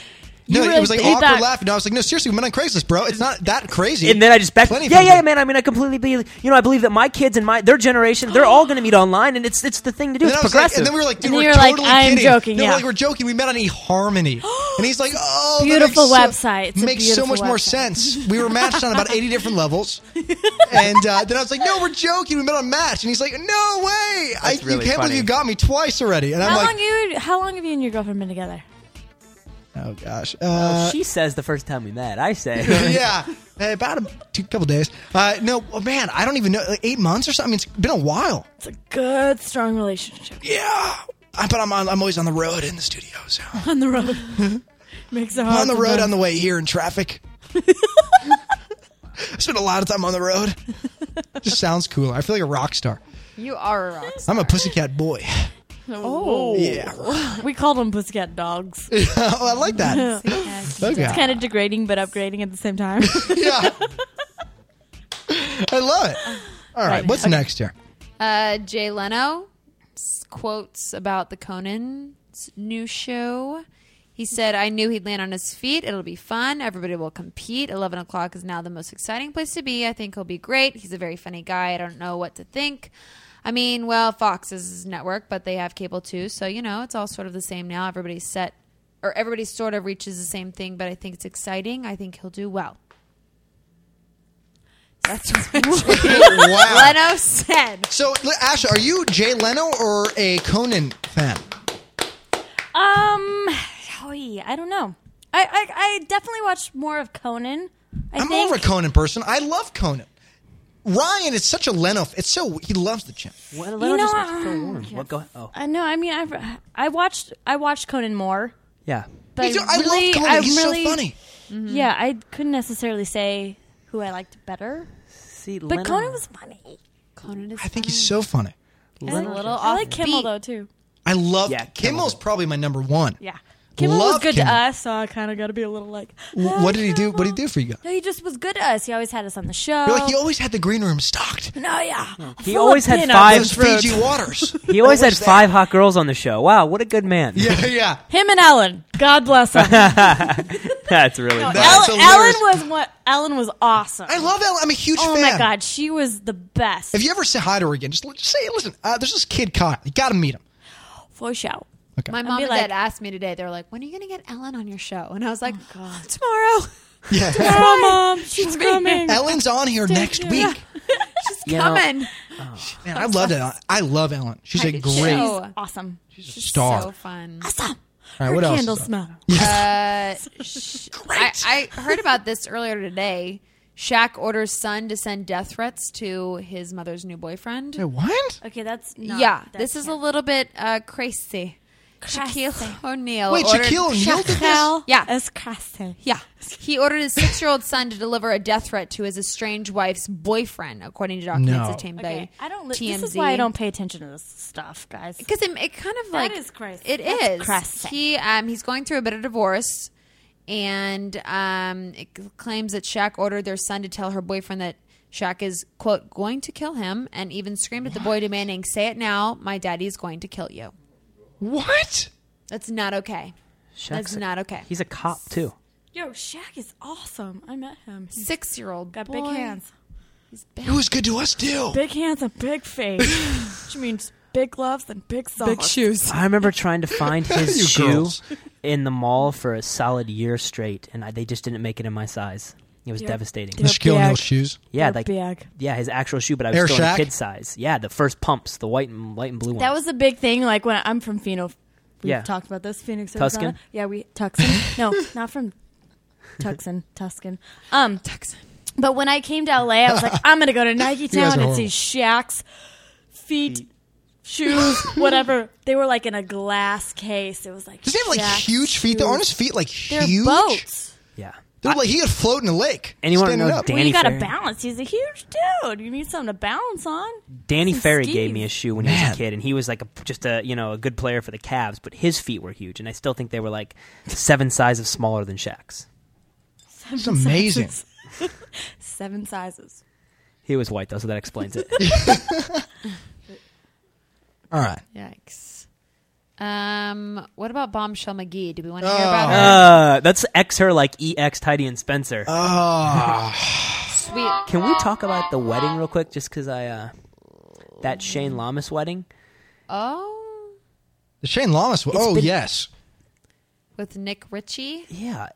S2: No,
S3: Uh, You
S2: it was like
S3: really
S2: awkward
S3: did that.
S2: laughing. No, I was like, no, seriously, we met on Craigslist, bro. It's not that crazy.
S4: And then I just back.
S2: Plenty of
S4: Yeah,
S2: things
S4: yeah,
S2: that-
S4: man. I mean, I completely believe. You know, I believe that my kids and my their generation, they're all going to meet online, and it's it's the thing to do.
S2: And then,
S4: It's
S2: I was like,
S4: progressive.
S2: and then we were like, dude,
S3: And
S2: we're
S3: you were like,
S2: totally
S3: I am
S2: kidding.
S3: joking,
S2: No, we're
S3: yeah.
S2: like, we're joking. We met on eHarmony. and he's like, oh, that
S3: Beautiful
S2: makes so-
S3: website. It's a
S2: makes so
S3: beautiful
S2: much more
S3: website.
S2: sense. We were matched on about 80 different levels. And uh, then I was like, no, we're joking. We met on Match. And he's like, no way. I, you
S4: really
S2: can't
S4: funny.
S2: believe you got me twice already. And I'm
S3: How
S2: like,
S3: long you? How long have you and your girlfriend been together?
S2: oh, gosh. Uh,
S4: she says the first time we met. I say,
S2: yeah. Eh, About a two, couple days. Uh, no, oh, man, I don't even know. Like eight months or something. I mean, it's been a while.
S3: It's a good, strong relationship
S2: Yeah. I, but I'm, on, I'm always on the road in the studio. So
S3: on the road. Makes it
S2: I'm
S3: hard.
S2: on the
S3: to
S2: road
S3: know.
S2: on the way here in traffic. I spend a lot of time on the road. Just sounds cooler. I feel like a rock star.
S5: You are a rock star.
S2: I'm a pussycat boy.
S3: Oh,
S2: Yeah.
S3: we called them pussycat dogs.
S2: oh, I like that. Okay.
S3: It's kind of degrading but upgrading at the same time.
S2: yeah. I love it. All right. What's next here?
S5: Uh, Jay Leno s- quotes about the Conan's new show. He said, I knew he'd land on his feet. It'll be fun. Everybody will compete. 11 o'clock is now the most exciting place to be. I think he'll be great. He's a very funny guy. I don't know what to think. I mean, well, Fox is his network, but they have cable too. So, you know, it's all sort of the same now. Everybody's set, or everybody sort of reaches the same thing, but I think it's exciting. I think he'll do well. That's what
S2: wow.
S5: Leno said.
S2: So, Asha, are you Jay Leno or a Conan fan?
S3: Um, oy, I don't know. I, I I definitely watched more of Conan. I
S2: I'm
S3: think.
S2: more of a Conan person. I love Conan. Ryan is such a Leno. It's so he loves the chimp.
S4: well,
S3: You know,
S4: just
S3: uh,
S4: go on. What go? Oh,
S3: I know. I mean, I I watched I watched Conan more,
S4: yeah.
S3: but
S2: He's-
S3: I, really,
S2: love Conan.
S3: I
S2: He's
S3: really,
S2: so funny.
S3: Yeah, I couldn't necessarily say who I liked better,
S4: See,
S3: but Conan was funny.
S5: Conan is
S2: I think he's so funny.
S5: a little
S3: I
S5: off
S3: like Kimmel
S5: beat.
S3: though too.
S2: I love
S4: Yeah,
S2: Kimmel's
S4: Kimmel.
S2: probably my number one.
S3: Yeah, Kimmel was
S2: Love
S3: good to
S2: Kimmel.
S3: us, so I kind of got to be a little like.
S2: W- What did he do? What did he do
S3: Kimmel.
S2: for you guys?
S3: No, he just was good to us. He always had us on the show.
S2: You're like he always had the green room stocked.
S3: no, yeah.
S4: He
S3: Full
S4: always
S3: of
S4: had
S3: peanuts.
S4: five-
S2: Those Fiji waters.
S4: He always
S2: What
S4: had
S2: was that?
S4: five hot girls on the show. Wow, what a good man.
S2: Yeah, yeah.
S3: Him and Ellen. God bless them.
S4: That's really
S2: That-
S4: funny.
S2: That's
S3: Ellen, Ellen
S2: hilarious.
S3: was what Ellen was awesome.
S2: I love Ellen. I'm a huge
S3: oh
S2: fan.
S3: my god, she was the best.
S2: If you ever say hi to her again, just, just say, listen, uh, there's this kid Kyle. You got to meet him.
S3: for show.
S5: My
S3: And
S5: mom
S3: be
S5: and
S3: like- Oh,
S5: dad asked me today. They were like, "When are you going to get Ellen on your show?" And I was like, "Tomorrow."
S2: Yeah.
S3: Come mom, she's coming.
S2: Ellen's on here next
S3: you.
S2: week.
S5: She's
S4: You know,
S5: coming.
S2: Man, I love Ellen. I love Ellen. She's a
S5: She's
S2: great
S5: so
S3: Awesome.
S2: star.
S5: So fun.
S3: Awesome.
S2: All right,
S3: Her
S2: what else?
S3: candle smell.
S5: Uh, sh- I, I heard about this earlier today. Shaq orders son to send death threats to his mother's new boyfriend.
S2: Wait, what?
S3: Okay, that's not,
S5: yeah.
S3: that's
S5: This is a little bit uh, crazy. Shaquille O'Neal.
S3: Wait,
S5: ordered-
S3: Shaquille O'Neal did this? Shaquille
S5: Yeah,
S3: is crazy.
S5: Yeah, he ordered his six-year-old son to deliver a death threat to his estranged wife's boyfriend, according to documents
S2: No.
S5: obtained
S3: Okay,
S5: by
S3: I don't. Li-
S5: TMZ.
S3: this is why I don't pay attention to this stuff, guys.
S5: because it, it kind of
S3: That
S5: like
S3: is crazy.
S5: It
S3: That's
S5: is.
S3: crazy.
S5: He um he's going through a bit of divorce, and um it c- claims that Shaq ordered their son to tell her boyfriend that Shaq is quote going to kill him, and even screamed at the boy, demanding, "Say it now, my daddy is going to kill you."
S2: What?
S5: That's not okay. That's
S4: Shaq's a-
S5: not okay.
S4: He's a cop too.
S3: Yo, Shaq is awesome. I met him. He's
S5: Six-year-old
S3: got
S5: boy.
S3: big hands.
S2: It was good to us too.
S3: Big hands and big face. Which means big gloves and big socks.
S4: I remember trying to find
S2: You
S4: his shoe
S2: girls.
S4: in the mall for a solid year straight, and I, they just didn't make it in my size. It was
S3: They're-
S4: devastating.
S3: they're
S2: Shaquille O'Neal
S3: big.
S2: shoes.
S4: yeah,
S3: they're
S4: like
S3: big.
S4: yeah, his actual shoe, but I was
S2: Air
S4: still
S2: Shack?
S4: in kid size. Yeah, the first pumps, the white and light and blue ones.
S3: That was a big thing. Like when I, I'm from Phoenix, we
S4: Yeah.
S3: have talked about this Phoenix,
S4: Tuscan?
S3: Arizona. Yeah, we Tucson. no, not from Tucson, Tuscan. Um, Tucson. But when I came to LA, I was like, I'm gonna go to Nike
S2: guys
S3: Town
S2: are
S3: and see Shaq's feet, shoes, whatever. They were like in a glass case. It was like
S2: Does he have like
S3: Shaq's
S2: huge feet?
S3: shoes.
S2: Though? Aren't his feet like
S3: They're
S2: huge?
S3: boats.
S4: yeah.
S2: They're like he could float in a lake.
S4: And you wanna
S2: standing
S4: know
S2: up.
S4: Dan-
S3: Well, you got to
S4: Ferry.
S3: balance. He's a huge dude. You need something to balance on.
S4: Danny
S3: Some
S4: Ferry
S3: skis.
S4: gave me a shoe when he was
S2: Man.
S4: a kid, and he was like a, just a you know a good player for the Cavs, but his feet were huge, and I still think they were like seven sizes smaller than Shaq's.
S2: It's amazing.
S3: Seven sizes.
S4: He was white though, so that explains it.
S2: All right.
S5: Yikes. Um, what about Bombshell McGee? Do we want to hear
S2: Oh.
S5: about her?
S4: uh, that's X her like E X Tidy and Spencer.
S2: Ah,
S5: Sweet.
S4: Can we talk about the wedding real quick? Just because I uh, that Shane Lamas wedding.
S5: Oh,
S2: the Shane Lamas. Oh
S4: been-
S2: yes.
S5: with Nick Ritchie.
S4: Yeah,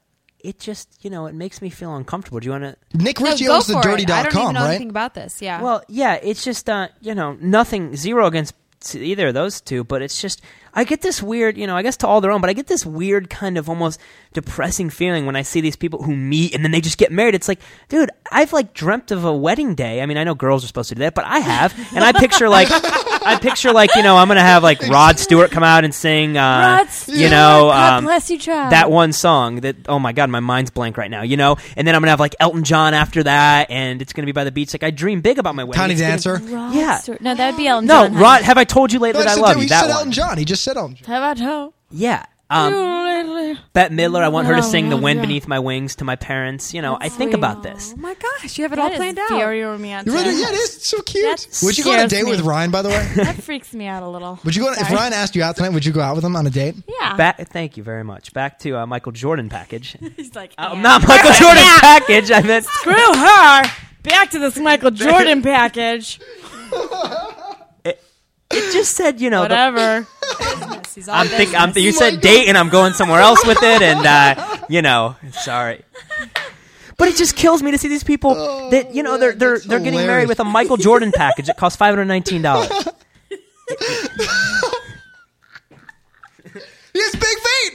S4: it just you know it makes me feel uncomfortable. Do you want to?
S2: Nick
S5: No,
S2: Ritchie
S5: go
S2: owns the
S5: for it. I don't even
S2: dirty.com,
S5: know
S2: right?
S5: anything about this. Yeah.
S4: Well, yeah, it's just uh, you know nothing zero against t- either of those two, but it's just I get this weird, you know, I guess to all their own, but I get this weird kind of almost depressing feeling when I see these people who meet and then they just get married. It's like, dude, I've like dreamt of a wedding day. I mean, I know girls are supposed to do that, but I have, and I picture like I picture like you know I'm gonna have like Rod Stewart come out and sing, uh,
S3: Rod
S4: you
S3: Stewart,
S4: know,
S3: God
S4: um,
S3: bless you, child.
S4: that one song that oh my god my mind's blank right now you know and then i'm gonna have like elton john after that and it's gonna be by the beach like i dream big about my wedding
S2: Tiny
S4: It's gonna-
S2: Dancer.
S3: Rod
S4: Yeah.
S3: Stewart. No, that'd be Elton
S4: no
S3: John.
S4: rod have i told you
S2: No, he
S4: lately that i
S2: said-
S4: love
S2: he
S4: you that
S2: said
S4: one
S2: Elton John. He just said Elton John.
S3: How about how?
S4: yeah um Bette Midler, I want her to sing "The Wind Beneath My Wings" to my parents. You know, I think about this.
S5: oh my gosh, you have it all
S3: That
S5: planned
S3: is
S5: out.
S3: very romantic.
S2: You really? Yeah, it is. It's so cute.
S3: That
S2: Would you go on a
S3: scares
S2: date
S3: me.
S2: with Ryan? By the way,
S3: That freaks me out a little.
S2: would you go? On, if
S3: Sorry.
S2: Ryan asked you out tonight, would you go out with him on a date?
S3: Yeah.
S4: Back, thank you very much. Back to uh, Michael Jordan package.
S3: He's like,
S4: Uh,
S3: yeah.
S4: not Michael Jordan package. I meant
S3: Screw her. Back to this Michael Jordan package.
S4: it just said you know the-
S3: Whatever.
S5: He's all
S4: I'm
S5: business.
S4: think I'm you said date and I'm going somewhere else with it and uh, you know sorry. But it just kills me to see these people that you know
S2: Oh,
S4: they're
S2: man,
S4: they're
S2: that's
S4: they're getting
S2: hilarious.
S4: married with a Michael Jordan package that costs five hundred nineteen dollars.
S2: He has big feet.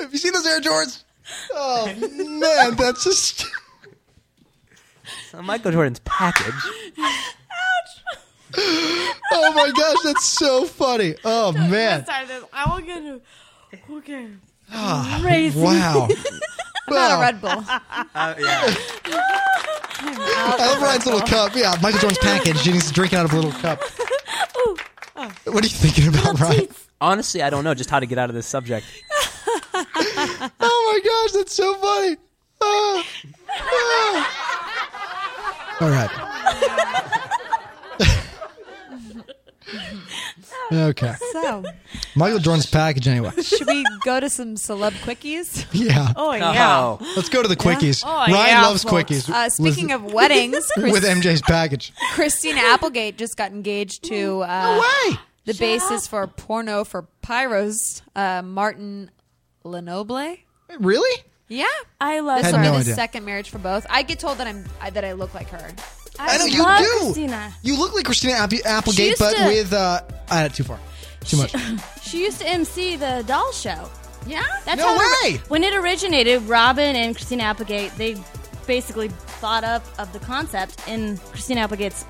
S2: Have you seen those Air Jordans? Oh man, that's just.
S4: Michael Jordan's package.
S2: Oh my gosh, that's so funny. Oh man.
S3: Sorry, this- I will get a. Okay. Crazy.
S2: Wow. Wow.
S5: Not
S3: Oh.
S5: a Red Bull.
S4: Uh,
S2: I love Ryan's little cup. Yeah, Michael Jordan's package. He needs to drink it out of a little cup.
S5: Oh.
S2: What are you thinking about, Ryan?
S4: Honestly, I don't know just how to get out of this subject.
S2: Oh my gosh, that's so funny. Ah. Ah. All right. okay.
S5: So,
S2: Michael Jordan's package, anyway.
S5: should we go to some celeb quickies?
S2: Yeah.
S3: Oh yeah.
S4: Oh.
S2: Let's go to the quickies.
S3: Oh,
S2: Ryan
S3: yeah,
S2: loves
S3: folks.
S2: quickies.
S5: Uh, speaking of weddings, Chris,
S2: with MJ's package.
S5: Christina Applegate just got engaged to uh,
S2: Way.
S5: the basis for Porno for Pyros, uh, Martin Lenoble.
S2: Really?
S5: Yeah,
S3: I love.
S5: this
S2: Had
S5: will be
S2: no
S5: the
S2: idea.
S5: second marriage for both. I get told that I'm I, that I look like her.
S2: I, know you
S3: love
S2: do.
S3: Christina.
S2: You look like Christina App- Applegate,
S3: used
S2: but
S3: to-
S2: with uh, uh, too far, too much.
S3: She used to MC the doll show.
S5: Yeah,
S3: That's
S2: No
S3: how it-
S2: way!
S3: when it originated, Robin and Christina Applegate, they basically thought up of the concept in Christina Applegate's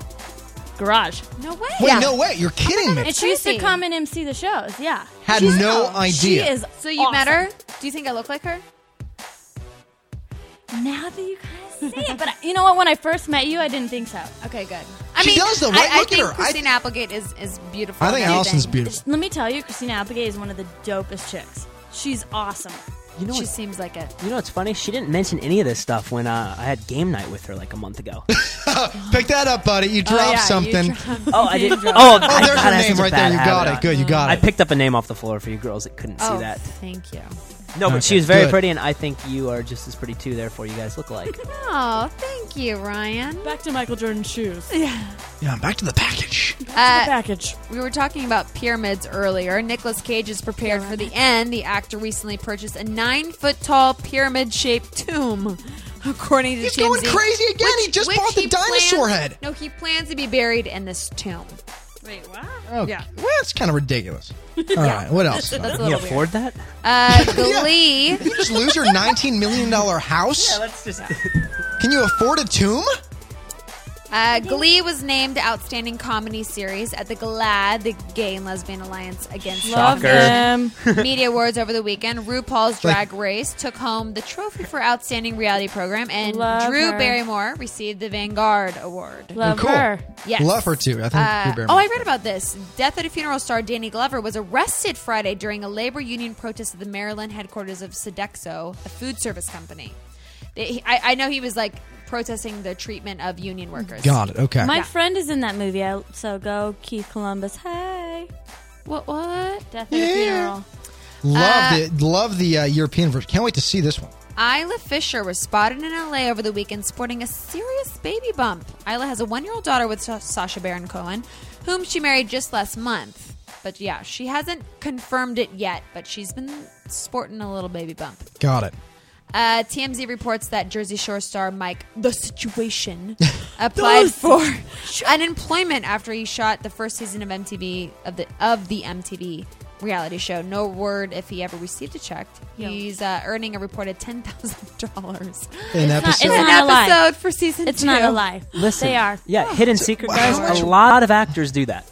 S3: garage.
S5: No way.
S2: Wait, no way. You're
S3: Oh
S2: kidding me.
S3: And she used to come and MC the shows. Yeah.
S2: Had
S3: She's-
S2: no
S3: She
S2: idea.
S3: is.
S5: So you met her? Do you think I look like her?
S3: Now that you kind of see it, but I- you know what? When I first met you, I didn't think so.
S5: Okay, good. I
S2: She
S5: mean,
S2: does, though,
S5: I-
S2: right?
S5: I,
S2: Look at
S5: think
S2: her. I-
S5: Christina Applegate is, is beautiful.
S2: I think
S5: Do you
S2: Allison's
S5: think?
S2: beautiful.
S3: Let me tell you, Christina Applegate is one of the dopest chicks. She's awesome.
S4: You know
S5: She
S4: what?
S5: seems like it.
S4: You know what's funny? She didn't mention any of this stuff when uh, I had game night with her like a month ago.
S2: Pick that up, buddy. You dropped
S5: yeah, you
S2: something.
S4: Oh, I did. Oh,
S2: Oh, there's
S4: I- God,
S2: your
S4: I have
S2: name
S4: such a
S2: right there.
S4: bad
S2: You
S4: habit.
S2: got it. Good. You got
S4: I
S2: it.
S4: picked up a name off the floor for you girls that couldn't
S5: Oh,
S4: see that.
S5: thank you.
S4: No, but
S2: Okay,
S4: she was very
S2: good.
S4: pretty, and I think you are just as pretty too. Therefore, you guys look alike.
S5: Oh, thank you, Ryan.
S3: Back to Michael Jordan's shoes.
S2: Yeah, back to the package.
S5: Uh,
S3: package.
S5: we were talking about pyramids earlier. Nicolas Cage is prepared for the end. The actor recently purchased a nine foot tall pyramid shaped tomb, according to
S2: He's going
S5: TMZ,
S2: crazy again. He just bought the
S5: he
S2: dinosaur
S5: plans-
S2: head.
S5: No, he plans to be buried in this tomb.
S3: Wait, what?
S2: Okay. Well, that's kind of ridiculous. All right. What else?
S5: That's a
S4: Can you
S5: little weird.
S4: afford that?
S5: Uh, Glee.
S2: You just lose your $19 million house?
S4: Let's just.
S2: Can you afford a tomb?
S5: Uh, Glee was named Outstanding Comedy Series at the GLAAD, the Gay and Lesbian Alliance Against
S3: Love
S4: Shocker.
S3: them.
S5: Media Awards over the weekend. RuPaul's Drag Race took home the trophy for Outstanding Reality Program, and
S3: Love
S5: Drew
S3: her.
S5: Barrymore received the Vanguard Award.
S3: Love
S2: cool.
S3: her.
S5: Yes.
S2: Love her too. I think.
S5: Uh,
S2: Drew Barrymore.
S5: oh, I read about this. Death at a Funeral star Danny Glover was arrested Friday during a labor union protest at the Maryland headquarters of Sodexo, a food service company. They, I, I know he was like protesting the treatment of union workers.
S2: Got it. Okay.
S3: My friend is in that movie, I- so go Keith Columbus. Hey.
S5: What? What?
S3: Death at
S2: Yeah.
S3: a funeral.
S2: love
S5: uh,
S2: the love the uh, European version. Can't wait to see this one.
S5: Isla Fisher was spotted in LA over the weekend sporting a serious baby bump. Isla has a one year old daughter with Sa- Sasha Baron Cohen, whom she married just last month. But yeah, she hasn't confirmed it yet, but she's been sporting a little baby bump.
S2: Got it.
S5: Uh, TMZ reports that Jersey Shore star Mike The Situation applied for unemployment after he shot the first season of MTV of the of the MTV reality show. No word if he ever received a check.
S3: Yeah.
S5: He's uh, earning a reported ten thousand dollars.
S2: An episode.
S3: It's
S5: An
S3: not a lie.
S5: episode for season
S3: It's
S5: two.
S3: not a lie.
S4: Listen,
S3: They are.
S4: Yeah, hidden secret
S2: Wow. How
S4: guys.
S2: much-
S4: A lot of actors do that.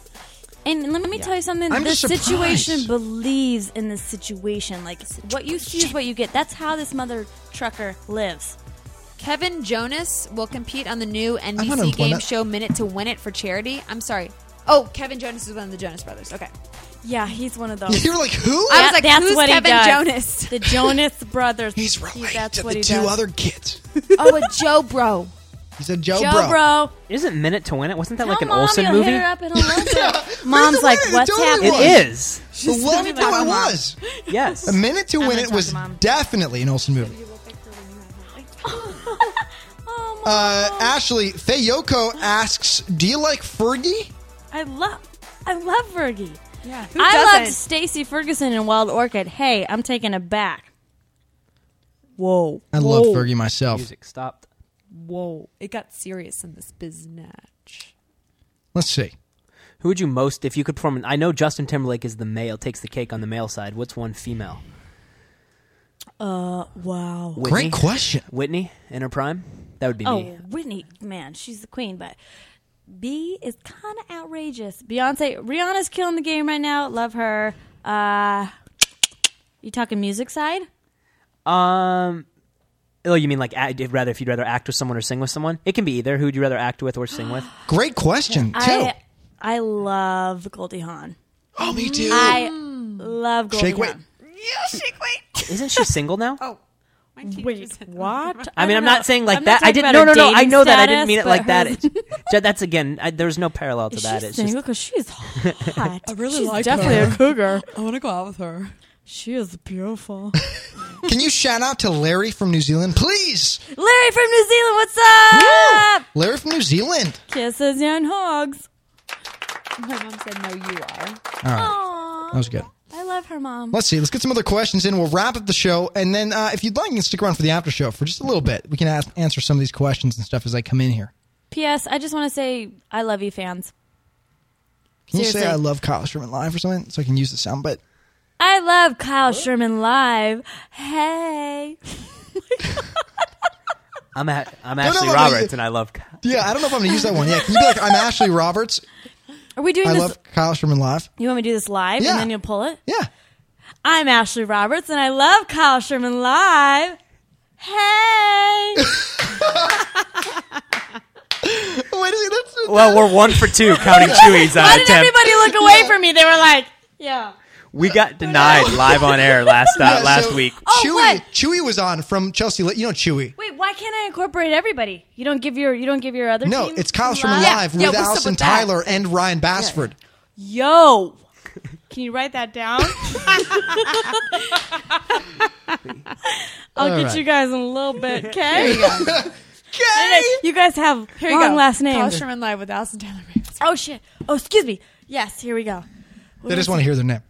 S3: And let me tell you something.
S2: I'm
S3: the
S2: just surprised.
S3: situation believes in the situation. Like what you see is what you get. That's how this mother trucker lives.
S5: Kevin Jonas will compete on the new NBC
S2: unemployment.
S5: game show Minute to Win It for charity. I'm sorry. Oh, Kevin Jonas is one of the Jonas brothers. Okay.
S3: Yeah, he's one of those.
S2: You're like who?
S5: I was like,
S3: that's
S5: who's
S3: what he
S5: Kevin
S3: does.
S5: Jonas?
S3: The Jonas brothers.
S2: He's
S3: He-
S2: related
S3: that's
S2: to
S3: what
S2: the
S3: he
S2: two
S3: does.
S2: other kids.
S5: Oh, a Joe bro.
S2: He said Joe,
S3: Joe,
S2: bro.
S3: bro.
S4: Isn't Minute to Win It? Wasn't that like
S3: Tell
S4: an
S3: mom
S4: Olsen
S3: you'll
S4: movie?
S3: Hit her up and he'll listen.
S2: Yeah.
S3: Mom's
S2: Where's
S3: like,
S2: the way?
S3: what's
S2: Don't even
S3: happening?
S2: look.
S4: It is.
S2: The love it though it was.
S4: Yes.
S2: A minute to
S3: I'm
S2: win
S3: gonna
S2: it
S3: talk
S2: was
S3: to Mom.
S2: definitely an Olsen movie.
S3: Oh, Mom.
S2: Uh, Ashley Fay Yoko asks, "Do you like Fergie?"
S3: I love, I love Fergie.
S5: Yeah.
S3: I loved Stacy Ferguson in Wild Orchid. Hey, I'm taken aback. Whoa.
S2: I love Fergie myself.
S4: Music stopped.
S5: Whoa, it got serious in this biznatch.
S2: Let's see.
S4: Who would you most, if you could perform? I know Justin Timberlake is the male, takes the cake on the male side. What's one female?
S3: Wow.
S4: Whitney?
S2: Great question.
S4: Whitney in her prime. That would be
S3: Oh,
S4: me.
S3: Whitney, man, she's the queen, but B is kind of outrageous. Beyonce, Rihanna's killing the game right now. Love her. Uh, you talking music side?
S4: Um. Oh, you mean like act- if- rather if you'd rather act with someone or sing with someone? It can be either. Who would you rather act with or sing with?
S2: Great question too.
S3: I I love Goldie Hawn.
S2: oh, me too.
S3: I love Goldie
S2: Shake weight.
S3: Hawn.
S4: Isn't she single now?
S3: Wait, what?
S4: I mean, I'm not saying like
S3: I'm not
S4: that. I
S3: talking
S4: didn't.
S3: about
S4: No,
S3: her
S4: no, no. I
S3: dating
S4: know that. I didn't
S3: status,
S4: mean it
S3: but
S4: like that.
S3: her-
S4: It's- Ju- That's again. I, there's no parallel to
S3: Is
S4: that.
S3: she
S4: It's just
S3: single? Because she is hot. I really she's
S5: like
S3: definitely
S5: her.
S3: a cougar.
S5: I want to go out with her.
S3: She is beautiful.
S2: Can you shout out to Larry from New Zealand, please?
S3: Larry from New Zealand, what's up?
S2: Larry from New Zealand.
S3: Kisses and hugs.
S5: My mom said, "No, you are."
S2: All right,
S3: Aww.
S2: that was good.
S3: I love her mom.
S2: Let's see. Let's get some other questions in. We'll wrap up the show, and then uh, if you'd like, you can stick around for the after show for just a little bit. We can ask, answer some of these questions and stuff as I come in here.
S3: P.S. I just want to say I love you, fans.
S2: Can you say
S3: Seriously.
S2: I love Kyle Sherman live or something so I can use the sound bite?
S3: I love Kyle Sherman live. Hey,
S4: I'm at I'm
S2: No, no,
S4: Ashley
S2: no, no,
S4: Roberts,
S2: you-
S4: and I love.
S2: Yeah, I don't know if I'm going to use that one. Yeah, can you be like, I'm Ashley Roberts.
S3: Are we doing
S2: I
S3: this?
S2: love Kyle Sherman live.
S3: you want me to do this live
S2: Yeah.
S3: and then you'll pull it?
S2: Yeah.
S3: I'm Ashley Roberts and I love Kyle Sherman live. Hey.
S2: Oh, Wait a second. That's,
S4: Well, we're one for two, counting Chewie's uh,
S3: Why did
S4: attempt.
S3: everybody look away from me? They were like, yeah.
S4: We got denied live on air last uh,
S2: Yeah,
S4: last
S2: so
S4: week.
S2: Chewy, Chewy was on from Chelsea. Lit- You know Chewy.
S3: Wait, why can't I incorporate everybody? You don't give your you don't give your other
S2: No,
S3: team
S2: it's Kyle Sherman Live with Allison Tyler and Ryan Bassford.
S3: Yo. Can you write that down? I'll
S2: All
S3: get
S2: right.
S3: you guys in a little bit, okay?
S5: Here you go.
S3: You guys have
S5: Here you
S3: long
S5: go.
S3: last name.
S5: Kyle Sherman live with Allison Taylor.
S3: Oh shit. Oh, excuse me. Yes, here we go.
S2: They just want to hear their name.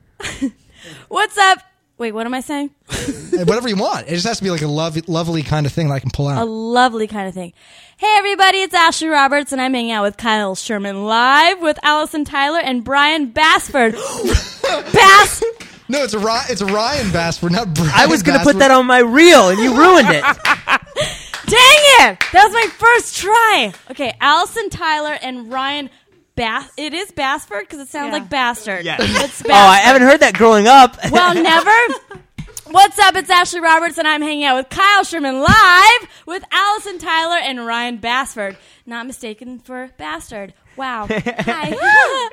S3: What's up? Wait, what am I saying?
S2: Eh, Whatever you want. It just has to be like a lov- lovely kind of thing that I can pull
S3: A
S2: out.
S3: lovely kind of thing. Hey everybody, it's Ashley Roberts and I'm hanging out with Kyle Sherman live with Allison Tyler and Brian Bassford. Bass
S2: No, it's a Ry- it's Ryan Bassford, not Brian.
S4: I was gonna put
S2: Bassford.
S4: that on my reel, and you ruined it.
S3: Dang it! That was my first try. Okay, Allison Tyler and Ryan Bass. It is Bassford because it sounds like bastard.
S4: Yeah.
S3: It's
S4: Oh, I
S3: Bassford.
S4: haven't heard that growing up.
S3: well, never. What's up? It's Ashley Roberts, and I'm hanging out with Kyle Sherman live with Allison Tyler and Ryan Bassford. Not mistaken for bastard. Wow. Hi.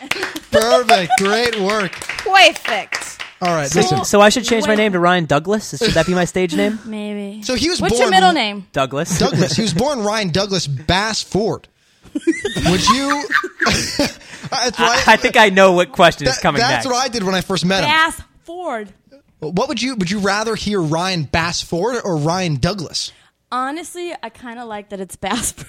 S2: Perfect. Great work.
S5: Perfect.
S2: All right.
S4: so,
S2: Listen.
S4: so I should change my name to Ryan Douglas. Should that be my stage name?
S3: Maybe.
S2: So he was
S3: What's your
S2: born-
S3: middle name?
S4: Douglas.
S2: Douglas. He was born Ryan Douglas Bassford. Would you? that's
S4: I,
S2: right.
S4: I think I know what question is coming
S2: that's
S4: next.
S2: what I did when I first met him.
S3: Bass Ford.
S2: What would you? Would you rather hear Ryan Bassford or Ryan Douglas?
S3: Honestly, I kind of like that it's Bassford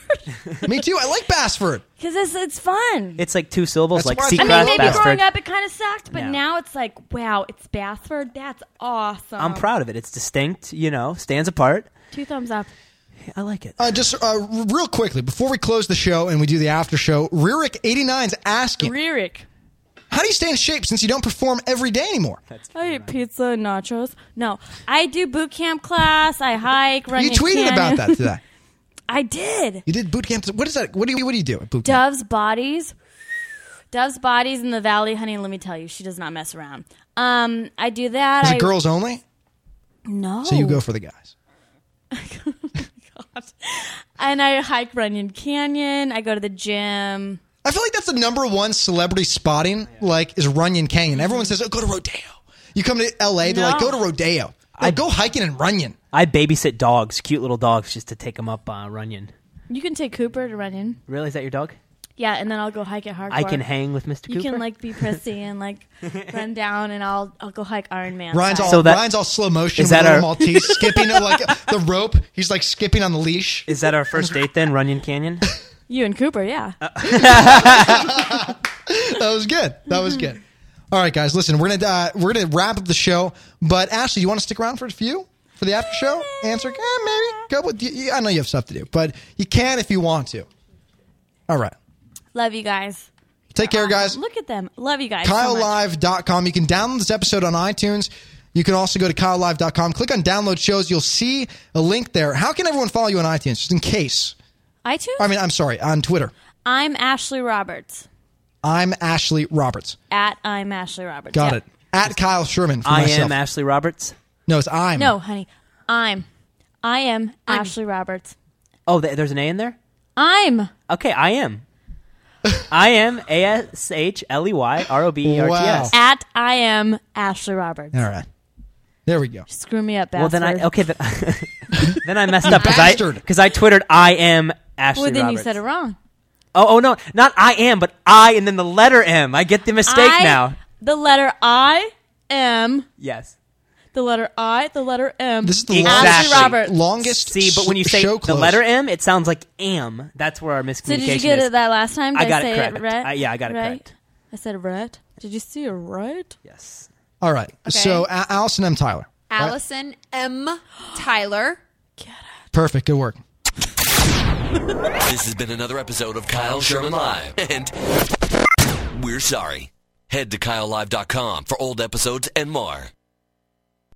S2: Me too. I like Bassford.
S3: because it's, it's fun.
S4: It's like two syllables,
S2: That's
S4: like
S2: why I
S4: Seacrest,
S2: think-
S3: I mean, maybe
S4: Bassford.
S3: growing up it kind of sucked, but
S4: No.
S3: now it's like, wow, it's Bassford. That's awesome.
S4: I'm proud of it. It's distinct, you know, stands apart.
S3: Two thumbs up.
S4: I like it.
S2: Uh, just uh, r- real quickly before we close the show and we do the after show, Rurik 89's asking,
S3: Ririk.
S2: "How do you stay in shape since you don't perform every day anymore?
S3: I eat pizza and nachos. No, I do boot camp class. I hike. Run
S2: You
S3: in
S2: tweeted about
S3: canyons.
S2: that today.
S3: I did.
S2: You did boot camp. What is that? What do you What do you do at boot camp?
S3: Dove's bodies. Dove's bodies in the valley, honey. Let me tell you, she does not mess around. Um, I do that.
S2: Is
S3: I, Oh.
S2: it girls only?
S3: No.
S2: So you go for the guys.
S3: And I hike Runyon Canyon. I go to the gym.
S2: I feel like that's the number one celebrity spotting. Like is Runyon Canyon. Everyone says, "Oh, go to Rodeo." You come to L.A. They're like,
S3: No.
S2: "Go to Rodeo." No, go hiking in Runyon.
S4: I babysit dogs, cute little dogs, just to take them up uh, Runyon.
S3: You can take Cooper to Runyon.
S4: Really, is that your dog?
S3: Yeah, and then I'll go hike at Hardcore.
S4: I can hang with Mr.
S3: You
S4: Cooper.
S3: can like be prissy and like run down, and I'll I'll go hike Iron Man.
S2: Ryan's all
S4: So that-
S2: Ryan's all slow motion
S4: Is
S2: with
S4: that
S2: little
S4: our-
S2: Maltese skipping like the rope. He's like skipping on the leash.
S4: is that our first date then, Runyon Canyon?
S3: you and Cooper, yeah.
S4: Uh,
S2: that was good. That was good. All right, guys. Listen, we're gonna uh, we're gonna wrap up the show. But Ashley, you want to stick around for a few for the after show? Answer, eh, maybe. Go with, you- you- I know you have stuff to do, but you can if you want to. All right.
S3: Love you guys.
S2: Take care, guys.
S3: Look at them. Love you guys. so much.
S2: KyleLive.com. You can download this episode on iTunes. You can also go to KyleLive.com. Click on download shows. You'll see a link there. How can everyone follow you on iTunes? Just in case.
S3: iTunes.
S2: I mean, I'm sorry, on Twitter.
S3: I'm Ashley Roberts.
S2: I'm Ashley Roberts.
S3: At I'm Ashley Roberts.
S2: Got
S3: Yeah.
S2: it. At Kyle Sherman for
S4: I
S2: myself.
S4: am Ashley Roberts.
S2: no, it's I'm.
S3: No, honey. I'm. I am Ashley Roberts.
S4: Oh, th- there's an A in there.
S3: I'm.
S4: Okay, I am. I am A S H L E Y R O B E R T
S2: Wow.
S4: S.
S3: At I am Ashley Roberts.
S2: All right. There we go.
S3: Screw me up,
S4: Well,
S3: bastard.
S4: then I okay then, then I messed up because I
S2: Bastard.
S4: because I twittered I am Ashley
S3: Well, then
S4: Roberts.
S3: you said it wrong.
S4: Oh, oh no, not I am, but I and then the letter M. I get the mistake
S3: I-
S4: now.
S3: The letter I am.
S4: Yes.
S3: The letter I. The letter M.
S2: This is the
S3: Ashley
S4: Exactly.
S3: Roberts.
S2: longest.
S4: See, but when you say
S2: show
S4: the
S2: close.
S4: letter M, it sounds like am. That's where our
S3: so
S4: miscommunication
S3: did you get
S4: is.
S3: it that last time? Did
S4: I got it
S3: say
S4: correct.
S3: right?
S4: I- yeah, I got it
S3: right?
S4: correct.
S3: I said right. Did you see it right?
S4: Yes.
S2: All right. So A- Allison M. Tyler.
S5: Allison M. Tyler.
S2: Perfect. Good work.
S1: This has been another episode of Kyle Sherman Live, and we're sorry. Head to KyleLive.com for old episodes and more.